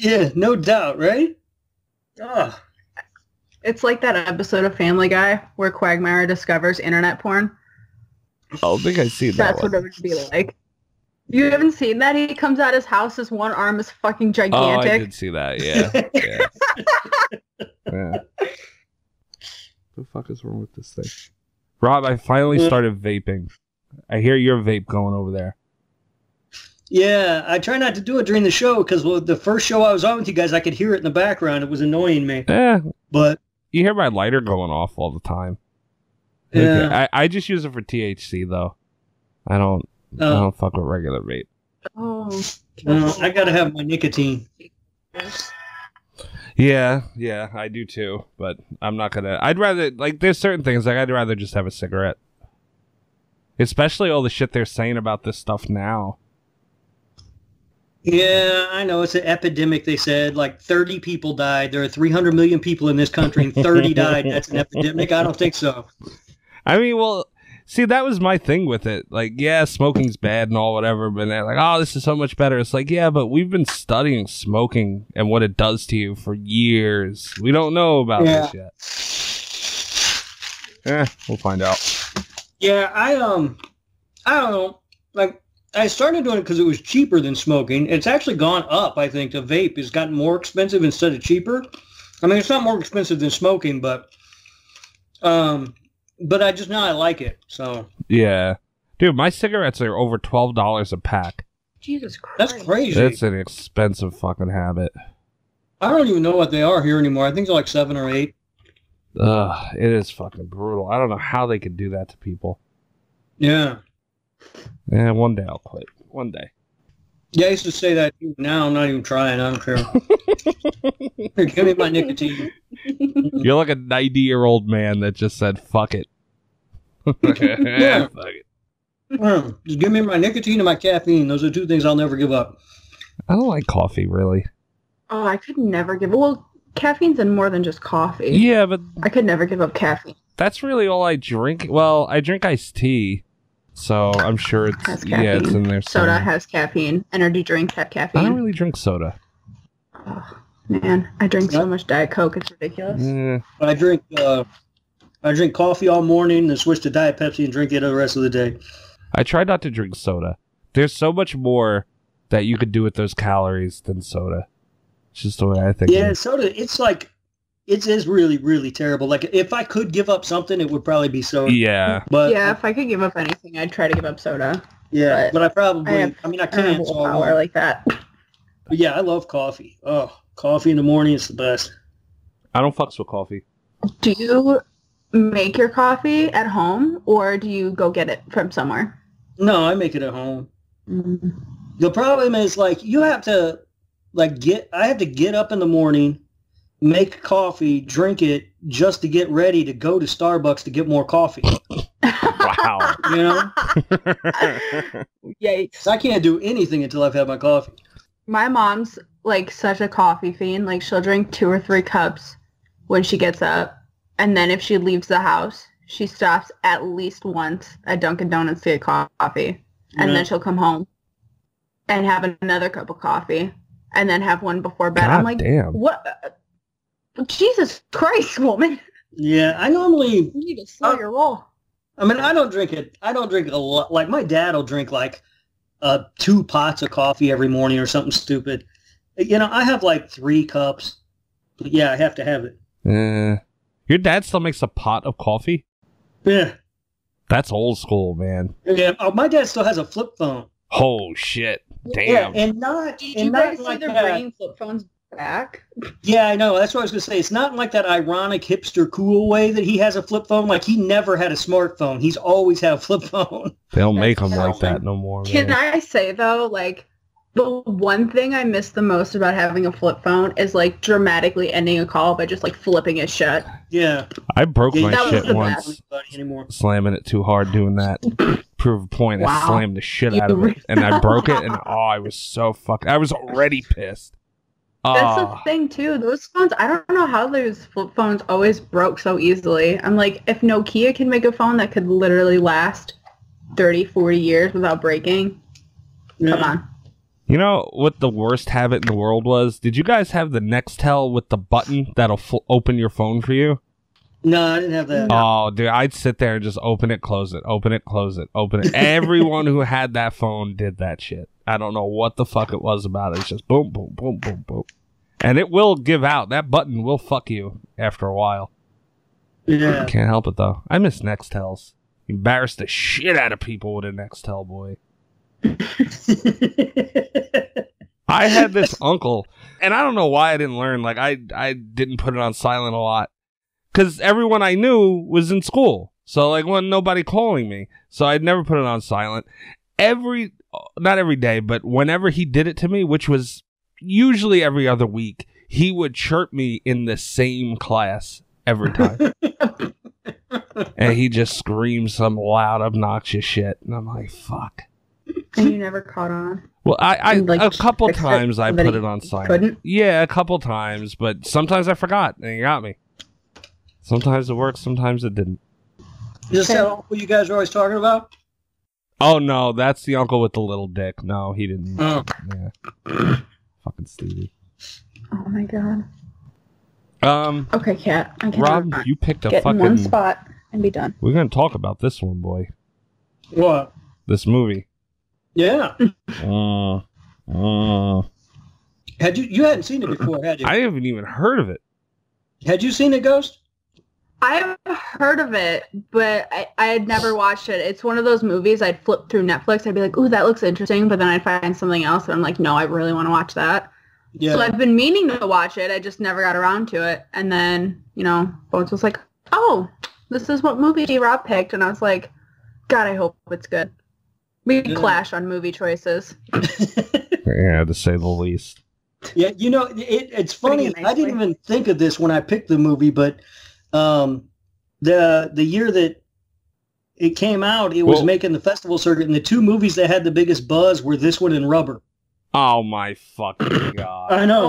Speaker 4: Yeah, no doubt, right? Ugh.
Speaker 5: It's like that episode of Family Guy where Quagmire discovers internet porn.
Speaker 3: I don't think I see that
Speaker 5: That's
Speaker 3: one.
Speaker 5: what it would be like. You haven't seen that? He comes out his house, his one arm is fucking
Speaker 3: Oh, I
Speaker 5: gigantic.
Speaker 3: did see that. Yeah. yeah. *laughs* yeah. The fuck is wrong with this thing? Rob, I finally
Speaker 5: Uh,
Speaker 3: started vaping. I hear your vape going over there.
Speaker 4: Yeah, I try not to do it during the show because well, the first show I was on with you guys, I could hear it in the background. It was annoying me.
Speaker 3: Eh,
Speaker 4: But
Speaker 3: you hear my lighter going off all the time.
Speaker 4: Yeah.
Speaker 3: Okay. I, I just use it for THC though. I don't I
Speaker 4: uh,
Speaker 3: don't fuck with regular vape.
Speaker 5: oh.
Speaker 4: uh, I gotta have my nicotine.
Speaker 3: Yeah, yeah, I do too, but I'm not gonna I'd rather like there's certain things like I'd rather just have a cigarette. Especially all the shit they're saying about this stuff now.
Speaker 4: Yeah, I know it's an epidemic. They said like 30 people died. There are 300 million people in this country, and 30 died. That's an epidemic. I don't think so.
Speaker 3: I mean, well, see, that was my thing with it. Like, yeah, smoking's bad and all whatever, but they're like, oh, this is so much better. It's like, yeah, but we've been studying smoking and what it does to you for years. We don't know about this yet. Eh, we'll find out.
Speaker 4: Yeah, I um, I don't know. Like I started doing it because it was cheaper than smoking. It's actually gone up. I think the vape has gotten more expensive instead of cheaper. I mean, it's not more expensive than smoking, but um, but I just now I like it. So
Speaker 3: Yeah. Dude, my cigarettes are over twelve dollars a pack.
Speaker 5: Jesus Christ.
Speaker 4: that's crazy.
Speaker 3: That's an expensive fucking habit.
Speaker 4: I don't even know what they are here anymore. I think they're like seven or eight.
Speaker 3: Ugh, it is fucking brutal. I don't know how they could do that to people.
Speaker 4: Yeah,
Speaker 3: Yeah, one day I'll quit. One day.
Speaker 4: yeah. I used to say that. too. Now I'm not even trying. I don't care. Here, give me my nicotine.
Speaker 3: You're like a 90 year old man that just said, fuck it. yeah. *laughs* Fuck it.
Speaker 4: Mm, Just give me my nicotine and my caffeine. Those are two things I'll never give up.
Speaker 3: I don't like coffee, really.
Speaker 5: *laughs* Oh, I could never give Well, caffeine's in more than just coffee.
Speaker 3: Yeah, but
Speaker 5: I could never give up caffeine.
Speaker 3: that's really all I drink. Well, I drink iced tea, so I'm sure it's
Speaker 5: Has caffeine.
Speaker 3: yeah, it's in there.
Speaker 5: Soda
Speaker 3: somewhere.
Speaker 5: has caffeine. Energy drinks have
Speaker 3: I don't
Speaker 5: caffeine.
Speaker 3: really drink soda.
Speaker 5: Oh, man, I drink so
Speaker 4: Yep.
Speaker 5: much Diet Coke. It's ridiculous.
Speaker 3: Eh,
Speaker 4: I drink uh, I drink coffee all morning, then switch to Diet Pepsi and drink it the rest of the day.
Speaker 3: I try not to drink soda. There's so much more that you could do with those calories than soda. It's just the way I think. of
Speaker 4: Yeah,
Speaker 3: it.
Speaker 4: soda. It's like it is really really terrible. Like if I could give up something, it would probably be soda.
Speaker 3: Yeah.
Speaker 4: But
Speaker 5: yeah,
Speaker 4: yeah,
Speaker 5: if I could give up anything, I'd try to give up soda.
Speaker 4: but, I probably.
Speaker 5: I
Speaker 4: I,
Speaker 5: have-
Speaker 4: mean, I
Speaker 5: I don't have
Speaker 4: can't. So I
Speaker 5: willpower
Speaker 4: won't.
Speaker 5: like that.
Speaker 4: But yeah, I love coffee. Oh, coffee in the morning is the best.
Speaker 3: I don't fucks with coffee.
Speaker 5: Do you make your coffee at home or do you go get it from somewhere?
Speaker 4: No, I make it at home.
Speaker 5: *laughs* Mm.
Speaker 4: The problem is like you have to like get I have to get up in the morning, make coffee, drink it just to get ready to go to Starbucks to get more coffee.
Speaker 3: power. *laughs*
Speaker 4: You
Speaker 5: *laughs*
Speaker 4: know,
Speaker 10: Yikes.
Speaker 4: 'Cause I can't do anything until I've had my coffee.
Speaker 5: My mom's like such a coffee fiend. Like she'll drink two or three cups when she gets up, and then if she leaves the house, she stops at least once at Dunkin' Donuts to get co- coffee, and
Speaker 4: Yeah.
Speaker 5: then she'll come home and have another cup of coffee, and then have one before bed. I'm like,
Speaker 3: damn.
Speaker 5: what? Jesus Christ, woman! *laughs*
Speaker 4: Yeah, I normally
Speaker 5: You need to slow your roll.
Speaker 4: I mean, I don't drink it. I don't drink a lot. Like my dad will drink like uh, two pots of coffee every morning or something stupid. You know, I have like three cups. But yeah, I have to have it.
Speaker 3: Eh. your dad still makes a pot of coffee?
Speaker 4: Yeah,
Speaker 3: That's old school, man.
Speaker 4: yeah. Oh, my dad still has a flip phone.
Speaker 3: Oh shit.
Speaker 4: Yeah,
Speaker 3: Damn.
Speaker 4: and not
Speaker 5: Did
Speaker 4: and
Speaker 5: you
Speaker 4: not
Speaker 5: guys see
Speaker 4: like
Speaker 5: they're
Speaker 4: that.
Speaker 5: bringing flip phones back?
Speaker 4: Yeah, I know. That's what I was gonna say. It's not in, like that ironic hipster cool way that he has a flip phone. Like he never had a smartphone. He's always had a flip *laughs* phone.
Speaker 3: They don't make them
Speaker 5: That's
Speaker 3: like that
Speaker 5: something.
Speaker 3: no more.
Speaker 5: Can
Speaker 3: man.
Speaker 5: I say though, like the one thing I miss the most about having a flip phone is like dramatically ending a call by just like flipping it shut.
Speaker 4: Yeah,
Speaker 3: I broke
Speaker 4: Yeah,
Speaker 3: my
Speaker 5: that was
Speaker 3: shit
Speaker 5: the
Speaker 3: once.
Speaker 5: best.
Speaker 4: Anybody anymore.
Speaker 3: Slamming it too hard, doing
Speaker 5: *laughs*
Speaker 3: that. Prove a point. I
Speaker 5: Wow.
Speaker 3: slammed the shit
Speaker 5: You
Speaker 3: out of it.
Speaker 5: really-
Speaker 3: And I broke
Speaker 5: *laughs*
Speaker 3: it, and oh, I was so fucked. I was already pissed.
Speaker 5: That's
Speaker 3: Oh,
Speaker 5: the thing too. Those phones, I don't know how those flip phones always broke so easily. I'm like, if Nokia can make a phone that could literally last 30, 40 years without breaking, come
Speaker 4: Yeah.
Speaker 5: on.
Speaker 3: you know what the worst habit in the world was? Did you guys have the Nextel with the button that'll fl- open your phone for you?
Speaker 4: No, I didn't have that.
Speaker 3: Oh, dude, I'd sit there and just open it, close it, open it, close it, open it. Everyone who had that phone did that shit. I don't know what the fuck it was about. it. It's just boom, boom, boom, boom, boom. And it will give out. That button will fuck you after a while. *laughs*
Speaker 4: Yeah.
Speaker 3: Can't help it, though. I miss Nextels. Embarrassed the shit out of people with a Nextel, boy. I had this uncle, and I don't know why I didn't learn. Like, I, I didn't put it on silent a lot. because everyone I knew was in school. So like, when nobody calling me, so I'd never put it on silent. Every, uh, not every day, but whenever he did it to me, which was usually every other week, he would chirp me in the same class every time. and he just screamed some loud, obnoxious shit, and I'm like, fuck.
Speaker 5: And you never caught on.
Speaker 3: Well, I, I
Speaker 5: Like,
Speaker 3: a couple
Speaker 5: fix it
Speaker 3: times I
Speaker 5: so that
Speaker 3: put
Speaker 5: he
Speaker 3: it on silent.
Speaker 5: couldn't?
Speaker 3: Yeah, a couple times, but sometimes I forgot and it got me. Sometimes it worked, sometimes it didn't.
Speaker 4: Is this that uncle you guys are always talking about?
Speaker 3: Oh no, that's the uncle with the little dick. No, he didn't.
Speaker 4: Oh.
Speaker 3: Yeah. *clears throat* Fucking Stevie.
Speaker 5: Oh my god.
Speaker 3: Um,
Speaker 5: Okay, Kat, I can
Speaker 3: Rob, you picked a
Speaker 5: get in one
Speaker 3: fucking.
Speaker 5: spot and be done.
Speaker 3: We're gonna talk about this one, boy.
Speaker 4: What?
Speaker 3: This movie.
Speaker 4: Yeah.
Speaker 3: Mm. Mm.
Speaker 4: Had you you hadn't seen it before, had you?
Speaker 3: I haven't even heard of it.
Speaker 4: had you seen it, Ghost?
Speaker 5: I've heard of it, but I, I had never watched it. It's one of those movies I'd flip through Netflix. I'd be like, ooh, that looks interesting. But then I'd find something else. And I'm like, no, I really want to watch that.
Speaker 4: Yeah.
Speaker 5: So I've been meaning to watch it. I just never got around to it. And then, you know, Bones was like, oh, this is what movie Rob picked. And I was like, God, I hope it's good. We
Speaker 4: Yeah.
Speaker 5: clash on movie choices.
Speaker 3: *laughs* Yeah, to say the least.
Speaker 4: yeah. You know, it, it's funny.
Speaker 5: Putting it
Speaker 4: I didn't
Speaker 5: nicely.
Speaker 4: even think of this when I picked the movie, but um, the the year that it came out, it was
Speaker 3: Well-
Speaker 4: making the festival circuit, and the two movies that had the biggest buzz were this one and Rubber.
Speaker 3: Oh my *clears throat* fucking god.
Speaker 4: I know.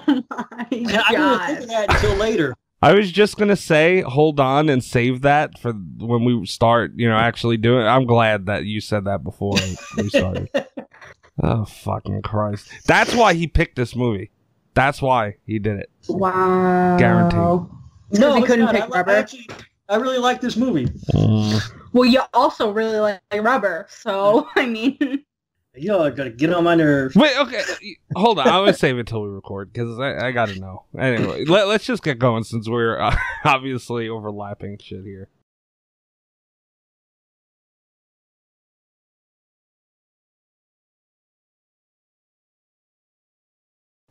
Speaker 5: Oh, my
Speaker 4: And *laughs* I didn't think of
Speaker 5: God.
Speaker 4: that until later.
Speaker 3: I was just gonna say, hold on and save that for when we start. You know, actually doing. I'm glad that you said that before we started. oh fucking Christ! That's why he picked this movie. That's why he did it.
Speaker 5: Wow.
Speaker 3: Guaranteed.
Speaker 4: No,
Speaker 5: he
Speaker 4: it's
Speaker 5: couldn't
Speaker 4: not.
Speaker 5: pick
Speaker 4: I, li-
Speaker 5: Rubber.
Speaker 4: I actually, I really like this movie.
Speaker 5: Well, you also really like rubber,
Speaker 9: *laughs*
Speaker 5: so I mean,
Speaker 4: Y'all are gonna get on my nerves.
Speaker 3: Wait, okay, hold on. I'm gonna save it till we record because I, I gotta know. Anyway, let, us just get going since we're uh, *laughs* obviously overlapping shit here.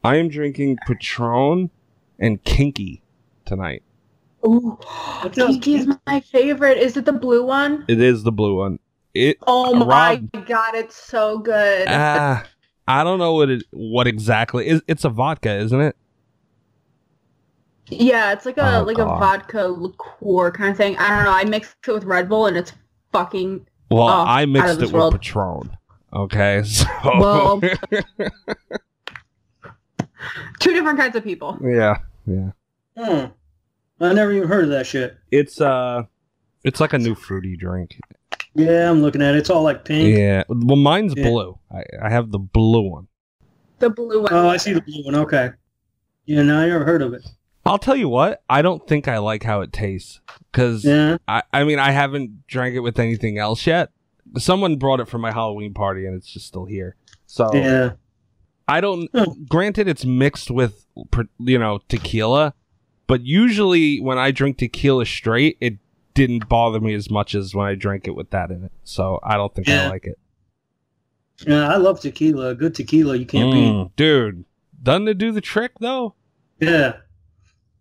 Speaker 3: I am drinking Patron and Kinky tonight.
Speaker 9: *gasps*
Speaker 5: ooh,
Speaker 4: What the-
Speaker 5: Kiki is my favorite. Is it the blue one?
Speaker 3: It is the blue one. It
Speaker 5: Oh
Speaker 3: Rob.
Speaker 5: my god, it's so good.
Speaker 3: ah, I don't know what it what exactly is. It's a vodka, isn't it?
Speaker 5: yeah, it's like a
Speaker 3: Oh,
Speaker 5: like
Speaker 3: God. Oh,
Speaker 5: a vodka liqueur kind of thing. I don't know. I mixed it with Red Bull, and it's
Speaker 9: fucking
Speaker 3: Well,
Speaker 9: Oh,
Speaker 3: I
Speaker 9: out of
Speaker 3: mixed it
Speaker 9: this
Speaker 3: with
Speaker 9: world.
Speaker 3: Patron. Okay, *laughs* so
Speaker 9: well. Two different kinds of people.
Speaker 3: yeah, yeah.
Speaker 4: Hmm. I never even heard of that shit.
Speaker 3: It's uh, it's like a new fruity drink.
Speaker 4: Yeah, I'm looking at it. It's all like
Speaker 9: Mm.
Speaker 4: pink.
Speaker 3: Yeah. Well, mine's
Speaker 4: Yeah.
Speaker 3: blue. I, I have the blue one.
Speaker 9: The blue one.
Speaker 4: Oh, I see the blue one. Okay. Yeah, no, I never heard of it.
Speaker 3: I'll tell you what. I don't think I like how it tastes because
Speaker 4: Yeah.
Speaker 3: I, I mean I haven't drank it with anything else yet. Someone brought it for my Halloween party and it's just still here. So
Speaker 4: Yeah.
Speaker 3: I don't.
Speaker 4: Hmm.
Speaker 3: Granted, it's mixed with pr- you know tequila, but usually when I drink tequila straight, it didn't bother me as much as when I drank it with that in it. So I don't think I
Speaker 4: Yeah.
Speaker 3: like it.
Speaker 4: Yeah, I love tequila. Good tequila. You can't beat.
Speaker 3: Mm, dude, doesn't it do the trick though?
Speaker 4: Yeah.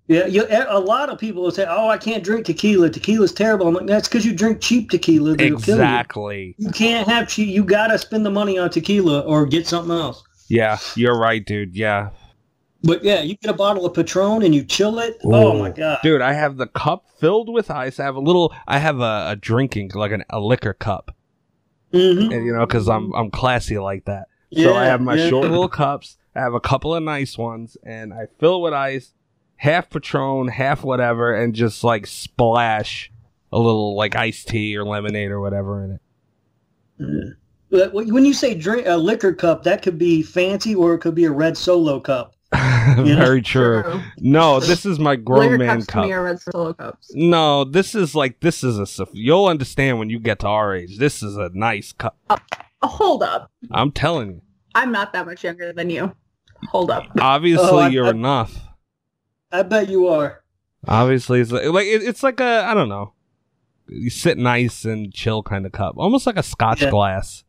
Speaker 4: Yeah, you, e, a lot of people will say, "Oh, I can't drink tequila. Tequila's terrible." I'm like, "That's because you drink cheap tequila that'll kill you."
Speaker 3: Exactly.
Speaker 4: You can't have cheap. You gotta spend the money on tequila or get something else.
Speaker 3: Yeah, you're right, dude. Yeah,
Speaker 4: But yeah, you get a bottle of Patron and you chill it. Oh my god!
Speaker 3: dude, I have the cup filled with ice. I have a little. I have a, a drinking like an, a liquor cup,
Speaker 4: Mhm.
Speaker 3: and you know, because I'm I'm classy like that. so
Speaker 4: Yeah,
Speaker 3: I have my
Speaker 4: yeah.
Speaker 3: short little cups. I have a couple of nice ones, and I fill with ice, half Patron, half whatever, and just like splash a little like iced tea or lemonade or whatever in it. *laughs*
Speaker 4: But When you say drink a liquor cup, that could be fancy or it could be a red solo cup.
Speaker 3: Very true. No, this is my grown
Speaker 9: Liquor
Speaker 3: man
Speaker 9: cups to
Speaker 3: cup.
Speaker 9: me are red solo cups.
Speaker 3: No, this is like this is a. soph- You'll understand when you get to our age. This is a nice cup.
Speaker 9: Uh, hold up.
Speaker 3: I'm telling you.
Speaker 9: I'm not that much younger than you. Hold up.
Speaker 3: Obviously,
Speaker 4: Oh, I-
Speaker 3: you're
Speaker 4: I-
Speaker 3: enough.
Speaker 4: I bet you are.
Speaker 3: Obviously, it's like, like it, it's like a I don't know, you sit nice and chill kind of cup, almost like a Scotch
Speaker 4: Yeah.
Speaker 3: glass.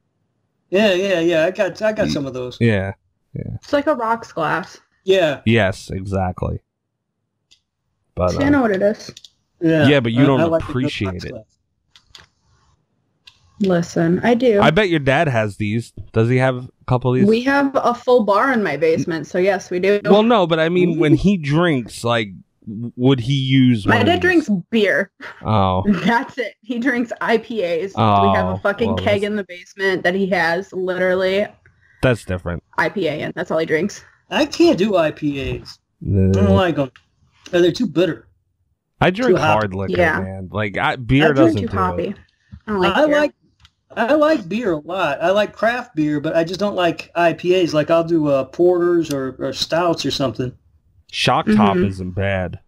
Speaker 4: Yeah, yeah, yeah. I got I got
Speaker 3: Mm.
Speaker 4: some of those.
Speaker 3: Yeah.
Speaker 9: It's like a rocks glass.
Speaker 4: Yeah,
Speaker 3: Yes, exactly. But
Speaker 9: See, I
Speaker 3: uh,
Speaker 9: know what it is.
Speaker 4: yeah.
Speaker 3: Yeah, but you
Speaker 4: I-
Speaker 3: don't
Speaker 4: I like the good
Speaker 3: appreciate
Speaker 4: box
Speaker 3: it.
Speaker 4: glass.
Speaker 9: Listen, I do.
Speaker 3: I bet your dad has these. Does he have a couple of these?
Speaker 9: we have a full bar in my basement, so yes, we do.
Speaker 3: well, no, but I mean, when he drinks, like, w- would he use?
Speaker 9: my
Speaker 3: one of
Speaker 9: dad
Speaker 3: these?
Speaker 9: drinks beer.
Speaker 5: *laughs*
Speaker 3: Oh,
Speaker 9: That's it. He drinks IPAs. we have
Speaker 3: Oh,
Speaker 9: a fucking
Speaker 3: well,
Speaker 9: keg
Speaker 3: that's-
Speaker 9: in the basement that he has literally
Speaker 3: that's different.
Speaker 9: IPA in. That's all he drinks.
Speaker 4: I can't do IPAs.
Speaker 9: Mm,
Speaker 4: I
Speaker 3: Mm.
Speaker 4: don't like them. They're too bitter.
Speaker 3: Uh, I drink
Speaker 4: Too hoppy.
Speaker 3: hard liquor,
Speaker 9: Yeah.
Speaker 3: man. Like, I, beer
Speaker 9: I drink
Speaker 3: doesn't
Speaker 9: too
Speaker 3: do
Speaker 9: hoppy.
Speaker 3: it.
Speaker 9: I don't like
Speaker 4: I
Speaker 9: beer.
Speaker 4: like I like beer a lot. I like craft beer, but I just don't like IPAs. Like I'll do uh, porters or, or stouts or something.
Speaker 3: Shock top
Speaker 9: Mhm.
Speaker 3: isn't bad.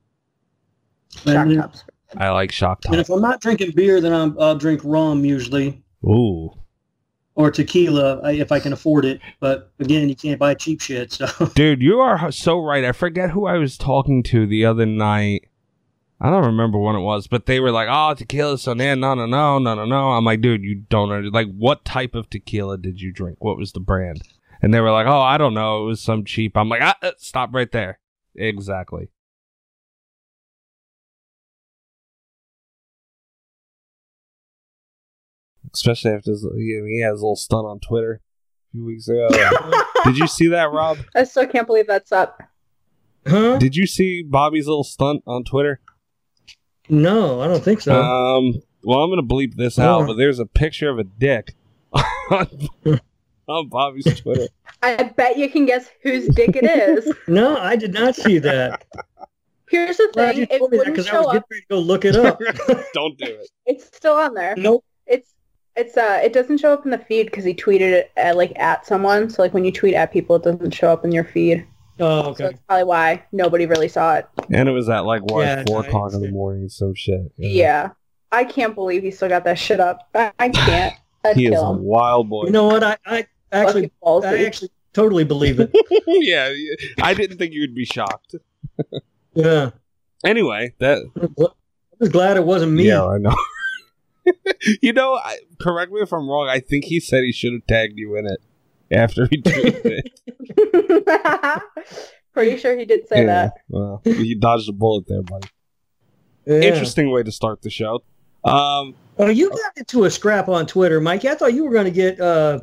Speaker 9: Shock
Speaker 4: And,
Speaker 9: tops.
Speaker 3: I like shock
Speaker 4: and
Speaker 3: top.
Speaker 4: if I'm not drinking beer, then I'm, I'll drink rum usually
Speaker 3: Ooh.
Speaker 4: or tequila I- if I can afford it. But again, you can't buy cheap shit. So
Speaker 3: Dude, you are h- so right. I forget who I was talking to the other night. I don't remember when it was, but they were like, "Oh, tequila, so no, no, no, no, no, no, no." I'm like, "Dude, you don't under- like what type of tequila did you drink? What was the brand?" And they were like, "Oh, I don't know. It was some cheap." I'm like, ah, uh, "Stop right there." Exactly. Especially after his, he has a little stunt on Twitter a few weeks ago. Did you see that, Rob?
Speaker 5: I still can't believe that's up.
Speaker 4: huh?
Speaker 3: Did you see Bobby's little stunt on Twitter?
Speaker 4: No, I don't think so.
Speaker 5: Uh,
Speaker 3: Um, well, I'm gonna bleep this out,
Speaker 4: Oh.
Speaker 3: but there's a picture of a dick *laughs* on, on Bobby's
Speaker 5: *laughs*
Speaker 3: Twitter. *laughs*
Speaker 5: I bet you can guess whose dick
Speaker 4: *laughs*
Speaker 5: it is.
Speaker 4: no, I did not
Speaker 5: *laughs*
Speaker 4: see that.
Speaker 5: Here's the
Speaker 4: Glad you
Speaker 5: thing: it
Speaker 4: told me that
Speaker 5: wouldn't
Speaker 4: because I was
Speaker 5: show
Speaker 4: getting
Speaker 5: up.
Speaker 4: ready to go look it
Speaker 5: *laughs*
Speaker 4: up.
Speaker 3: Don't do it.
Speaker 5: It's still on there.
Speaker 4: nope.
Speaker 5: It's it's uh it doesn't show up in the feed because he tweeted it at, like at someone. So like when you tweet at people, it doesn't show up in your feed.
Speaker 4: Oh,
Speaker 5: So
Speaker 4: okay.
Speaker 5: that's probably why nobody really saw it.
Speaker 3: And it was at like what
Speaker 4: Yeah,
Speaker 3: four
Speaker 4: no,
Speaker 3: o'clock in
Speaker 4: it's-
Speaker 3: the morning, or some shit.
Speaker 5: Yeah. I can't believe he still got that shit up. I, I can't.
Speaker 3: *laughs*
Speaker 5: I'd
Speaker 3: he is a
Speaker 5: kill him.
Speaker 3: wild boy.
Speaker 4: You know what? I, I actually
Speaker 5: Fucking ballsy.
Speaker 4: I actually totally believe
Speaker 5: *laughs*
Speaker 4: it.
Speaker 3: *laughs* yeah, y- I didn't think you'd be shocked.
Speaker 4: Yeah.
Speaker 3: Anyway, that
Speaker 4: I'm just glad it wasn't me.
Speaker 3: yeah, I know. *laughs* you know, I, correct me if I'm wrong. I think he said he should have tagged you in it after he
Speaker 5: *laughs*
Speaker 3: tweeted it.
Speaker 5: Pretty sure he did say
Speaker 3: Yeah,
Speaker 5: that.
Speaker 3: Well, you dodged a bullet there, buddy.
Speaker 4: Yeah.
Speaker 3: Interesting way to start the show. Um,
Speaker 4: Oh, you got into a scrap on Twitter, Mikey. I thought you were going to get uh,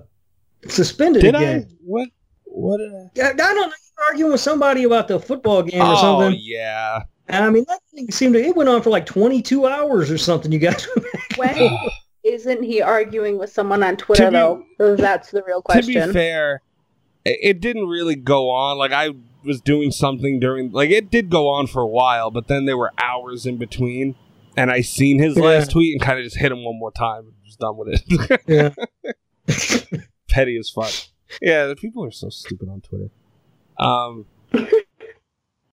Speaker 4: suspended
Speaker 3: did I?
Speaker 4: again.
Speaker 3: What? What did I?
Speaker 4: I? I don't know. You were arguing with somebody about the football game or
Speaker 3: oh
Speaker 4: something.
Speaker 3: yeah.
Speaker 4: *laughs*
Speaker 3: *laughs*
Speaker 4: And I mean, that thing seemed to, it went on for like 22 hours or something. You guys were
Speaker 5: When Isn't he arguing with someone on Twitter
Speaker 3: be-
Speaker 5: though? That's the real
Speaker 3: To be
Speaker 5: question.
Speaker 3: fair, i- it didn't really go on. Like I was doing something during, like it did go on for a while, but then there were hours in between, and I seen his
Speaker 11: Yeah.
Speaker 3: last tweet and kind of just hit him one more time and was done with it. *laughs*
Speaker 11: Yeah.
Speaker 3: Petty as fuck. Yeah, the people are so stupid on Twitter. Um,